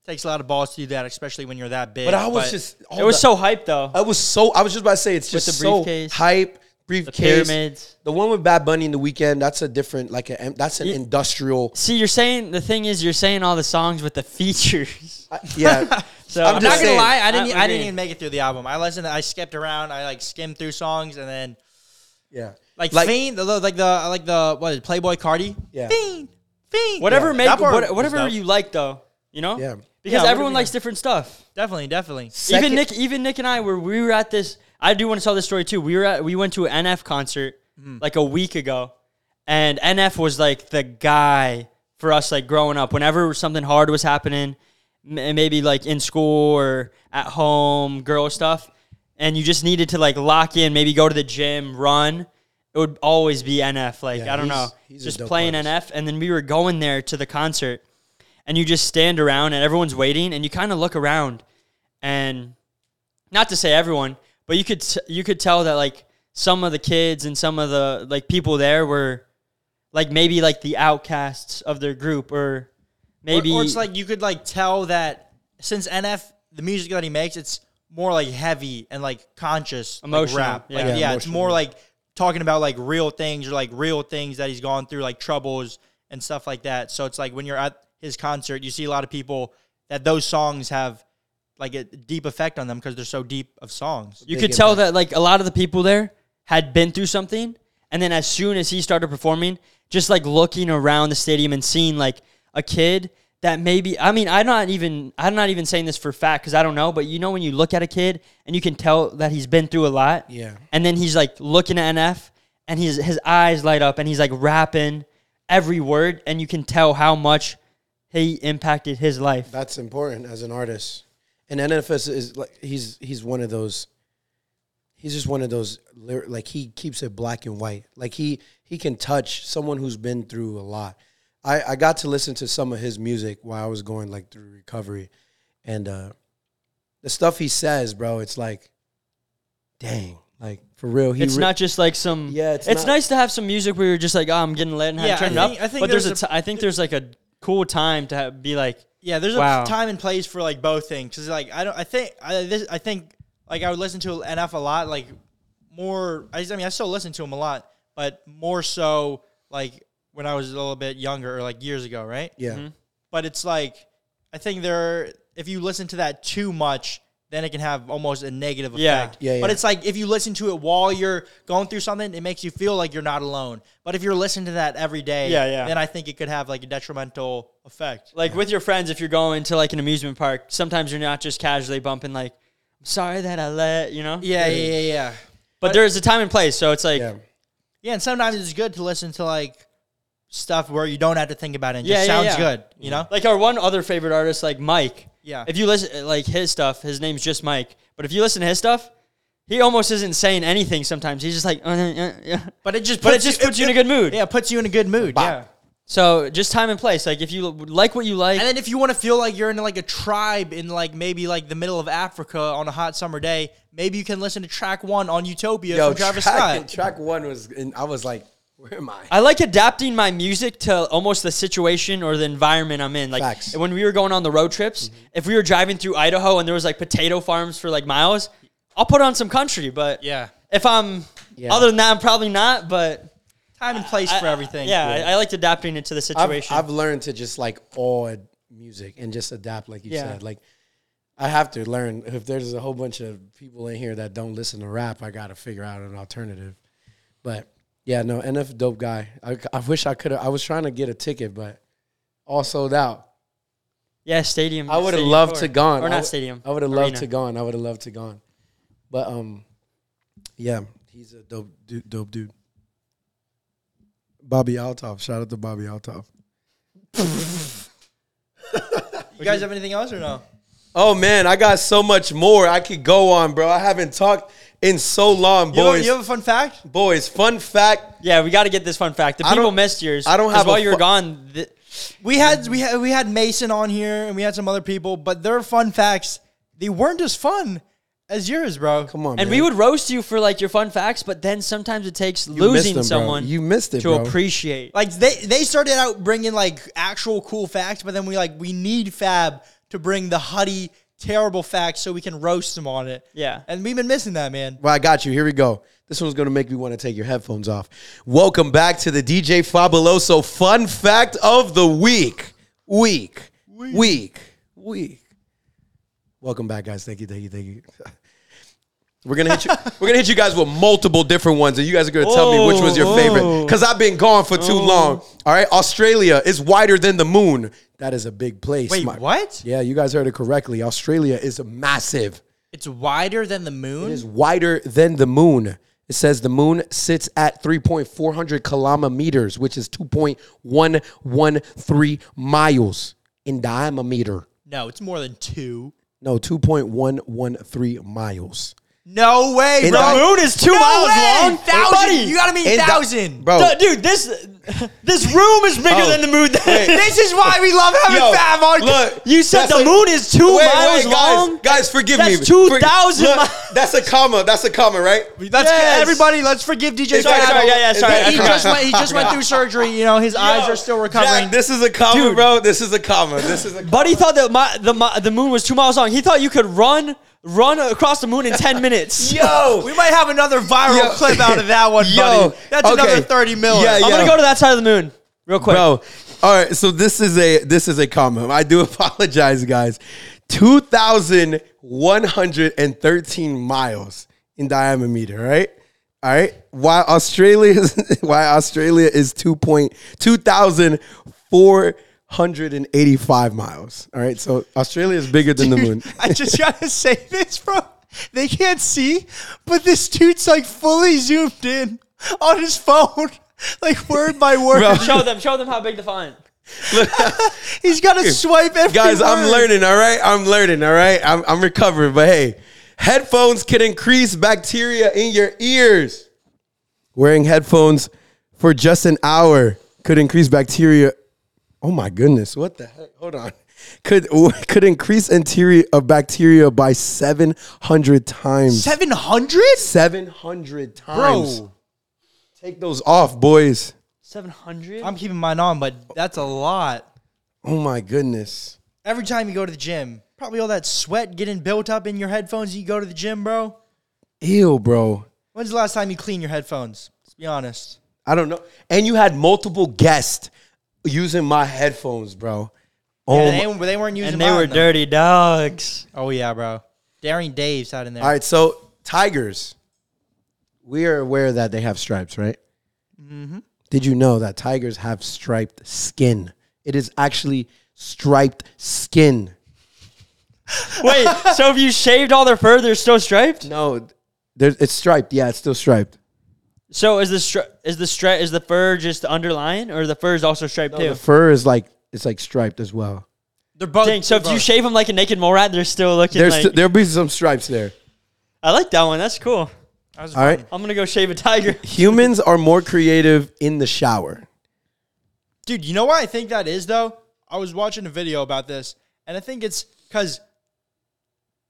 [SPEAKER 3] takes a lot of balls to do that, especially when you're that big.
[SPEAKER 2] But I was just all
[SPEAKER 4] it was
[SPEAKER 2] the-
[SPEAKER 4] so hype though.
[SPEAKER 2] I was so I was just about to say it's
[SPEAKER 4] With
[SPEAKER 2] just
[SPEAKER 4] the
[SPEAKER 2] so
[SPEAKER 4] briefcase,
[SPEAKER 2] hype
[SPEAKER 4] The
[SPEAKER 2] briefcase
[SPEAKER 4] pyramids.
[SPEAKER 2] The one with Bad Bunny in the weekend. That's a different like a, that's an
[SPEAKER 4] Ye-
[SPEAKER 2] industrial.
[SPEAKER 4] See, you're saying the thing is you're saying all the songs with the features.
[SPEAKER 2] I- yeah.
[SPEAKER 4] So
[SPEAKER 2] I'm
[SPEAKER 3] I'm
[SPEAKER 2] just
[SPEAKER 3] not gonna
[SPEAKER 2] saying.
[SPEAKER 3] lie, I didn't. e,
[SPEAKER 4] I'm
[SPEAKER 3] I didn't
[SPEAKER 4] agreeing.
[SPEAKER 3] even make it through the album. I listened. I skipped around. I like skimmed through songs, and then
[SPEAKER 2] yeah.
[SPEAKER 3] like,
[SPEAKER 2] Like-
[SPEAKER 3] Fiend, the, like the like the what is it, Playboy Cardi.
[SPEAKER 2] Yeah.
[SPEAKER 3] Fiend, Fiend.
[SPEAKER 4] whatever
[SPEAKER 3] Yeah,
[SPEAKER 4] make
[SPEAKER 3] that part
[SPEAKER 4] what,
[SPEAKER 3] was
[SPEAKER 4] whatever
[SPEAKER 3] dope.
[SPEAKER 4] you like though, you know?
[SPEAKER 2] Yeah.
[SPEAKER 4] Because
[SPEAKER 3] Yeah,
[SPEAKER 4] everyone
[SPEAKER 3] whatever you
[SPEAKER 4] likes different stuff.
[SPEAKER 3] Definitely, definitely.
[SPEAKER 2] Second-
[SPEAKER 4] even Nick, even Nick and I were we were at this. I do want to tell this story too. We were at we went to an NF concert
[SPEAKER 2] Mm-hmm.
[SPEAKER 4] like a week ago, and NF was like the guy for us like growing up. Whenever something hard was happening, m- maybe like in school or at home, girl stuff, and you just needed to like lock in, maybe go to the gym, run. It would always be NF. Like
[SPEAKER 2] Yeah,
[SPEAKER 4] I don't
[SPEAKER 2] he's-
[SPEAKER 4] know,
[SPEAKER 2] he's a
[SPEAKER 4] just
[SPEAKER 2] dope
[SPEAKER 4] playing
[SPEAKER 2] artist.
[SPEAKER 4] NF, and then we were going there to the concert, and you just stand around and everyone's waiting, and you kind of look around and not to say everyone, but you could t- you could tell that like some of the kids and some of the like people there were like maybe like the outcasts of their group or maybe
[SPEAKER 3] Or, or it's like you could like tell that since NF the music that he makes, it's more like heavy and like conscious,
[SPEAKER 4] Emotional,
[SPEAKER 3] like rap. Like,
[SPEAKER 4] yeah.
[SPEAKER 3] yeah,
[SPEAKER 4] Yeah,
[SPEAKER 3] it's more like talking about like real things or like real things that he's gone through, like troubles and stuff like that. So it's like when you're at his concert, you see a lot of people that those songs have like a deep effect on them because they're so deep of songs.
[SPEAKER 4] you
[SPEAKER 2] Big
[SPEAKER 4] could tell that like a lot of the people there had been through something and then as soon as he started performing just like looking around the stadium and seeing like a kid that maybe i mean i'm not even i'm not even saying this for fact because i don't know but you know when you look at a kid and you can tell that he's been through a lot
[SPEAKER 2] Yeah.
[SPEAKER 4] and then he's like looking at nf and his his eyes light up and he's like rapping every word and you can tell how much he impacted his life
[SPEAKER 2] That's important as an artist. And NFS is like he's he's one of those. He's just one of those lyri- like he keeps it black and white. Like he he can touch someone who's been through a lot. I I got to listen to some of his music while I was going like through recovery, and uh the stuff he says, bro, it's like, dang, like for real. He
[SPEAKER 4] it's
[SPEAKER 2] re-
[SPEAKER 4] not just like some.
[SPEAKER 2] Yeah,
[SPEAKER 4] it's,
[SPEAKER 2] it's not-
[SPEAKER 4] nice to have some music where you're just like, oh, I'm getting lit and
[SPEAKER 3] Yeah,
[SPEAKER 4] I'm
[SPEAKER 3] I
[SPEAKER 4] turning
[SPEAKER 3] think-
[SPEAKER 4] up.
[SPEAKER 3] I think
[SPEAKER 4] but there's,
[SPEAKER 3] there's
[SPEAKER 4] a, t- I think there's like a cool time to ha- be like,
[SPEAKER 3] Yeah, there's
[SPEAKER 4] Wow.
[SPEAKER 3] a time and place for like both things. Cause like I don't, I think I this, I think like I would listen to NF a lot, like more. I, just- I mean, I still listen to him a lot, but more so like when I was a little bit younger or like years ago, right?
[SPEAKER 2] yeah.
[SPEAKER 3] But it's like I think there, if you listen to that too much, then it can have almost a negative
[SPEAKER 4] Yeah.
[SPEAKER 3] effect.
[SPEAKER 2] Yeah,
[SPEAKER 3] But
[SPEAKER 2] yeah.
[SPEAKER 3] it's like if you listen to it while you're going through something, it makes you feel like you're not alone. But if you're listening to that every day,
[SPEAKER 4] Yeah, yeah.
[SPEAKER 3] then I think it could have like a detrimental effect.
[SPEAKER 4] like with your friends, if you're going to like an amusement park, sometimes you're not just casually bumping like, I'm sorry that I let, you know.
[SPEAKER 3] Yeah, yeah, yeah, yeah.
[SPEAKER 4] But there's a time and place, so it's like,
[SPEAKER 2] Yeah.
[SPEAKER 3] Yeah, and sometimes it's good to listen to like stuff where you don't have to think about it. It
[SPEAKER 4] Yeah,
[SPEAKER 3] just
[SPEAKER 4] yeah,
[SPEAKER 3] sounds
[SPEAKER 4] yeah.
[SPEAKER 3] good, you know?
[SPEAKER 4] like our one other favorite artist, like Mike.
[SPEAKER 3] Yeah.
[SPEAKER 4] If you listen, like his stuff, his name's just Mike. But if you listen to his stuff, he almost isn't saying anything. Sometimes he's just like, uh, uh, yeah.
[SPEAKER 3] But it just
[SPEAKER 4] But it
[SPEAKER 3] puts
[SPEAKER 4] just puts you in a good mood.
[SPEAKER 3] Yeah, it puts you in a good mood. Yeah.
[SPEAKER 4] So just time and place. Like if you like what you like,
[SPEAKER 3] And then if you want to feel like you're in like a tribe in like maybe like the middle of Africa on a hot summer day, maybe you can listen to track one on Utopia
[SPEAKER 2] Yo,
[SPEAKER 3] from Travis
[SPEAKER 2] track,
[SPEAKER 3] Scott.
[SPEAKER 2] track one was, and I was like, Where am I?
[SPEAKER 4] I like adapting my music to almost the situation or the environment I'm in. Like
[SPEAKER 2] Facts. Mm-hmm.
[SPEAKER 4] when we were going on the road trips, if we were driving through Idaho and there was like potato farms for like miles, I'll put on some country. But
[SPEAKER 3] Yeah.
[SPEAKER 4] if I'm other than that, I'm probably not. But
[SPEAKER 3] Time and place for
[SPEAKER 4] I-
[SPEAKER 3] everything.
[SPEAKER 4] yeah, I, I liked adapting it to the
[SPEAKER 2] I've,
[SPEAKER 4] situation.
[SPEAKER 2] I've learned to just like awe at music and just adapt, like you
[SPEAKER 4] Yeah.
[SPEAKER 2] said. Like I have to learn if there's a whole bunch of people in here that don't listen to rap, I got to figure out an alternative. But yeah, no, NF dope guy. I, I wish I could. have I was trying to get a ticket, but all sold out.
[SPEAKER 4] yeah, stadium.
[SPEAKER 2] I would have
[SPEAKER 4] stadium
[SPEAKER 2] loved
[SPEAKER 4] tour.
[SPEAKER 2] to gone.
[SPEAKER 4] or
[SPEAKER 2] I
[SPEAKER 4] not
[SPEAKER 2] would-
[SPEAKER 4] stadium.
[SPEAKER 2] I would have loved
[SPEAKER 4] arena.
[SPEAKER 2] to gone. I would have loved to gone. But um, yeah, he's a dope, dude, dope dude. Bobby Altoff. Shout out to Bobby Altoff.
[SPEAKER 3] You guys have anything else or no?
[SPEAKER 2] Oh man, I got so much more I could go on, bro. I haven't talked in so long,
[SPEAKER 3] You,
[SPEAKER 2] boys.
[SPEAKER 3] you have a fun fact?
[SPEAKER 2] boys, fun fact.
[SPEAKER 4] Yeah, we got to get this fun fact. The
[SPEAKER 2] I
[SPEAKER 4] people
[SPEAKER 2] don't-
[SPEAKER 4] missed yours.
[SPEAKER 2] I don't
[SPEAKER 4] 'cause
[SPEAKER 2] have a
[SPEAKER 4] while you were
[SPEAKER 2] fu-
[SPEAKER 4] gone. Th-
[SPEAKER 3] We had we had we had Mason on here and we had some other people, but their fun facts they weren't as fun as yours, bro.
[SPEAKER 2] Come on,
[SPEAKER 4] and
[SPEAKER 2] man.
[SPEAKER 4] we would roast you for like your fun facts, but then sometimes it takes
[SPEAKER 2] You missed
[SPEAKER 4] losing
[SPEAKER 2] them, bro.
[SPEAKER 4] someone
[SPEAKER 2] You missed it,
[SPEAKER 4] to
[SPEAKER 2] bro.
[SPEAKER 4] appreciate.
[SPEAKER 3] Like they they started out bringing like actual cool facts, but then we like we need Fab to bring the Huddy terrible facts so we can roast them on it.
[SPEAKER 4] Yeah.
[SPEAKER 3] and we've been missing that, man.
[SPEAKER 2] well, I got you. Here we go. This one's gonna make me want to take your headphones off. Welcome back to the DJ Fabuloso Fun Fact of the Week. Week. Week. Week. Week. Welcome back, guys. Thank you, thank you, thank you. We're gonna hit you. we're gonna hit you guys with multiple different ones, and you guys are gonna tell me which was your favorite. Because I've been gone for
[SPEAKER 3] Oh.
[SPEAKER 2] too long. All right, Australia is wider than the moon. That is a big place.
[SPEAKER 3] Wait,
[SPEAKER 2] my-
[SPEAKER 3] what?
[SPEAKER 2] Yeah, you guys heard it correctly. Australia is massive.
[SPEAKER 3] It's wider than the moon.
[SPEAKER 2] It is wider than the moon. It says the moon sits at 3.400 kilometers, which is 2.113 miles in diameter.
[SPEAKER 3] no, it's more than two.
[SPEAKER 2] No, 2.113 miles.
[SPEAKER 3] No way,
[SPEAKER 2] In
[SPEAKER 3] bro.
[SPEAKER 2] the moon
[SPEAKER 3] is two
[SPEAKER 4] miles long?
[SPEAKER 3] Thousand.
[SPEAKER 4] Buddy.
[SPEAKER 3] You gotta mean
[SPEAKER 2] In di-
[SPEAKER 3] thousand,
[SPEAKER 2] Bro,
[SPEAKER 4] Duh, dude, this this room is bigger
[SPEAKER 2] Oh,
[SPEAKER 4] than the moon.
[SPEAKER 3] This is why we love having
[SPEAKER 2] Yo,
[SPEAKER 3] Fab on.
[SPEAKER 2] look,
[SPEAKER 4] you said
[SPEAKER 2] that's
[SPEAKER 4] the
[SPEAKER 2] a-
[SPEAKER 4] moon is two
[SPEAKER 2] Wait,
[SPEAKER 4] miles
[SPEAKER 2] wait, guys,
[SPEAKER 4] long.
[SPEAKER 2] Guys, forgive
[SPEAKER 4] That's
[SPEAKER 2] me.
[SPEAKER 4] 2,000
[SPEAKER 2] Look,
[SPEAKER 4] miles.
[SPEAKER 2] That's a comma. That's a comma, right?
[SPEAKER 3] Let's
[SPEAKER 4] Yes.
[SPEAKER 3] everybody. Let's forgive DJ.
[SPEAKER 4] Sorry,
[SPEAKER 3] Fab.
[SPEAKER 4] sorry, yeah, yeah, sorry.
[SPEAKER 3] He just went. He just went through surgery. You know, his eyes are still recovering.
[SPEAKER 2] Jack, this is a comma,
[SPEAKER 4] Dude.
[SPEAKER 2] bro. This is a comma. This is a comma.
[SPEAKER 4] Buddy thought that my, the my, the moon was two miles long. He thought you could run run across the moon in ten minutes.
[SPEAKER 2] Yo.
[SPEAKER 3] we might have another viral
[SPEAKER 2] Yo.
[SPEAKER 3] clip out of that one,
[SPEAKER 2] Yo.
[SPEAKER 3] buddy. That's
[SPEAKER 2] Okay.
[SPEAKER 3] another thirty mil.
[SPEAKER 2] Yeah,
[SPEAKER 4] I'm
[SPEAKER 2] yeah.
[SPEAKER 4] gonna go to that side of the moon real quick.
[SPEAKER 2] Bro, all right. So this is a this is a comment. I do apologize, guys. Two thousand one hundred and thirteen miles in diameter. Right. All right. Why Australia? Why Australia is two point two thousand four hundred and eighty-five miles. All right, so Australia is bigger than the moon.
[SPEAKER 3] I just gotta say this, bro. They can't see, but this dude's like fully zoomed in on his phone, like word by word.
[SPEAKER 4] Show them, show them how big the font.
[SPEAKER 3] He's got to swipe every
[SPEAKER 2] guys i'm
[SPEAKER 3] word.
[SPEAKER 2] learning all right i'm learning all right I'm, I'm recovering but hey headphones can increase bacteria in your ears wearing headphones for just an hour could increase bacteria oh my goodness what the heck hold on could could increase interior of bacteria by 700 times
[SPEAKER 3] Seven hundred,
[SPEAKER 2] 700 times
[SPEAKER 3] bro.
[SPEAKER 2] take those off boys
[SPEAKER 4] Seven hundred.
[SPEAKER 3] I'm keeping mine on, but that's a lot.
[SPEAKER 2] oh my goodness
[SPEAKER 3] Every time you go to the gym, probably all that sweat getting built up in your headphones. You go to the gym, bro.
[SPEAKER 2] ew bro
[SPEAKER 3] When's the last time you clean your headphones? Let's be honest.
[SPEAKER 2] I don't know. And you had multiple guests using my headphones, bro. Oh,
[SPEAKER 3] Yeah,
[SPEAKER 2] my-
[SPEAKER 3] they, they weren't using.
[SPEAKER 4] and they
[SPEAKER 3] mine,
[SPEAKER 4] were
[SPEAKER 3] though.
[SPEAKER 4] dirty dogs.
[SPEAKER 3] Oh yeah, bro. Daring Dave's out in there.
[SPEAKER 2] all right. So tigers, we are aware that they have stripes, right?
[SPEAKER 4] Mm-hmm.
[SPEAKER 2] Did you know that tigers have striped skin? It is actually striped skin.
[SPEAKER 4] Wait, so if you shaved all their fur, they're still striped?
[SPEAKER 2] No, there's, it's striped. Yeah, it's still striped.
[SPEAKER 4] So is the stri- is the stri- is the fur just underlying, or the fur is also striped
[SPEAKER 2] The
[SPEAKER 4] too?
[SPEAKER 2] fur is like it's like striped as well.
[SPEAKER 3] They're both.
[SPEAKER 4] Dang, so if you shave them like a naked mole rat, they're still looking
[SPEAKER 2] There's
[SPEAKER 4] like.
[SPEAKER 2] there'll be some stripes there.
[SPEAKER 4] I like that one. That's cool.
[SPEAKER 2] All right.
[SPEAKER 4] I'm gonna go shave a tiger.
[SPEAKER 2] Humans are more creative in the shower.
[SPEAKER 3] dude, you know why I think that is though? I was watching a video about this, and I think it's because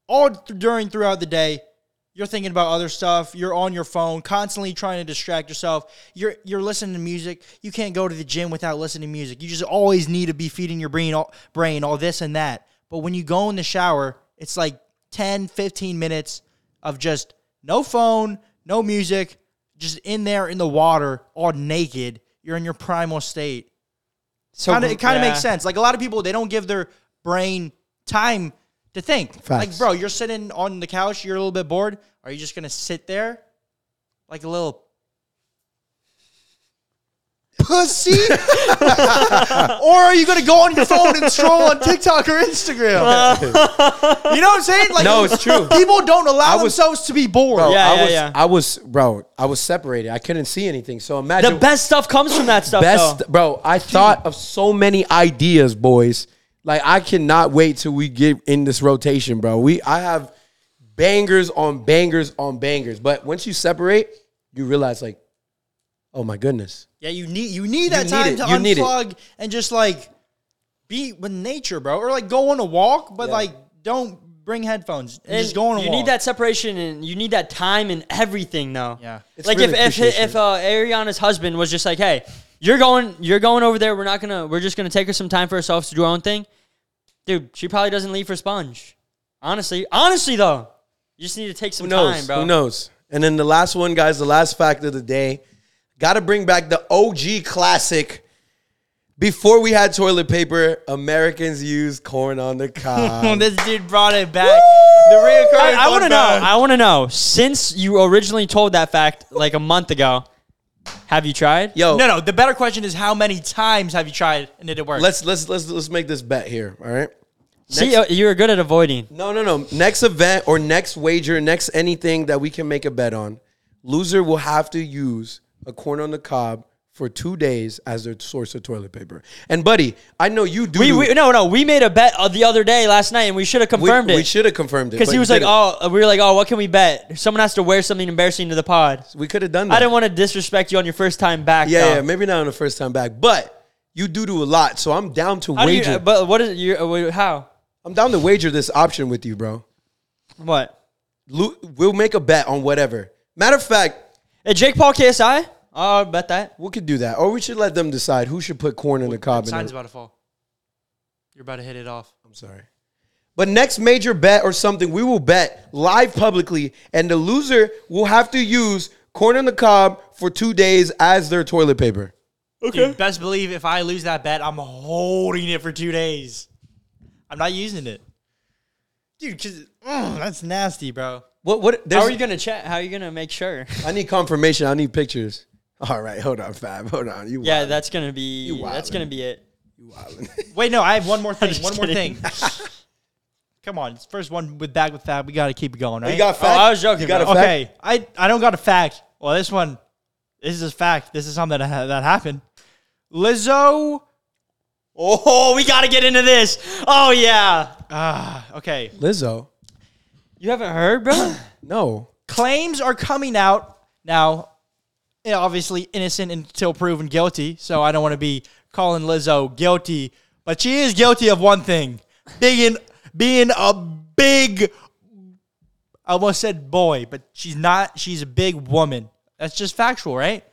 [SPEAKER 3] all th- during throughout the day, you're thinking about other stuff. You're on your phone, constantly trying to distract yourself. You're you're listening to music. You can't go to the gym without listening to music. You just always need to be feeding your brain all, brain all this and that. But when you go in the shower, it's like 10, 15 minutes of just no phone, no music, just in there in the water, all naked. You're in your primal state
[SPEAKER 4] So
[SPEAKER 3] kind of it kind of
[SPEAKER 4] yeah.
[SPEAKER 3] makes sense. Like a lot of people, they don't give their brain time to think. Like,
[SPEAKER 2] Facts.
[SPEAKER 3] bro, you're sitting on the couch, you're a little bit bored. Are you just gonna sit there, like a little pussy, or are you gonna go on your phone and scroll on TikTok or Instagram? you know what I'm saying? Like,
[SPEAKER 2] Uh, No, it's true.
[SPEAKER 3] People don't allow
[SPEAKER 2] I was-
[SPEAKER 3] themselves to be bored.
[SPEAKER 2] Bro,
[SPEAKER 4] Yeah,
[SPEAKER 2] I
[SPEAKER 4] yeah,
[SPEAKER 2] was,
[SPEAKER 4] yeah.
[SPEAKER 2] I was, bro, I was separated. I couldn't see anything. So imagine
[SPEAKER 4] The best stuff comes from that stuff.
[SPEAKER 2] best,
[SPEAKER 4] though.
[SPEAKER 2] bro. I thought of so many ideas, boys. Like I cannot wait till we get in this rotation, bro. We I have bangers on bangers on bangers. But once you separate, you realize like, oh my goodness,
[SPEAKER 3] Yeah, you need you need that
[SPEAKER 2] need
[SPEAKER 3] time
[SPEAKER 2] it.
[SPEAKER 3] to
[SPEAKER 2] You need it.
[SPEAKER 3] unplug and just like be with nature, bro, or like go on a walk, but like don't bring headphones and,
[SPEAKER 4] And
[SPEAKER 3] just go on a
[SPEAKER 4] you
[SPEAKER 3] walk.
[SPEAKER 4] need that separation and you need that time and everything now.
[SPEAKER 3] Yeah.
[SPEAKER 2] It's
[SPEAKER 4] like
[SPEAKER 2] really
[SPEAKER 4] if if
[SPEAKER 2] appreciation.
[SPEAKER 4] if uh, Ariana's husband was just like, "Hey, you're going you're going over there. We're not gonna we're just gonna take her some time for ourselves to do our own thing," dude. She probably doesn't leave for sponge. Honestly, honestly though, you just need to take some
[SPEAKER 2] who knows?
[SPEAKER 4] time, bro.
[SPEAKER 2] Who knows? And then the last one, guys. The last fact of the day. Got to bring back the OG classic. Before we had toilet paper, Americans used corn on the cob.
[SPEAKER 3] this dude brought it back. The reoccurring.
[SPEAKER 4] I, I want to
[SPEAKER 3] fun
[SPEAKER 4] know.
[SPEAKER 3] fact.
[SPEAKER 4] I want to know. Since you originally told that fact like a month ago, have you tried?
[SPEAKER 2] Yo,
[SPEAKER 3] no, no. The better question is how many times have you tried and did it work?
[SPEAKER 2] let's let's let's let's make this bet here. All right.
[SPEAKER 4] See, uh, you're good at avoiding.
[SPEAKER 2] No, no, no. Next event or next wager, next anything that we can make a bet on, loser will have to use a corn on the cob for two days as their source of toilet paper. And buddy, I know you do.
[SPEAKER 4] We, we no no. We made a bet uh, the other day last night, and we should have confirmed
[SPEAKER 2] we,
[SPEAKER 4] it.
[SPEAKER 2] we should have confirmed it
[SPEAKER 4] Because
[SPEAKER 2] but
[SPEAKER 4] he
[SPEAKER 2] you
[SPEAKER 4] was like,
[SPEAKER 2] didn't.
[SPEAKER 4] oh, we were like, oh, what can we bet? Someone has to wear something embarrassing to the pod.
[SPEAKER 2] we could have done that.
[SPEAKER 4] "Oh, I didn't want to disrespect you on your first time back.
[SPEAKER 2] Yeah,
[SPEAKER 4] though.
[SPEAKER 2] yeah, maybe not on the first time back, but you do do a lot, so I'm down to
[SPEAKER 4] How do you-
[SPEAKER 2] wager.
[SPEAKER 4] but what is you? uh, wait, How?
[SPEAKER 2] I'm down to wager this option with you, bro.
[SPEAKER 4] What?
[SPEAKER 2] Lu- We'll make a bet on whatever. Matter of fact,
[SPEAKER 4] Uh, Jake Paul KSI? I'll bet that.
[SPEAKER 2] we could do that, or we should let them decide who should put corn in the cob. in their-
[SPEAKER 3] Sign's about to fall. You're about to hit it off.
[SPEAKER 2] I'm sorry. But next major bet or something, we will bet live publicly, and the loser will have to use corn on the cob for two days as their toilet paper.
[SPEAKER 3] Okay. Dude, best believe if I lose that bet, I'm holding it for two days. I'm not using it. Dude, cause mm, that's nasty, bro.
[SPEAKER 2] What? What?
[SPEAKER 4] How
[SPEAKER 2] there's-
[SPEAKER 4] are you gonna check? How are you gonna make sure?
[SPEAKER 2] I need confirmation. I need pictures. All right, hold on, Fab. Hold on. You
[SPEAKER 4] yeah,
[SPEAKER 2] wildin'.
[SPEAKER 4] that's gonna be. That's
[SPEAKER 2] wildin'.
[SPEAKER 4] gonna be it.
[SPEAKER 2] You wildin'.
[SPEAKER 3] Wait, no, I have one more thing.
[SPEAKER 4] just
[SPEAKER 3] One more thing. Come on, it's first one with back with fab. We got to keep it going, right?
[SPEAKER 2] You got
[SPEAKER 4] Oh,
[SPEAKER 2] fact.
[SPEAKER 4] I was joking.
[SPEAKER 2] You got a
[SPEAKER 4] bro.
[SPEAKER 2] fact.
[SPEAKER 3] okay, I I don't got a fact. Well, this one, this is a fact. This is something that ha- that happened. Lizzo.
[SPEAKER 4] Oh, we gotta get into this. Oh yeah.
[SPEAKER 3] Ah, okay.
[SPEAKER 2] Lizzo.
[SPEAKER 4] You haven't heard, bro?
[SPEAKER 2] No.
[SPEAKER 3] Claims are coming out now. yeah, Obviously innocent until proven guilty. So I don't want to be calling Lizzo guilty, but she is guilty of one thing: being being a big. I almost said boy, but she's not. She's a big woman. That's just factual, right?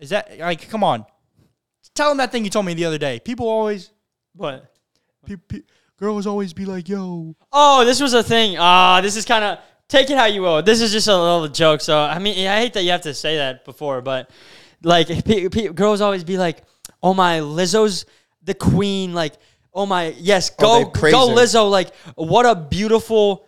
[SPEAKER 3] Is that like? Come on, tell him that thing you told me the other day. People always
[SPEAKER 4] what?
[SPEAKER 3] pe- pe- girls always be like, "Yo,
[SPEAKER 4] Oh, this was a thing. Ah, this is kind of take it how you will. This is just a little joke. So I mean, I hate that you have to say that before, but like pe- pe- girls always be like, "Oh my, Lizzo's the queen." Like, "Oh my, yes,
[SPEAKER 2] Oh,
[SPEAKER 4] go
[SPEAKER 2] they praise
[SPEAKER 4] go
[SPEAKER 2] her.
[SPEAKER 4] Lizzo." Like, what a beautiful.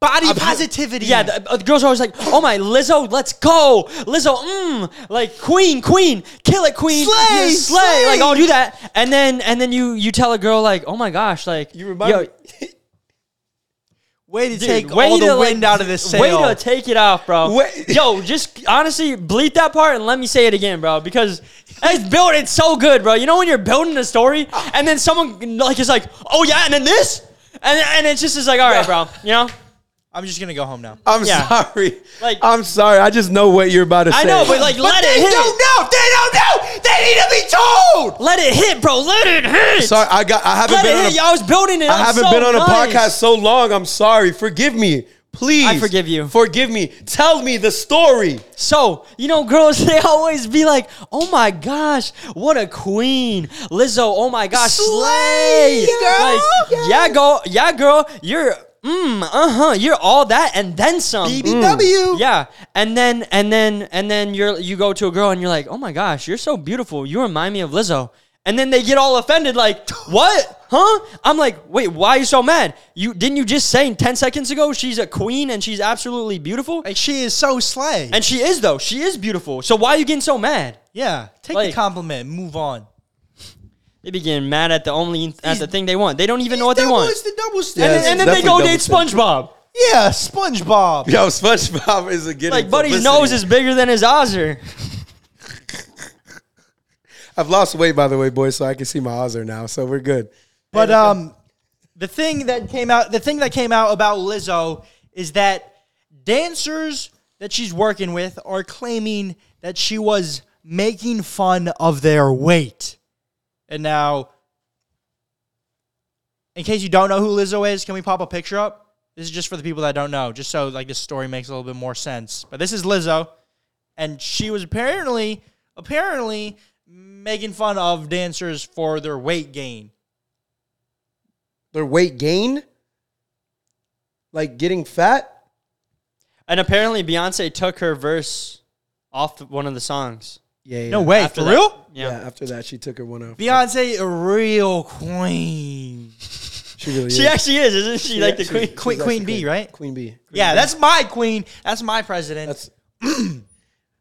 [SPEAKER 3] body positivity."
[SPEAKER 4] Yeah, the, uh, the girls are always like, "Oh my, Lizzo, let's go, Lizzo, mm, like queen, queen, kill it, queen,
[SPEAKER 3] Slay,
[SPEAKER 4] Yeah,
[SPEAKER 3] slay.
[SPEAKER 4] like I'll do that." And then and then you you tell a girl like, "Oh my gosh, like
[SPEAKER 2] You remind
[SPEAKER 4] yo,
[SPEAKER 2] me.
[SPEAKER 3] way to
[SPEAKER 4] Dude,
[SPEAKER 3] take
[SPEAKER 4] way
[SPEAKER 3] all the
[SPEAKER 4] to, like,
[SPEAKER 3] wind out of this sail.
[SPEAKER 4] Way to take it off, bro.
[SPEAKER 2] Way-
[SPEAKER 4] Yo, just honestly bleep that part and let me say it again, bro, because it's built. It's so good, bro. You know when you're building a story and then someone like is like, oh yeah, and then this, and and it's just is like, all right, bro. You know,
[SPEAKER 3] I'm just gonna go home now.
[SPEAKER 2] I'm
[SPEAKER 4] Yeah.
[SPEAKER 2] sorry.
[SPEAKER 4] Like-
[SPEAKER 2] I'm sorry. I just know what you're about to say.
[SPEAKER 4] I know, but like let it hit.
[SPEAKER 3] know. They don't know. They need to be told.
[SPEAKER 4] Let it hit, bro. Let it hit.
[SPEAKER 2] sorry, I got. I haven't
[SPEAKER 4] Let
[SPEAKER 2] been
[SPEAKER 4] it
[SPEAKER 2] on.
[SPEAKER 4] hit.
[SPEAKER 2] a-
[SPEAKER 4] Y'all was building it.
[SPEAKER 2] I
[SPEAKER 4] I'm
[SPEAKER 2] haven't
[SPEAKER 4] so
[SPEAKER 2] been on a
[SPEAKER 4] nice.
[SPEAKER 2] podcast so long. I'm sorry. Forgive me. Please,
[SPEAKER 4] I forgive you.
[SPEAKER 2] Forgive me. Tell me the story.
[SPEAKER 4] So, you know, girls, they always be like, oh my gosh, what a queen. Lizzo, oh my gosh, slay.
[SPEAKER 11] girl.
[SPEAKER 4] Like, yeah, girl, yeah, girl, you're, mm, uh-huh, you're all that and then some. Mm.
[SPEAKER 11] BBW.
[SPEAKER 4] Yeah. And then, and then, and then you're, you go to a girl and you're like, oh my gosh, you're so beautiful. You remind me of Lizzo. And then they get all offended, like, what? Huh? I'm like, wait, why are you so mad? You didn't you just say 10 seconds ago she's a queen and she's absolutely beautiful?
[SPEAKER 11] Like she is so slay.
[SPEAKER 4] And she is though. She is beautiful. So why are you getting so mad?
[SPEAKER 3] Yeah, take
[SPEAKER 4] Like-
[SPEAKER 3] the compliment, and move on.
[SPEAKER 4] They be getting mad at the only at the thing they want. They don't even know what they want.
[SPEAKER 11] It's the double
[SPEAKER 4] And
[SPEAKER 11] standard.
[SPEAKER 4] then, and then they
[SPEAKER 2] definitely
[SPEAKER 4] go
[SPEAKER 2] double
[SPEAKER 4] date
[SPEAKER 2] standard.
[SPEAKER 4] SpongeBob.
[SPEAKER 11] Yeah, SpongeBob.
[SPEAKER 2] Yo, SpongeBob is a getting
[SPEAKER 4] Like Buddy's
[SPEAKER 2] publicity.
[SPEAKER 4] nose is bigger than his Ozzer.
[SPEAKER 2] I've lost weight, by the way, boys, so I can see my Ozzer now. So we're good.
[SPEAKER 3] But um, the thing that came out, the thing that came out about Lizzo is that dancers that she's working with are claiming that she was making fun of their weight. And now, in case you don't know who Lizzo is, can we pop a picture up? This is just for the people that don't know, just so like this story makes a little bit more sense. But this is Lizzo, and she was apparently apparently making fun of dancers for their weight gain.
[SPEAKER 2] Their weight gain? Like getting fat?
[SPEAKER 4] And apparently Beyonce took her verse off one of the songs.
[SPEAKER 2] Yeah, yeah.
[SPEAKER 3] No way,
[SPEAKER 4] After
[SPEAKER 3] for
[SPEAKER 4] that.
[SPEAKER 3] real?
[SPEAKER 4] Yeah.
[SPEAKER 2] Yeah, after that, she took her one out.
[SPEAKER 3] Beyonce, a real queen.
[SPEAKER 2] She really
[SPEAKER 4] She
[SPEAKER 2] is.
[SPEAKER 4] actually is, isn't she? like the
[SPEAKER 2] she's-
[SPEAKER 4] queen.
[SPEAKER 2] she's
[SPEAKER 3] Queen-
[SPEAKER 2] actually
[SPEAKER 3] Queen B, right?
[SPEAKER 2] Queen B.
[SPEAKER 3] Yeah, that's my queen. That's my president.
[SPEAKER 2] That's.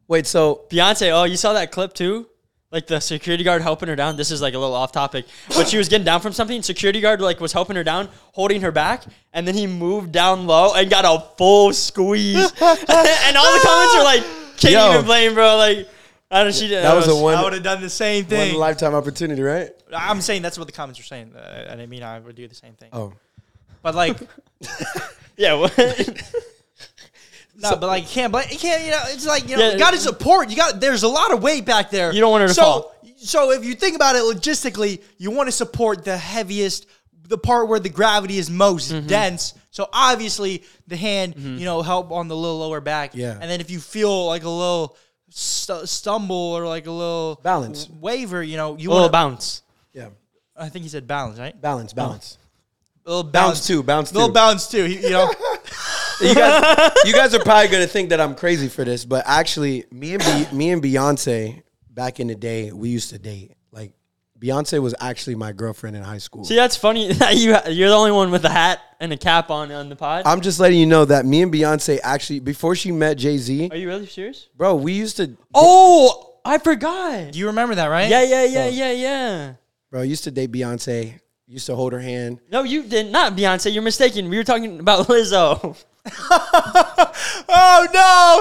[SPEAKER 2] Wait, so
[SPEAKER 4] Beyonce, oh, you saw that clip too? Like the security guard helping her down. This is like a little off topic, but she was getting down from something. Security guard like was helping her down, holding her back, and then he moved down low and got a full squeeze. and all the comments are like, "Can't
[SPEAKER 2] Yo.
[SPEAKER 4] even blame, bro." Like, I don't. She did.
[SPEAKER 2] that was a
[SPEAKER 3] I
[SPEAKER 2] one,
[SPEAKER 3] would have done the same
[SPEAKER 2] one
[SPEAKER 3] thing.
[SPEAKER 2] lifetime opportunity, right?
[SPEAKER 3] I'm saying that's what the comments were saying. Uh, I didn't mean I would do the same thing.
[SPEAKER 2] Oh,
[SPEAKER 3] But like,
[SPEAKER 4] Yeah. what-
[SPEAKER 3] no, but like, you can't, blame you can't, you know, it's like, you know,
[SPEAKER 4] Yeah.
[SPEAKER 3] you got to support. You got, there's a lot of weight back there.
[SPEAKER 4] You don't want her to
[SPEAKER 3] so,
[SPEAKER 4] fall.
[SPEAKER 3] So if you think about it logistically, you want to support the heaviest, the part where the gravity is most
[SPEAKER 4] Mm-hmm.
[SPEAKER 3] dense. So obviously the hand, you know, help on the little lower back.
[SPEAKER 2] Yeah.
[SPEAKER 3] And then if you feel like a little st- stumble or like a little
[SPEAKER 2] Balance.
[SPEAKER 3] waver, you know, you
[SPEAKER 4] a little
[SPEAKER 3] want.
[SPEAKER 4] bounce.
[SPEAKER 2] yeah.
[SPEAKER 3] I think he said balance, right?
[SPEAKER 2] Balance, balance.
[SPEAKER 3] A little
[SPEAKER 2] Bounce two, bounce
[SPEAKER 3] little
[SPEAKER 2] two.
[SPEAKER 3] balance too. He- You know,
[SPEAKER 2] you guys, you guys are probably gonna think that I'm crazy for this, but actually, me and Be- me and Beyonce back in the day, we used to date. Like Beyonce was actually my girlfriend in high school.
[SPEAKER 4] See, that's funny. that you you're the only one with a hat and a cap on on the pod.
[SPEAKER 2] I'm just letting you know that me and Beyonce actually before she met Jay Z,
[SPEAKER 4] are you really serious?
[SPEAKER 2] bro, we used to
[SPEAKER 4] Oh, I forgot.
[SPEAKER 3] you remember that, right?
[SPEAKER 4] Yeah, yeah, yeah, yeah, yeah.
[SPEAKER 2] bro I used to date Beyonce. Used to hold her hand.
[SPEAKER 4] No, you did not, Beyonce. You're mistaken. We were talking about Lizzo.
[SPEAKER 3] Oh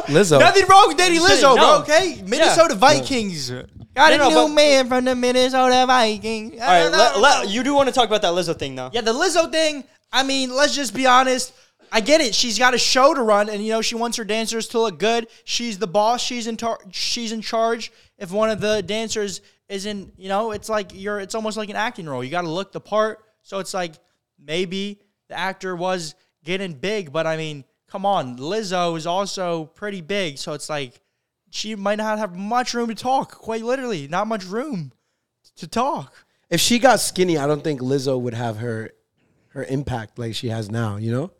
[SPEAKER 3] no,
[SPEAKER 2] Lizzo.
[SPEAKER 3] Nothing wrong with Daddy
[SPEAKER 4] saying
[SPEAKER 3] Lizzo,
[SPEAKER 4] no.
[SPEAKER 3] bro. Okay, Minnesota Vikings got a
[SPEAKER 4] No, no,
[SPEAKER 3] new
[SPEAKER 4] but-
[SPEAKER 3] man from the Minnesota Vikings.
[SPEAKER 4] All right, let, let- you do want to talk about that Lizzo thing, though.
[SPEAKER 3] yeah, the Lizzo thing. I mean, let's just be honest. I get it. She's got a show to run, and you know she wants her dancers to look good. She's the boss. She's in. Tar- she's in charge. If one of the dancers isn't, you know, it's like you're. It's almost like an acting role. You got to look the part. So it's like maybe the actor was getting big, but I mean, come on, Lizzo is also pretty big. So it's like she might not have much room to talk. Quite literally, not much room to talk.
[SPEAKER 2] If she got skinny, I don't think Lizzo would have her her impact like she has now. You know,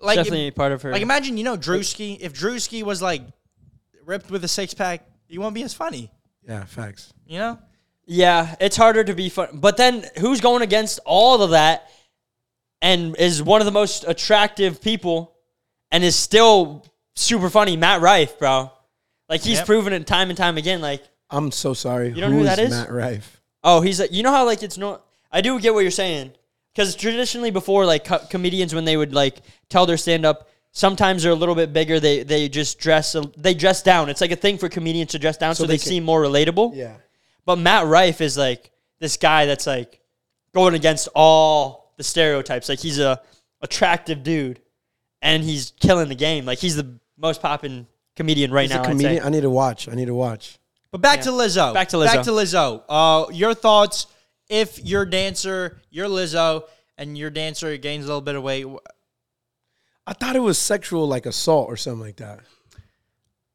[SPEAKER 3] Like
[SPEAKER 4] Definitely part of her.
[SPEAKER 3] Like imagine, you know, Drewski. If Drewski was like ripped with a six pack, you won't be as funny.
[SPEAKER 2] yeah, facts.
[SPEAKER 3] You know?
[SPEAKER 4] yeah, it's harder to be fun. But then who's going against all of that and is one of the most attractive people and is still super funny? Matt Rife, bro. Like, he's proven it time and time again. Like,
[SPEAKER 2] I'm so sorry. You
[SPEAKER 4] don't know who that is?
[SPEAKER 2] Matt Rife.
[SPEAKER 4] Oh, he's like, you know how like it's not. I do get what you're saying because traditionally before like co- comedians when they would like tell their stand up, sometimes they're a little bit bigger. They they just dress a- they dress down. It's like a thing for comedians to dress down so,
[SPEAKER 2] they
[SPEAKER 4] they,
[SPEAKER 2] can-
[SPEAKER 4] seem more relatable.
[SPEAKER 2] Yeah.
[SPEAKER 4] But Matt Rife is like this guy that's like going against all the stereotypes. Like he's a attractive dude and he's killing the game. Like he's the most popping comedian right
[SPEAKER 2] He's
[SPEAKER 4] now.
[SPEAKER 2] a
[SPEAKER 4] I'd say.
[SPEAKER 2] comedian. I need to watch. I need to watch.
[SPEAKER 3] But back to Lizzo.
[SPEAKER 4] Back to
[SPEAKER 3] Back
[SPEAKER 4] Lizzo.
[SPEAKER 3] to Lizzo. Uh, your thoughts if your dancer, you're Lizzo, and your dancer gains a little bit of weight. wh-
[SPEAKER 2] I thought it was sexual, like assault or something like that. I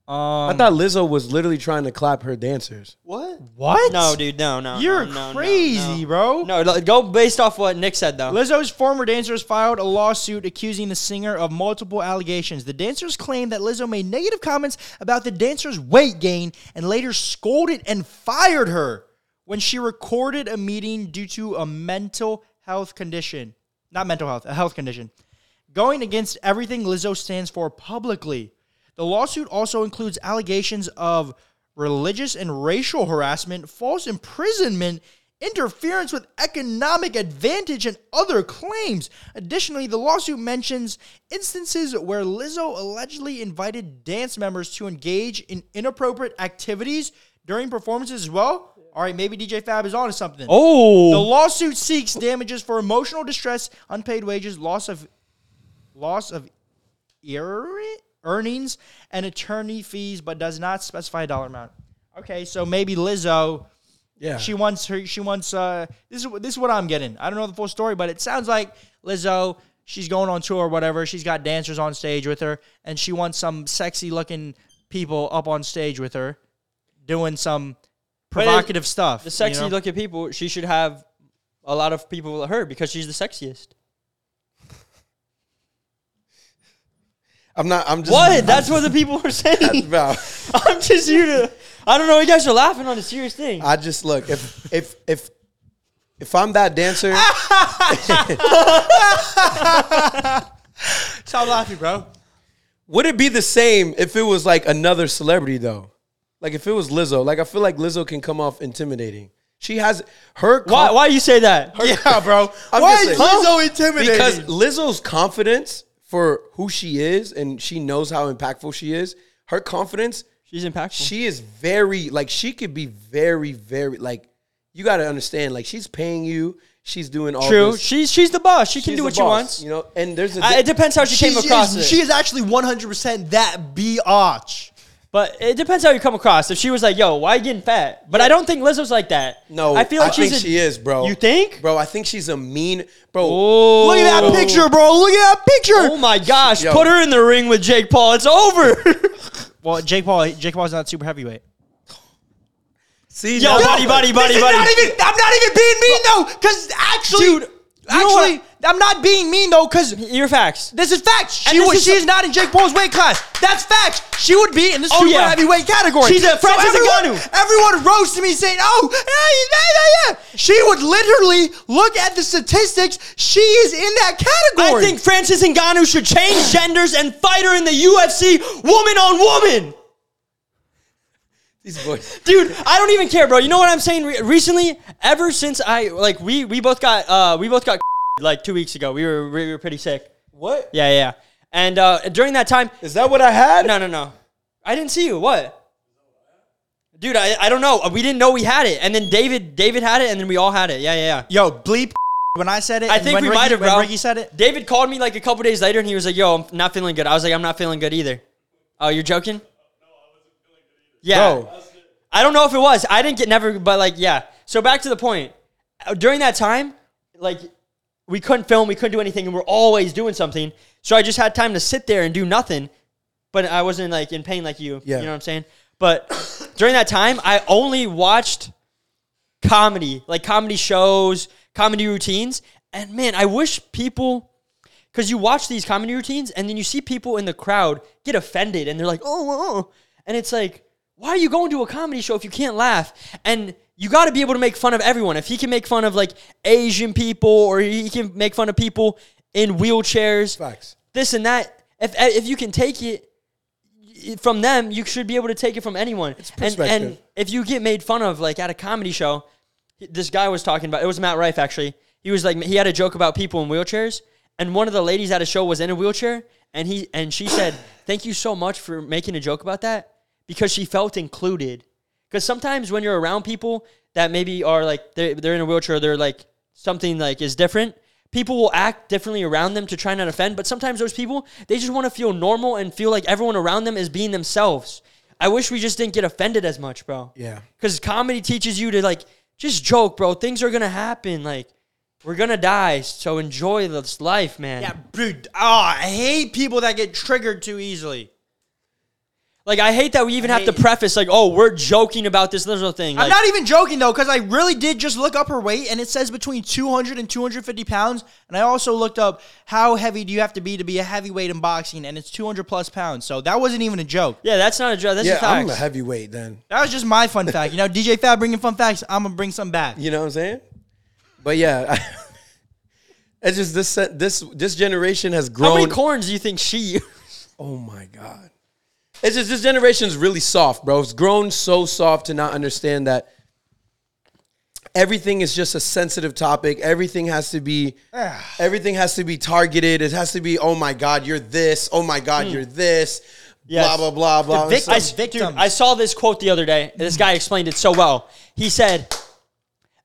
[SPEAKER 3] Um,
[SPEAKER 2] thought Lizzo was literally trying to clap her dancers.
[SPEAKER 4] What?
[SPEAKER 3] what?
[SPEAKER 4] No, dude, no, no.
[SPEAKER 3] You're
[SPEAKER 4] no, no, no,
[SPEAKER 3] crazy, bro.
[SPEAKER 4] No, no, go based off what Nick said though.
[SPEAKER 3] Lizzo's former dancers filed a lawsuit accusing the singer of multiple allegations. The dancers claimed that Lizzo made negative comments about the dancer's weight gain and later scolded and fired her when she recorded a meeting due to a mental health condition. Not mental health, a health condition. Going against everything Lizzo stands for publicly. The lawsuit also includes allegations of religious and racial harassment, false imprisonment, interference with economic advantage, and other claims. Additionally, the lawsuit mentions instances where Lizzo allegedly invited dance members to engage in inappropriate activities during performances as well. All right, maybe DJ Fab is onto something. The
[SPEAKER 4] Oh,
[SPEAKER 3] lawsuit seeks damages for emotional distress, unpaid wages, loss of loss of ear- earnings, and attorney fees, but does not specify a dollar amount. Okay, so maybe Lizzo,
[SPEAKER 2] Yeah.
[SPEAKER 3] she wants her, she wants. Uh, this is wh- this is what I'm getting. I don't know the full story, but it sounds like Lizzo. She's going on tour or whatever. She's got dancers on stage with her, and she wants some sexy looking people up on stage with her, doing some
[SPEAKER 4] it-
[SPEAKER 3] provocative stuff.
[SPEAKER 4] the
[SPEAKER 3] you
[SPEAKER 4] sexy
[SPEAKER 3] know?
[SPEAKER 4] looking people. She should have a lot of people with her because she's the sexiest.
[SPEAKER 2] I'm not. I'm just.
[SPEAKER 4] What? That's what the people were saying.
[SPEAKER 2] Bro,
[SPEAKER 4] I'm just here to. I don't know. You guys are laughing on a serious thing.
[SPEAKER 2] I just look if if if if I'm that
[SPEAKER 4] Ah!
[SPEAKER 2] dancer,
[SPEAKER 3] Stop laughing, bro.
[SPEAKER 2] would it be the same if it was like another celebrity though? Like if it was Lizzo, like I feel like Lizzo can come off intimidating. She has her.
[SPEAKER 4] Why? Why you say that?
[SPEAKER 2] Yeah, bro. I'm
[SPEAKER 3] Why
[SPEAKER 2] just
[SPEAKER 3] is
[SPEAKER 2] saying.
[SPEAKER 3] Lizzo intimidating?
[SPEAKER 2] Because Lizzo's confidence for who she is, and she knows how impactful she is. Her confidence
[SPEAKER 4] She's impactful.
[SPEAKER 2] she is very like she could be very very like you got to understand like she's paying you she's doing all
[SPEAKER 4] True.
[SPEAKER 2] this.
[SPEAKER 4] She's she's the boss. She can
[SPEAKER 2] She's
[SPEAKER 4] do
[SPEAKER 2] the
[SPEAKER 4] what she
[SPEAKER 2] boss,
[SPEAKER 4] wants.
[SPEAKER 2] you know and there's a
[SPEAKER 4] I, it depends how she came across it.
[SPEAKER 12] She is actually 100% that biatch.
[SPEAKER 4] but it depends how you come across. If she was like, "Yo, why you getting fat?" But I don't think Lizzo's like that.
[SPEAKER 2] no
[SPEAKER 4] I feel like she's.
[SPEAKER 2] think
[SPEAKER 4] a-
[SPEAKER 2] she is bro
[SPEAKER 4] You think?
[SPEAKER 2] bro I think she's a mean bro
[SPEAKER 4] Oh,
[SPEAKER 12] Look at that picture, bro. Look at that picture.
[SPEAKER 4] Oh my gosh!
[SPEAKER 2] Yo.
[SPEAKER 4] Put her in the ring with Jake Paul. It's over.
[SPEAKER 3] Well, Jake Paul, Jake Paul's not super heavyweight.
[SPEAKER 2] see
[SPEAKER 4] Yo,
[SPEAKER 2] now-
[SPEAKER 4] buddy, buddy, buddy,
[SPEAKER 12] This is
[SPEAKER 4] buddy.
[SPEAKER 12] not even- I'm not even being mean, though, because actually,
[SPEAKER 4] Dude, you know what I-
[SPEAKER 12] actually, I'm not being mean, though, because
[SPEAKER 4] Your facts.
[SPEAKER 12] This is facts.
[SPEAKER 4] And
[SPEAKER 12] She
[SPEAKER 4] this
[SPEAKER 12] was,
[SPEAKER 4] is
[SPEAKER 12] she
[SPEAKER 4] so-
[SPEAKER 12] is not in Jake Paul's weight class. That's facts. She would be in the
[SPEAKER 3] Oh,
[SPEAKER 12] super
[SPEAKER 4] yeah.
[SPEAKER 12] heavyweight category.
[SPEAKER 4] She's a Francis
[SPEAKER 12] everyone,
[SPEAKER 4] Ngannou.
[SPEAKER 12] everyone roasted me saying, oh, yeah, yeah, yeah, yeah." She would literally look at the statistics. She is in that
[SPEAKER 4] I
[SPEAKER 12] category.
[SPEAKER 4] think Francis Ngannou should change genders and fight her in the UFC, woman on woman.
[SPEAKER 2] these boys
[SPEAKER 4] dude i don't even care bro you know what i'm saying Re- recently ever since i like we we both got uh we both got like two weeks ago we were we were pretty sick
[SPEAKER 2] what
[SPEAKER 4] yeah yeah and uh during that time
[SPEAKER 2] is that what I had
[SPEAKER 4] no no no i didn't see you what dude i i don't know we didn't know we had it and then david david had it and then we all had it yeah yeah yeah
[SPEAKER 3] Yo, bleep when I said it.
[SPEAKER 4] I
[SPEAKER 3] and
[SPEAKER 4] think
[SPEAKER 3] when
[SPEAKER 4] we
[SPEAKER 3] Ricky-
[SPEAKER 4] might have,
[SPEAKER 3] when
[SPEAKER 4] bro.
[SPEAKER 3] Ricky said it.
[SPEAKER 4] David called me like a couple days later, and he was like, "Yo, I'm not feeling good." I was like, "I'm not feeling good either." Oh, you're joking? Yeah.
[SPEAKER 2] Bro.
[SPEAKER 4] I don't know if it was. I didn't get never, but like, yeah. So back to the point. Uh, During that time, like, we couldn't film, we couldn't do anything, and we're always doing something. So I just had time to sit there and do nothing, but I wasn't like in pain like you.
[SPEAKER 2] Yeah.
[SPEAKER 4] You know what I'm saying? But during that time, I only watched comedy, like comedy shows, comedy routines. And man, I wish people, because you watch these comedy routines and then you see people in the crowd get offended and they're like, oh, oh," and it's like, why are you going to a comedy show if you can't laugh? And you got to be able to make fun of everyone. If he can make fun of like Asian people or he can make fun of people in wheelchairs,
[SPEAKER 2] facts
[SPEAKER 4] this and that. If if you can take it from them, you should be able to take it from anyone. It's And, and
[SPEAKER 2] perspective.
[SPEAKER 4] if you get made fun of, like at a comedy show, this guy was talking about. It was Matt Rife actually. He was like he had a joke about people in wheelchairs, and one of the ladies at a show was in a wheelchair, and he and she said, "Thank you so much for making a joke about that," because she felt included. Because sometimes when you're around people that maybe are like they're, they're in a wheelchair, they're like something like is different. People will act differently around them to try not offend, but sometimes those people they just want to feel normal and feel like everyone around them is being themselves. I wish we just didn't get offended as much, bro.
[SPEAKER 2] Yeah.
[SPEAKER 4] Because comedy teaches you to like just joke, bro. Things are gonna happen. Like We're gonna die, so enjoy this life, man.
[SPEAKER 3] Yeah, dude. Oh,
[SPEAKER 12] ah,
[SPEAKER 3] I hate people that get triggered too easily.
[SPEAKER 4] Like I hate that we even
[SPEAKER 3] I
[SPEAKER 4] have to
[SPEAKER 3] hate it.
[SPEAKER 4] preface like, oh, we're joking about this little thing.
[SPEAKER 10] I'm
[SPEAKER 4] Like,
[SPEAKER 10] not even joking though, because I really did just look up her weight, and it says between 200 and 250 pounds. And I also looked up how heavy do you have to be to be a heavyweight in boxing, and it's 200 plus pounds. So that wasn't even a joke.
[SPEAKER 4] yeah, that's not a joke. That's
[SPEAKER 2] Yeah,
[SPEAKER 4] a
[SPEAKER 2] I'm
[SPEAKER 4] fact.
[SPEAKER 2] a heavyweight then.
[SPEAKER 10] That was just my fun fact. You know, DJ Fab bringing fun facts. I'm gonna bring some back.
[SPEAKER 2] You know what I'm saying? But yeah, it's just this se- this this generation has
[SPEAKER 4] How
[SPEAKER 2] grown.
[SPEAKER 4] many corns do you think she? used?
[SPEAKER 2] oh my god! It's just this generation's really soft, bro. It's grown so soft to not understand that everything is just a sensitive topic. Everything has to be
[SPEAKER 4] Ah.
[SPEAKER 2] everything has to be targeted. It has to be oh my god, you're this. Oh my god, you're this.
[SPEAKER 4] Hmm. Yes.
[SPEAKER 2] Blah blah blah blah. It's
[SPEAKER 4] I,
[SPEAKER 2] like-
[SPEAKER 4] dude, I saw this quote the other day. and This guy explained it so well. He said,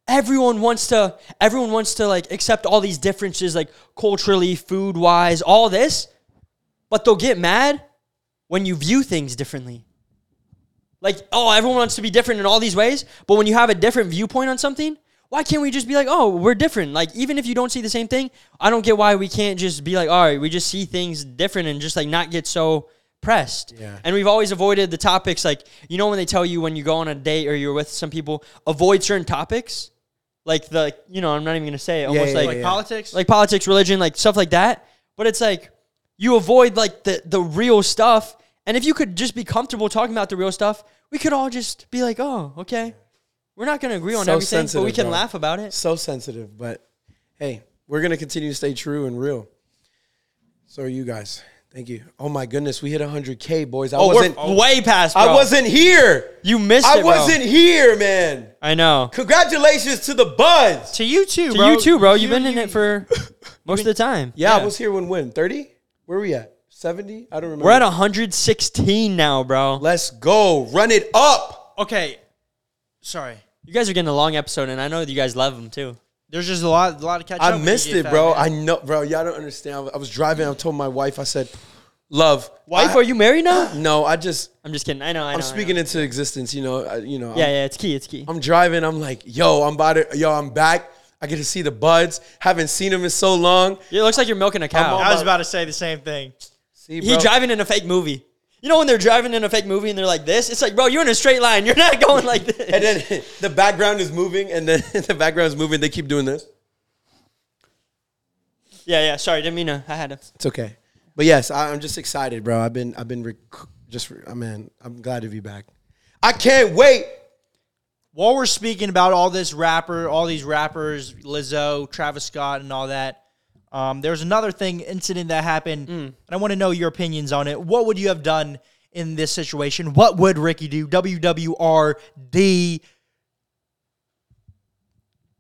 [SPEAKER 4] "Everyone wants to. Everyone wants to like accept all these differences, like culturally, food wise, all this, but they'll get mad when you view things differently. Like, oh, everyone wants to be different in all these ways, but when you have a different viewpoint on something." Why can't we just be like, oh, we're different? Like, even if you don't see the same thing, I don't get why we can't just be like, all right, we just see things different and just like not get so pressed. Yeah. And we've always avoided the topics like, you know, when they tell you when you go on a date or you're with some people, avoid certain topics. Like the, you know, I'm not even going to say it. Almost
[SPEAKER 2] yeah,
[SPEAKER 4] like,
[SPEAKER 2] yeah, yeah.
[SPEAKER 3] Politics.
[SPEAKER 4] like politics, religion, like stuff like that. But it's like you avoid like the the real stuff. And if you could just be comfortable talking about the real stuff, we could all just be like, oh, okay, we're not gonna agree on
[SPEAKER 2] So
[SPEAKER 4] everything, but we
[SPEAKER 2] sensitive,
[SPEAKER 4] can
[SPEAKER 2] bro.
[SPEAKER 4] laugh about it.
[SPEAKER 2] so sensitive, but hey, we're gonna continue to stay true and real. So are you guys. Thank you. Oh my goodness, we hit 100k, boys. I
[SPEAKER 4] Oh, we're
[SPEAKER 2] wasn't.
[SPEAKER 4] way past. Bro.
[SPEAKER 2] I wasn't here.
[SPEAKER 4] You missed
[SPEAKER 2] I
[SPEAKER 4] it, bro.
[SPEAKER 2] wasn't here, man.
[SPEAKER 4] I know.
[SPEAKER 2] Congratulations to the buds.
[SPEAKER 10] To you too,
[SPEAKER 4] To
[SPEAKER 10] bro.
[SPEAKER 4] you too, bro. You've been in it for most of the time.
[SPEAKER 2] Yeah, I was here when when 30. Where we at? 70. I don't remember.
[SPEAKER 4] We're at 116 now, bro.
[SPEAKER 2] Let's go. Run it up.
[SPEAKER 3] Okay. Sorry.
[SPEAKER 4] You guys are getting a long episode, and I know that you guys love them too.
[SPEAKER 3] There's just a lot, a lot of catch up
[SPEAKER 2] I
[SPEAKER 3] with
[SPEAKER 2] missed
[SPEAKER 3] DJ
[SPEAKER 2] it,
[SPEAKER 3] Fab,
[SPEAKER 2] bro.
[SPEAKER 3] man.
[SPEAKER 2] I know, bro. Y'all don't understand. I was driving. I told my wife. I said, "Love,
[SPEAKER 4] Wife,
[SPEAKER 2] I,
[SPEAKER 4] are you married now?
[SPEAKER 2] No, I just.
[SPEAKER 4] I'm just kidding. I know. I know
[SPEAKER 2] I'm
[SPEAKER 4] I know.
[SPEAKER 2] speaking into existence. You know. I, you know.
[SPEAKER 4] Yeah, yeah. It's key. It's key.
[SPEAKER 2] I'm driving. I'm like, yo, I'm about to, yo, I'm back. I get to see the buds. Haven't seen them in so long.
[SPEAKER 4] It looks like you're milking a cow.
[SPEAKER 2] all
[SPEAKER 3] I was about to say the same thing.
[SPEAKER 2] See,
[SPEAKER 4] He driving in a fake movie. You know when they're driving in a fake movie and they're like this? It's like, bro, you're in a straight line. You're not going like this.
[SPEAKER 2] and then the background is moving, and then the background is moving. They keep doing this.
[SPEAKER 4] yeah, yeah. Sorry, didn't mean to. I had to.
[SPEAKER 2] It's okay. But yes, I, I'm just excited, bro. I've been, I've been rec- just, I mean, I'm glad to be back. I can't wait.
[SPEAKER 3] While we're speaking about all this rapper, all these rappers, Lizzo, Travis Scott, and all that, um, there's another thing, incident that happened,
[SPEAKER 4] Mm.
[SPEAKER 3] and I want to know your opinions on it. What would you have done in this situation? What would Ricky do? WWRD.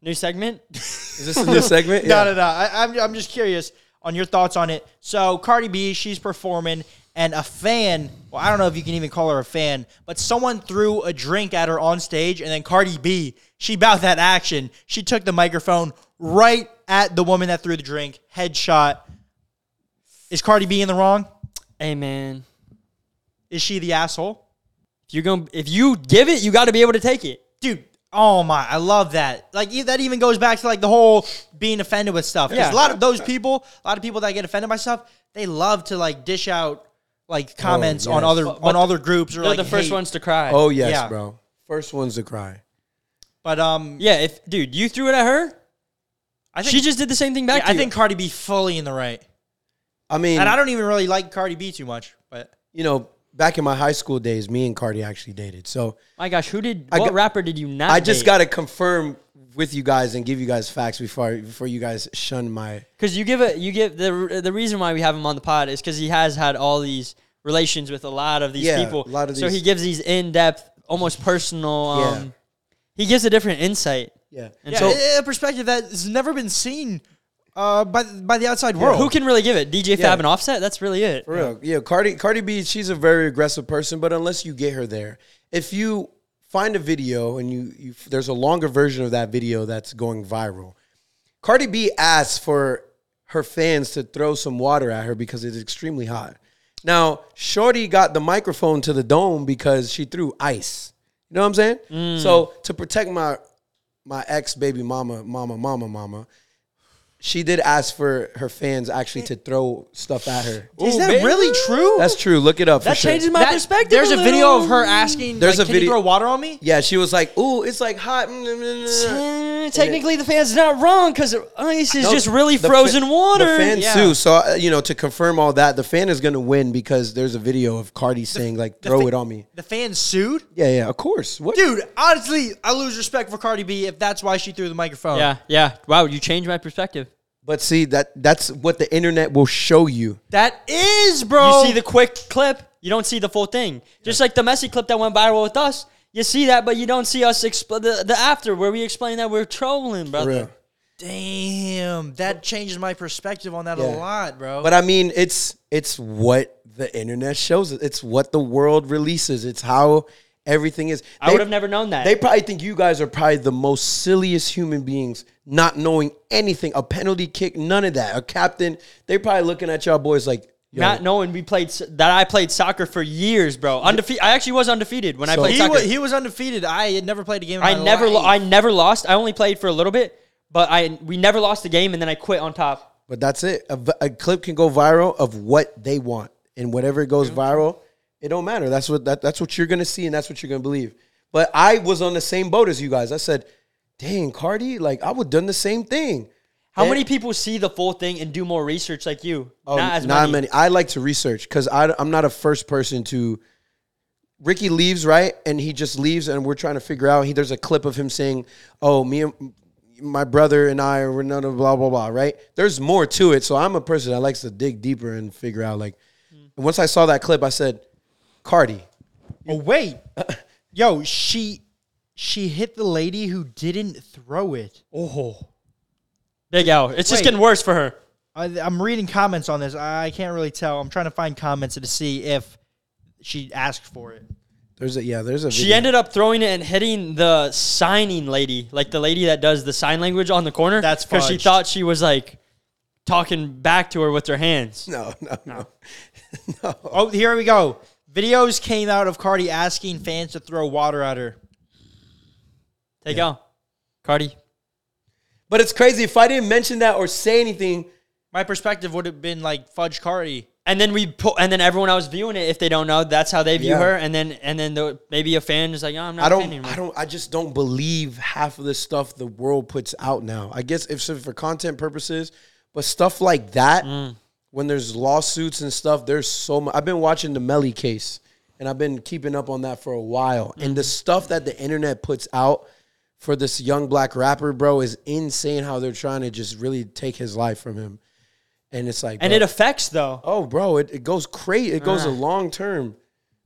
[SPEAKER 4] New segment?
[SPEAKER 2] Is this a new segment?
[SPEAKER 3] No, no, no. I, I'm, I'm just curious on your thoughts on it. So Cardi B, she's performing, and a fan. Well, I don't know if you can even call her a fan, but someone threw a drink at her on stage, and then Cardi B, she bowed that action. She took the microphone right at the woman that threw the drink. Headshot. Is Cardi B in the wrong?
[SPEAKER 4] hey, man.
[SPEAKER 3] Is she the asshole?
[SPEAKER 4] If you're going to if you give it, you got to be able to take it.
[SPEAKER 3] Dude, oh my, I love that. Like e- that even goes back to like the whole being offended with stuff. Because a
[SPEAKER 4] Yeah.
[SPEAKER 3] lot of those people, a lot of people that get offended by stuff, they love to like dish out like comments on
[SPEAKER 2] Oh, yes.
[SPEAKER 3] other on other groups or
[SPEAKER 4] They're
[SPEAKER 3] like
[SPEAKER 4] the first
[SPEAKER 3] hate.
[SPEAKER 4] ones to cry.
[SPEAKER 2] Oh yes,
[SPEAKER 3] Yeah.
[SPEAKER 2] bro. First ones to cry.
[SPEAKER 3] But um,
[SPEAKER 4] Yeah, if dude, you threw it at her,
[SPEAKER 3] I think
[SPEAKER 4] she just did the same thing back to
[SPEAKER 3] I
[SPEAKER 4] you.
[SPEAKER 3] think Cardi B fully in the right,
[SPEAKER 2] I mean,
[SPEAKER 3] and I don't even really like Cardi B too much. But
[SPEAKER 2] you know, back in my high school days, me and Cardi actually dated. So
[SPEAKER 4] My gosh, who did
[SPEAKER 2] I
[SPEAKER 4] what
[SPEAKER 2] got-
[SPEAKER 4] rapper did you not
[SPEAKER 2] I just
[SPEAKER 4] date?
[SPEAKER 2] got to confirm with you guys and give you guys facts before before you guys shun my.
[SPEAKER 4] Cuz you give a you give the the reason why we have him on the pod is cuz he has had all these relations with a lot of these
[SPEAKER 2] Yeah,
[SPEAKER 4] people.
[SPEAKER 2] a lot of
[SPEAKER 4] So
[SPEAKER 2] these-
[SPEAKER 4] he gives these in-depth, almost personal
[SPEAKER 2] Yeah.
[SPEAKER 4] um he gives a different insight.
[SPEAKER 2] Yeah.
[SPEAKER 4] And
[SPEAKER 3] yeah,
[SPEAKER 4] so
[SPEAKER 3] a- a perspective that has never been seen uh, by by the outside world.
[SPEAKER 4] Who can really give it? DJ
[SPEAKER 2] Yeah.
[SPEAKER 4] Fab and Offset. That's really it.
[SPEAKER 2] For real. Yeah, Cardi Cardi B, she's a very aggressive person, but unless you get her there, if you find a video and you, you there's a longer version of that video that's going viral. Cardi B asks for her fans to throw some water at her because it's extremely hot. Now, Shorty got the microphone to the dome because she threw ice. You know what I'm saying? So to protect my my ex baby mama, mama, mama, mama, she did ask for her fans actually to throw stuff at her.
[SPEAKER 3] Is that really true?
[SPEAKER 2] That's true. Look it up for
[SPEAKER 4] That
[SPEAKER 2] sure.
[SPEAKER 4] changes my
[SPEAKER 3] That-
[SPEAKER 4] perspective.
[SPEAKER 3] There's a video of her
[SPEAKER 4] little.
[SPEAKER 3] asking,
[SPEAKER 2] There's
[SPEAKER 3] There's
[SPEAKER 2] a
[SPEAKER 3] a can
[SPEAKER 2] video-
[SPEAKER 3] you throw water on me?
[SPEAKER 2] yeah, she was like, "Ooh, it's like hot." mm, mm, mm, mm."
[SPEAKER 4] Eh, Technically, the fan's not wrong because ice is
[SPEAKER 2] No,
[SPEAKER 4] just really
[SPEAKER 2] the fa-
[SPEAKER 4] frozen water.
[SPEAKER 2] The fan
[SPEAKER 4] Yeah.
[SPEAKER 2] sue. So uh, you know, to confirm all that, the fan is gonna win because there's a video of Cardi saying like, "Throw
[SPEAKER 3] fa-
[SPEAKER 2] it on me."
[SPEAKER 3] The fan sued?
[SPEAKER 2] Yeah, yeah, of course. What?
[SPEAKER 3] Dude, honestly, I lose respect for Cardi B if that's why she threw the microphone.
[SPEAKER 4] Yeah, yeah. Wow, you changed my perspective.
[SPEAKER 2] But see that that's what the internet will show you.
[SPEAKER 3] That is, bro.
[SPEAKER 4] You see the quick clip, you don't see the full thing. Just like the messy clip that went viral with us, you see that, but you don't see us expl- the, the after where we explain that we're trolling,
[SPEAKER 2] For
[SPEAKER 4] brother.
[SPEAKER 2] real.
[SPEAKER 3] Damn, that changes my perspective on that a
[SPEAKER 2] Yeah.
[SPEAKER 3] lot, bro.
[SPEAKER 2] But I mean, it's it's what the internet shows. it. It's what the world releases. It's how everything is.
[SPEAKER 4] I would have never known that.
[SPEAKER 2] They probably think you guys are probably the most silliest human beings, not knowing anything. A penalty kick, none of that. A captain. They probably looking at y'all boys like, yo,
[SPEAKER 4] Not knowing we played s- that I played soccer for years, bro. Undefeated. I actually was undefeated when I
[SPEAKER 2] So-
[SPEAKER 4] played
[SPEAKER 3] he,
[SPEAKER 4] soccer.
[SPEAKER 3] wa- he was undefeated. I had never played a game. In
[SPEAKER 4] I
[SPEAKER 3] my
[SPEAKER 4] never lo-
[SPEAKER 3] life.
[SPEAKER 4] I never lost. I only played for a little bit, but I we never lost the game, and then I quit on top.
[SPEAKER 2] But that's it. A, v- a clip can go viral of what they want, and whatever it goes viral, it don't matter. That's what that, that's what you're gonna see, and that's what you're gonna believe. But I was on the same boat as you guys. I said, "Dang, Cardi, like I would done the same thing."
[SPEAKER 4] How
[SPEAKER 2] And-
[SPEAKER 4] many people see the full thing and do more research like you?
[SPEAKER 2] Oh,
[SPEAKER 4] not as
[SPEAKER 2] not
[SPEAKER 4] many.
[SPEAKER 2] many. I like to research because I'm not a first person to. Ricky leaves right, and he just leaves, and we're trying to figure out. He there's a clip of him saying, "Oh, me and my brother and I were none of blah blah blah." Right? There's more to it, so I'm a person that likes to dig deeper and figure out. Like,
[SPEAKER 4] Mm.
[SPEAKER 2] and once I saw that clip, I said, "Cardi,
[SPEAKER 3] Oh wait, yo, she she hit the lady who didn't throw it.
[SPEAKER 4] Big L. It's just
[SPEAKER 3] Wait.
[SPEAKER 4] getting worse for her.
[SPEAKER 3] I, I'm reading comments on this. I can't really tell. I'm trying to find comments to see if she asked for it.
[SPEAKER 2] there's a yeah, there's a."
[SPEAKER 4] She
[SPEAKER 2] video.
[SPEAKER 4] ended up throwing it and hitting the signing lady, like the lady that does the sign language on the corner.
[SPEAKER 3] That's
[SPEAKER 4] because she
[SPEAKER 3] fudged.
[SPEAKER 4] thought she was like talking back to her with her hands.
[SPEAKER 2] No, no, no, no.
[SPEAKER 3] Oh, here we go. Videos came out of Cardi asking fans to throw water at her.
[SPEAKER 4] Take out, Cardi.
[SPEAKER 2] But it's crazy. If I didn't mention that or say anything,
[SPEAKER 3] My perspective would have been like fudge Cardi.
[SPEAKER 4] And then we put, and then everyone else viewing it, if they don't know, that's how they view
[SPEAKER 2] Yeah.
[SPEAKER 4] her. And then, and then the, maybe a fan is like, "Oh, I'm not."
[SPEAKER 2] I
[SPEAKER 4] a fan
[SPEAKER 2] don't.
[SPEAKER 4] anymore."
[SPEAKER 2] I don't. I just don't believe half of the stuff the world puts out now. I guess if so for content purposes, but stuff like that,
[SPEAKER 3] Mm.
[SPEAKER 2] when there's lawsuits and stuff, there's so much. I've been watching the Melly case, and I've been keeping up on that for a while. And the
[SPEAKER 3] Mm.
[SPEAKER 2] stuff that the internet puts out for this young black rapper, bro, is insane. How they're trying to just really take his life from him, and it's like,
[SPEAKER 4] And
[SPEAKER 2] bro,
[SPEAKER 4] it affects though.
[SPEAKER 2] oh, bro, it, it goes crazy. It goes a long term.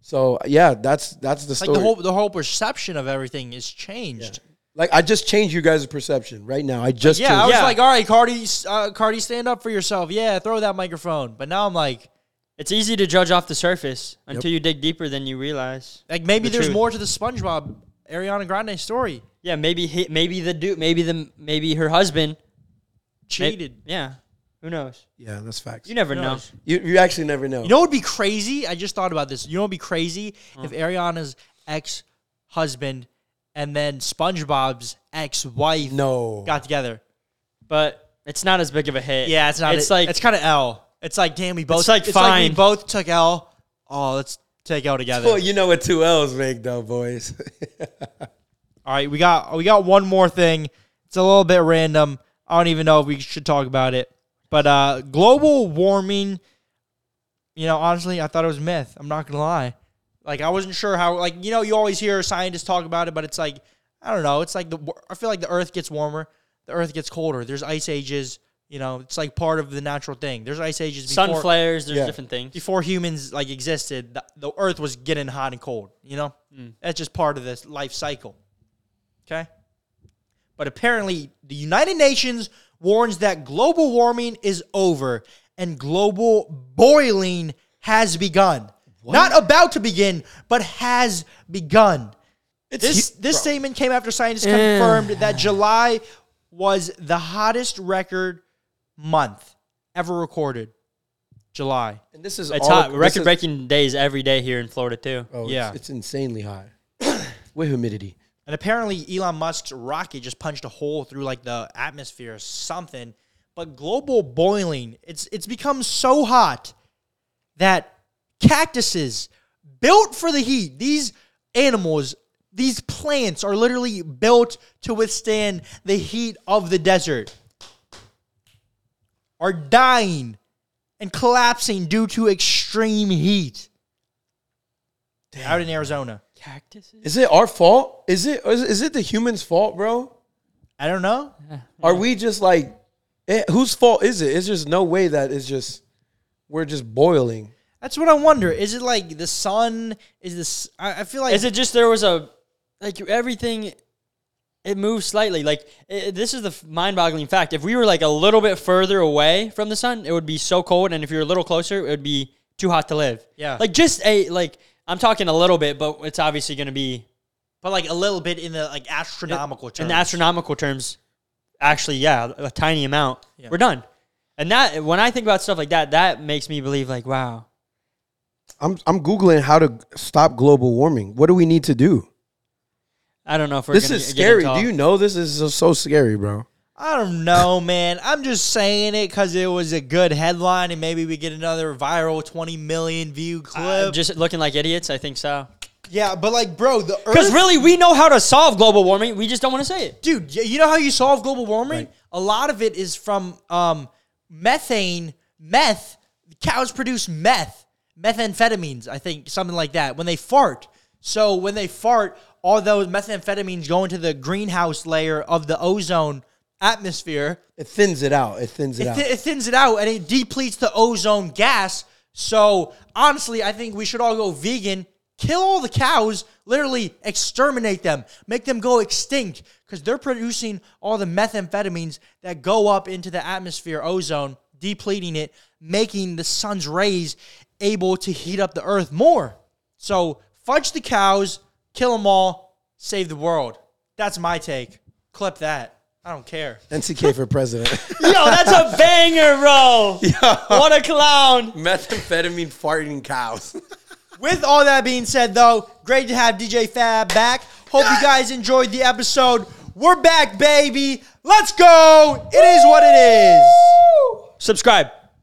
[SPEAKER 2] So yeah, that's that's the
[SPEAKER 3] Like
[SPEAKER 2] story.
[SPEAKER 3] the whole the whole perception of everything is changed.
[SPEAKER 2] Like I just changed you guys' perception right now. I just
[SPEAKER 3] Yeah, I was
[SPEAKER 4] Yeah.
[SPEAKER 3] like, all right, Cardi, uh, Cardi, stand up for yourself. Yeah, throw that microphone. But now I'm like,
[SPEAKER 4] It's easy to judge off the surface until you dig deeper than you realize.
[SPEAKER 3] like maybe
[SPEAKER 4] The
[SPEAKER 3] there's
[SPEAKER 4] truth.
[SPEAKER 3] more to the SpongeBob Ariana Grande story.
[SPEAKER 4] Yeah, maybe he, maybe the dude, maybe the maybe her husband may-
[SPEAKER 3] Cheated.
[SPEAKER 4] yeah, who knows?
[SPEAKER 2] yeah, that's facts.
[SPEAKER 4] You
[SPEAKER 2] You,
[SPEAKER 4] never
[SPEAKER 3] Who
[SPEAKER 4] know.
[SPEAKER 3] knows?
[SPEAKER 2] you actually never know.
[SPEAKER 3] You know what would be crazy? I just thought about this. You know what would be crazy?
[SPEAKER 4] Hmm.
[SPEAKER 3] If Ariana's ex husband and then SpongeBob's ex wife
[SPEAKER 2] no.
[SPEAKER 3] got together.
[SPEAKER 4] But it's not as big of a hit.
[SPEAKER 3] Yeah, it's not.
[SPEAKER 4] It's
[SPEAKER 3] a-
[SPEAKER 4] like
[SPEAKER 3] it's kind of L. It's like damn, we both.
[SPEAKER 4] like, fine.
[SPEAKER 3] we both took L. Oh, let's take L together.
[SPEAKER 2] Well, you know what two L's make though, boys.
[SPEAKER 3] All right, we got we got one more thing. It's a little bit random. I don't even know if we should talk about it. But uh global warming, you know, honestly, I thought it was a myth. I'm not gonna lie. Like I wasn't sure how. Like you know, you always hear scientists talk about it, but it's like I don't know. It's like the I feel like the Earth gets warmer, the Earth gets colder. There's ice ages. You know, it's like part of the natural thing. There's ice ages. Before,
[SPEAKER 4] sun flares. There's
[SPEAKER 2] Yeah.
[SPEAKER 4] different things.
[SPEAKER 3] before humans like existed, the, the Earth was getting hot and cold. You know, that's just part of this life cycle. Okay, but apparently the United Nations warns that global warming is over and global boiling has begun. Not about to begin, but has begun. this this statement came after scientists confirmed that July was the hottest record month ever recorded. July.
[SPEAKER 2] and this is
[SPEAKER 4] It's
[SPEAKER 2] all-
[SPEAKER 4] hot.
[SPEAKER 2] this
[SPEAKER 4] Record
[SPEAKER 2] is-
[SPEAKER 4] breaking days every day here in Florida too.
[SPEAKER 2] Oh, it's-
[SPEAKER 3] Yeah.
[SPEAKER 2] it's, insanely hot with humidity.
[SPEAKER 3] And apparently, Elon Musk's rocket just punched a hole through like the atmosphere or something. But global boiling, it's it's become so hot that cactuses built for the heat, these animals, these plants are literally built to withstand the heat of the desert, are dying and collapsing due to extreme heat out in Arizona.
[SPEAKER 2] Is it our fault? Is it is, is it the humans' fault, bro?
[SPEAKER 3] I don't know.
[SPEAKER 2] Are we just like eh, whose fault is it? It's just no way that it's just we're just boiling.
[SPEAKER 3] That's what I wonder. Is it like the sun? Is this? I, I feel like
[SPEAKER 4] Is it just there was a like everything? It moves slightly. Like i this is the f- mind-boggling fact. If we were like a little bit further away from the sun, it would be so cold, and if you're a little closer, it would be too hot to live.
[SPEAKER 3] Yeah.
[SPEAKER 4] Like just a like I'm talking a little bit, but it's obviously going to be
[SPEAKER 3] but like a little bit in the like astronomical terms.
[SPEAKER 4] in astronomical terms. Actually, yeah, a tiny amount. We're done. And that when I think about stuff like that, that makes me believe like, wow,
[SPEAKER 2] I'm I'm googling how to stop global warming. What do we need to do?
[SPEAKER 4] I don't know if we're
[SPEAKER 2] this
[SPEAKER 4] gonna
[SPEAKER 2] is
[SPEAKER 4] get
[SPEAKER 2] scary.
[SPEAKER 4] into all-
[SPEAKER 2] Do you know this is so, so scary, bro?
[SPEAKER 3] I don't know, oh, man. I'm just saying it because it was a good headline, and maybe we get another viral 20 million view clip.
[SPEAKER 4] Uh, just looking like idiots. I think so.
[SPEAKER 3] yeah, but like, bro, the
[SPEAKER 4] Because
[SPEAKER 3] Earth,
[SPEAKER 4] really, we know how to solve global warming. We just don't want to say it.
[SPEAKER 3] dude. y- You know how you solve global warming? A lot of it is from um, methane, meth. Cows produce meth, methamphetamines. I think something like that when they fart. So when they fart, all those methamphetamines go into the greenhouse layer of the ozone atmosphere.
[SPEAKER 2] It thins it out. It thins it,
[SPEAKER 3] it,
[SPEAKER 2] out.
[SPEAKER 3] thi- it thins it out and it depletes the ozone gas. So honestly, I think we should all go vegan, kill all the cows, literally exterminate them, make them go extinct because they're producing all the methamphetamines that go up into the atmosphere ozone, depleting it, making the sun's rays able to heat up the earth more. So fudge the cows, kill them all, save the world. That's my take. Clip that. I don't care.
[SPEAKER 2] NCK for president.
[SPEAKER 4] Yo, that's a banger, bro. What a clown.
[SPEAKER 2] Methamphetamine farting cows.
[SPEAKER 3] With all that being said, though, great to have DJ Fab back. Hope you guys enjoyed the episode. We're back, baby. Let's go. It is what it is.
[SPEAKER 4] Subscribe.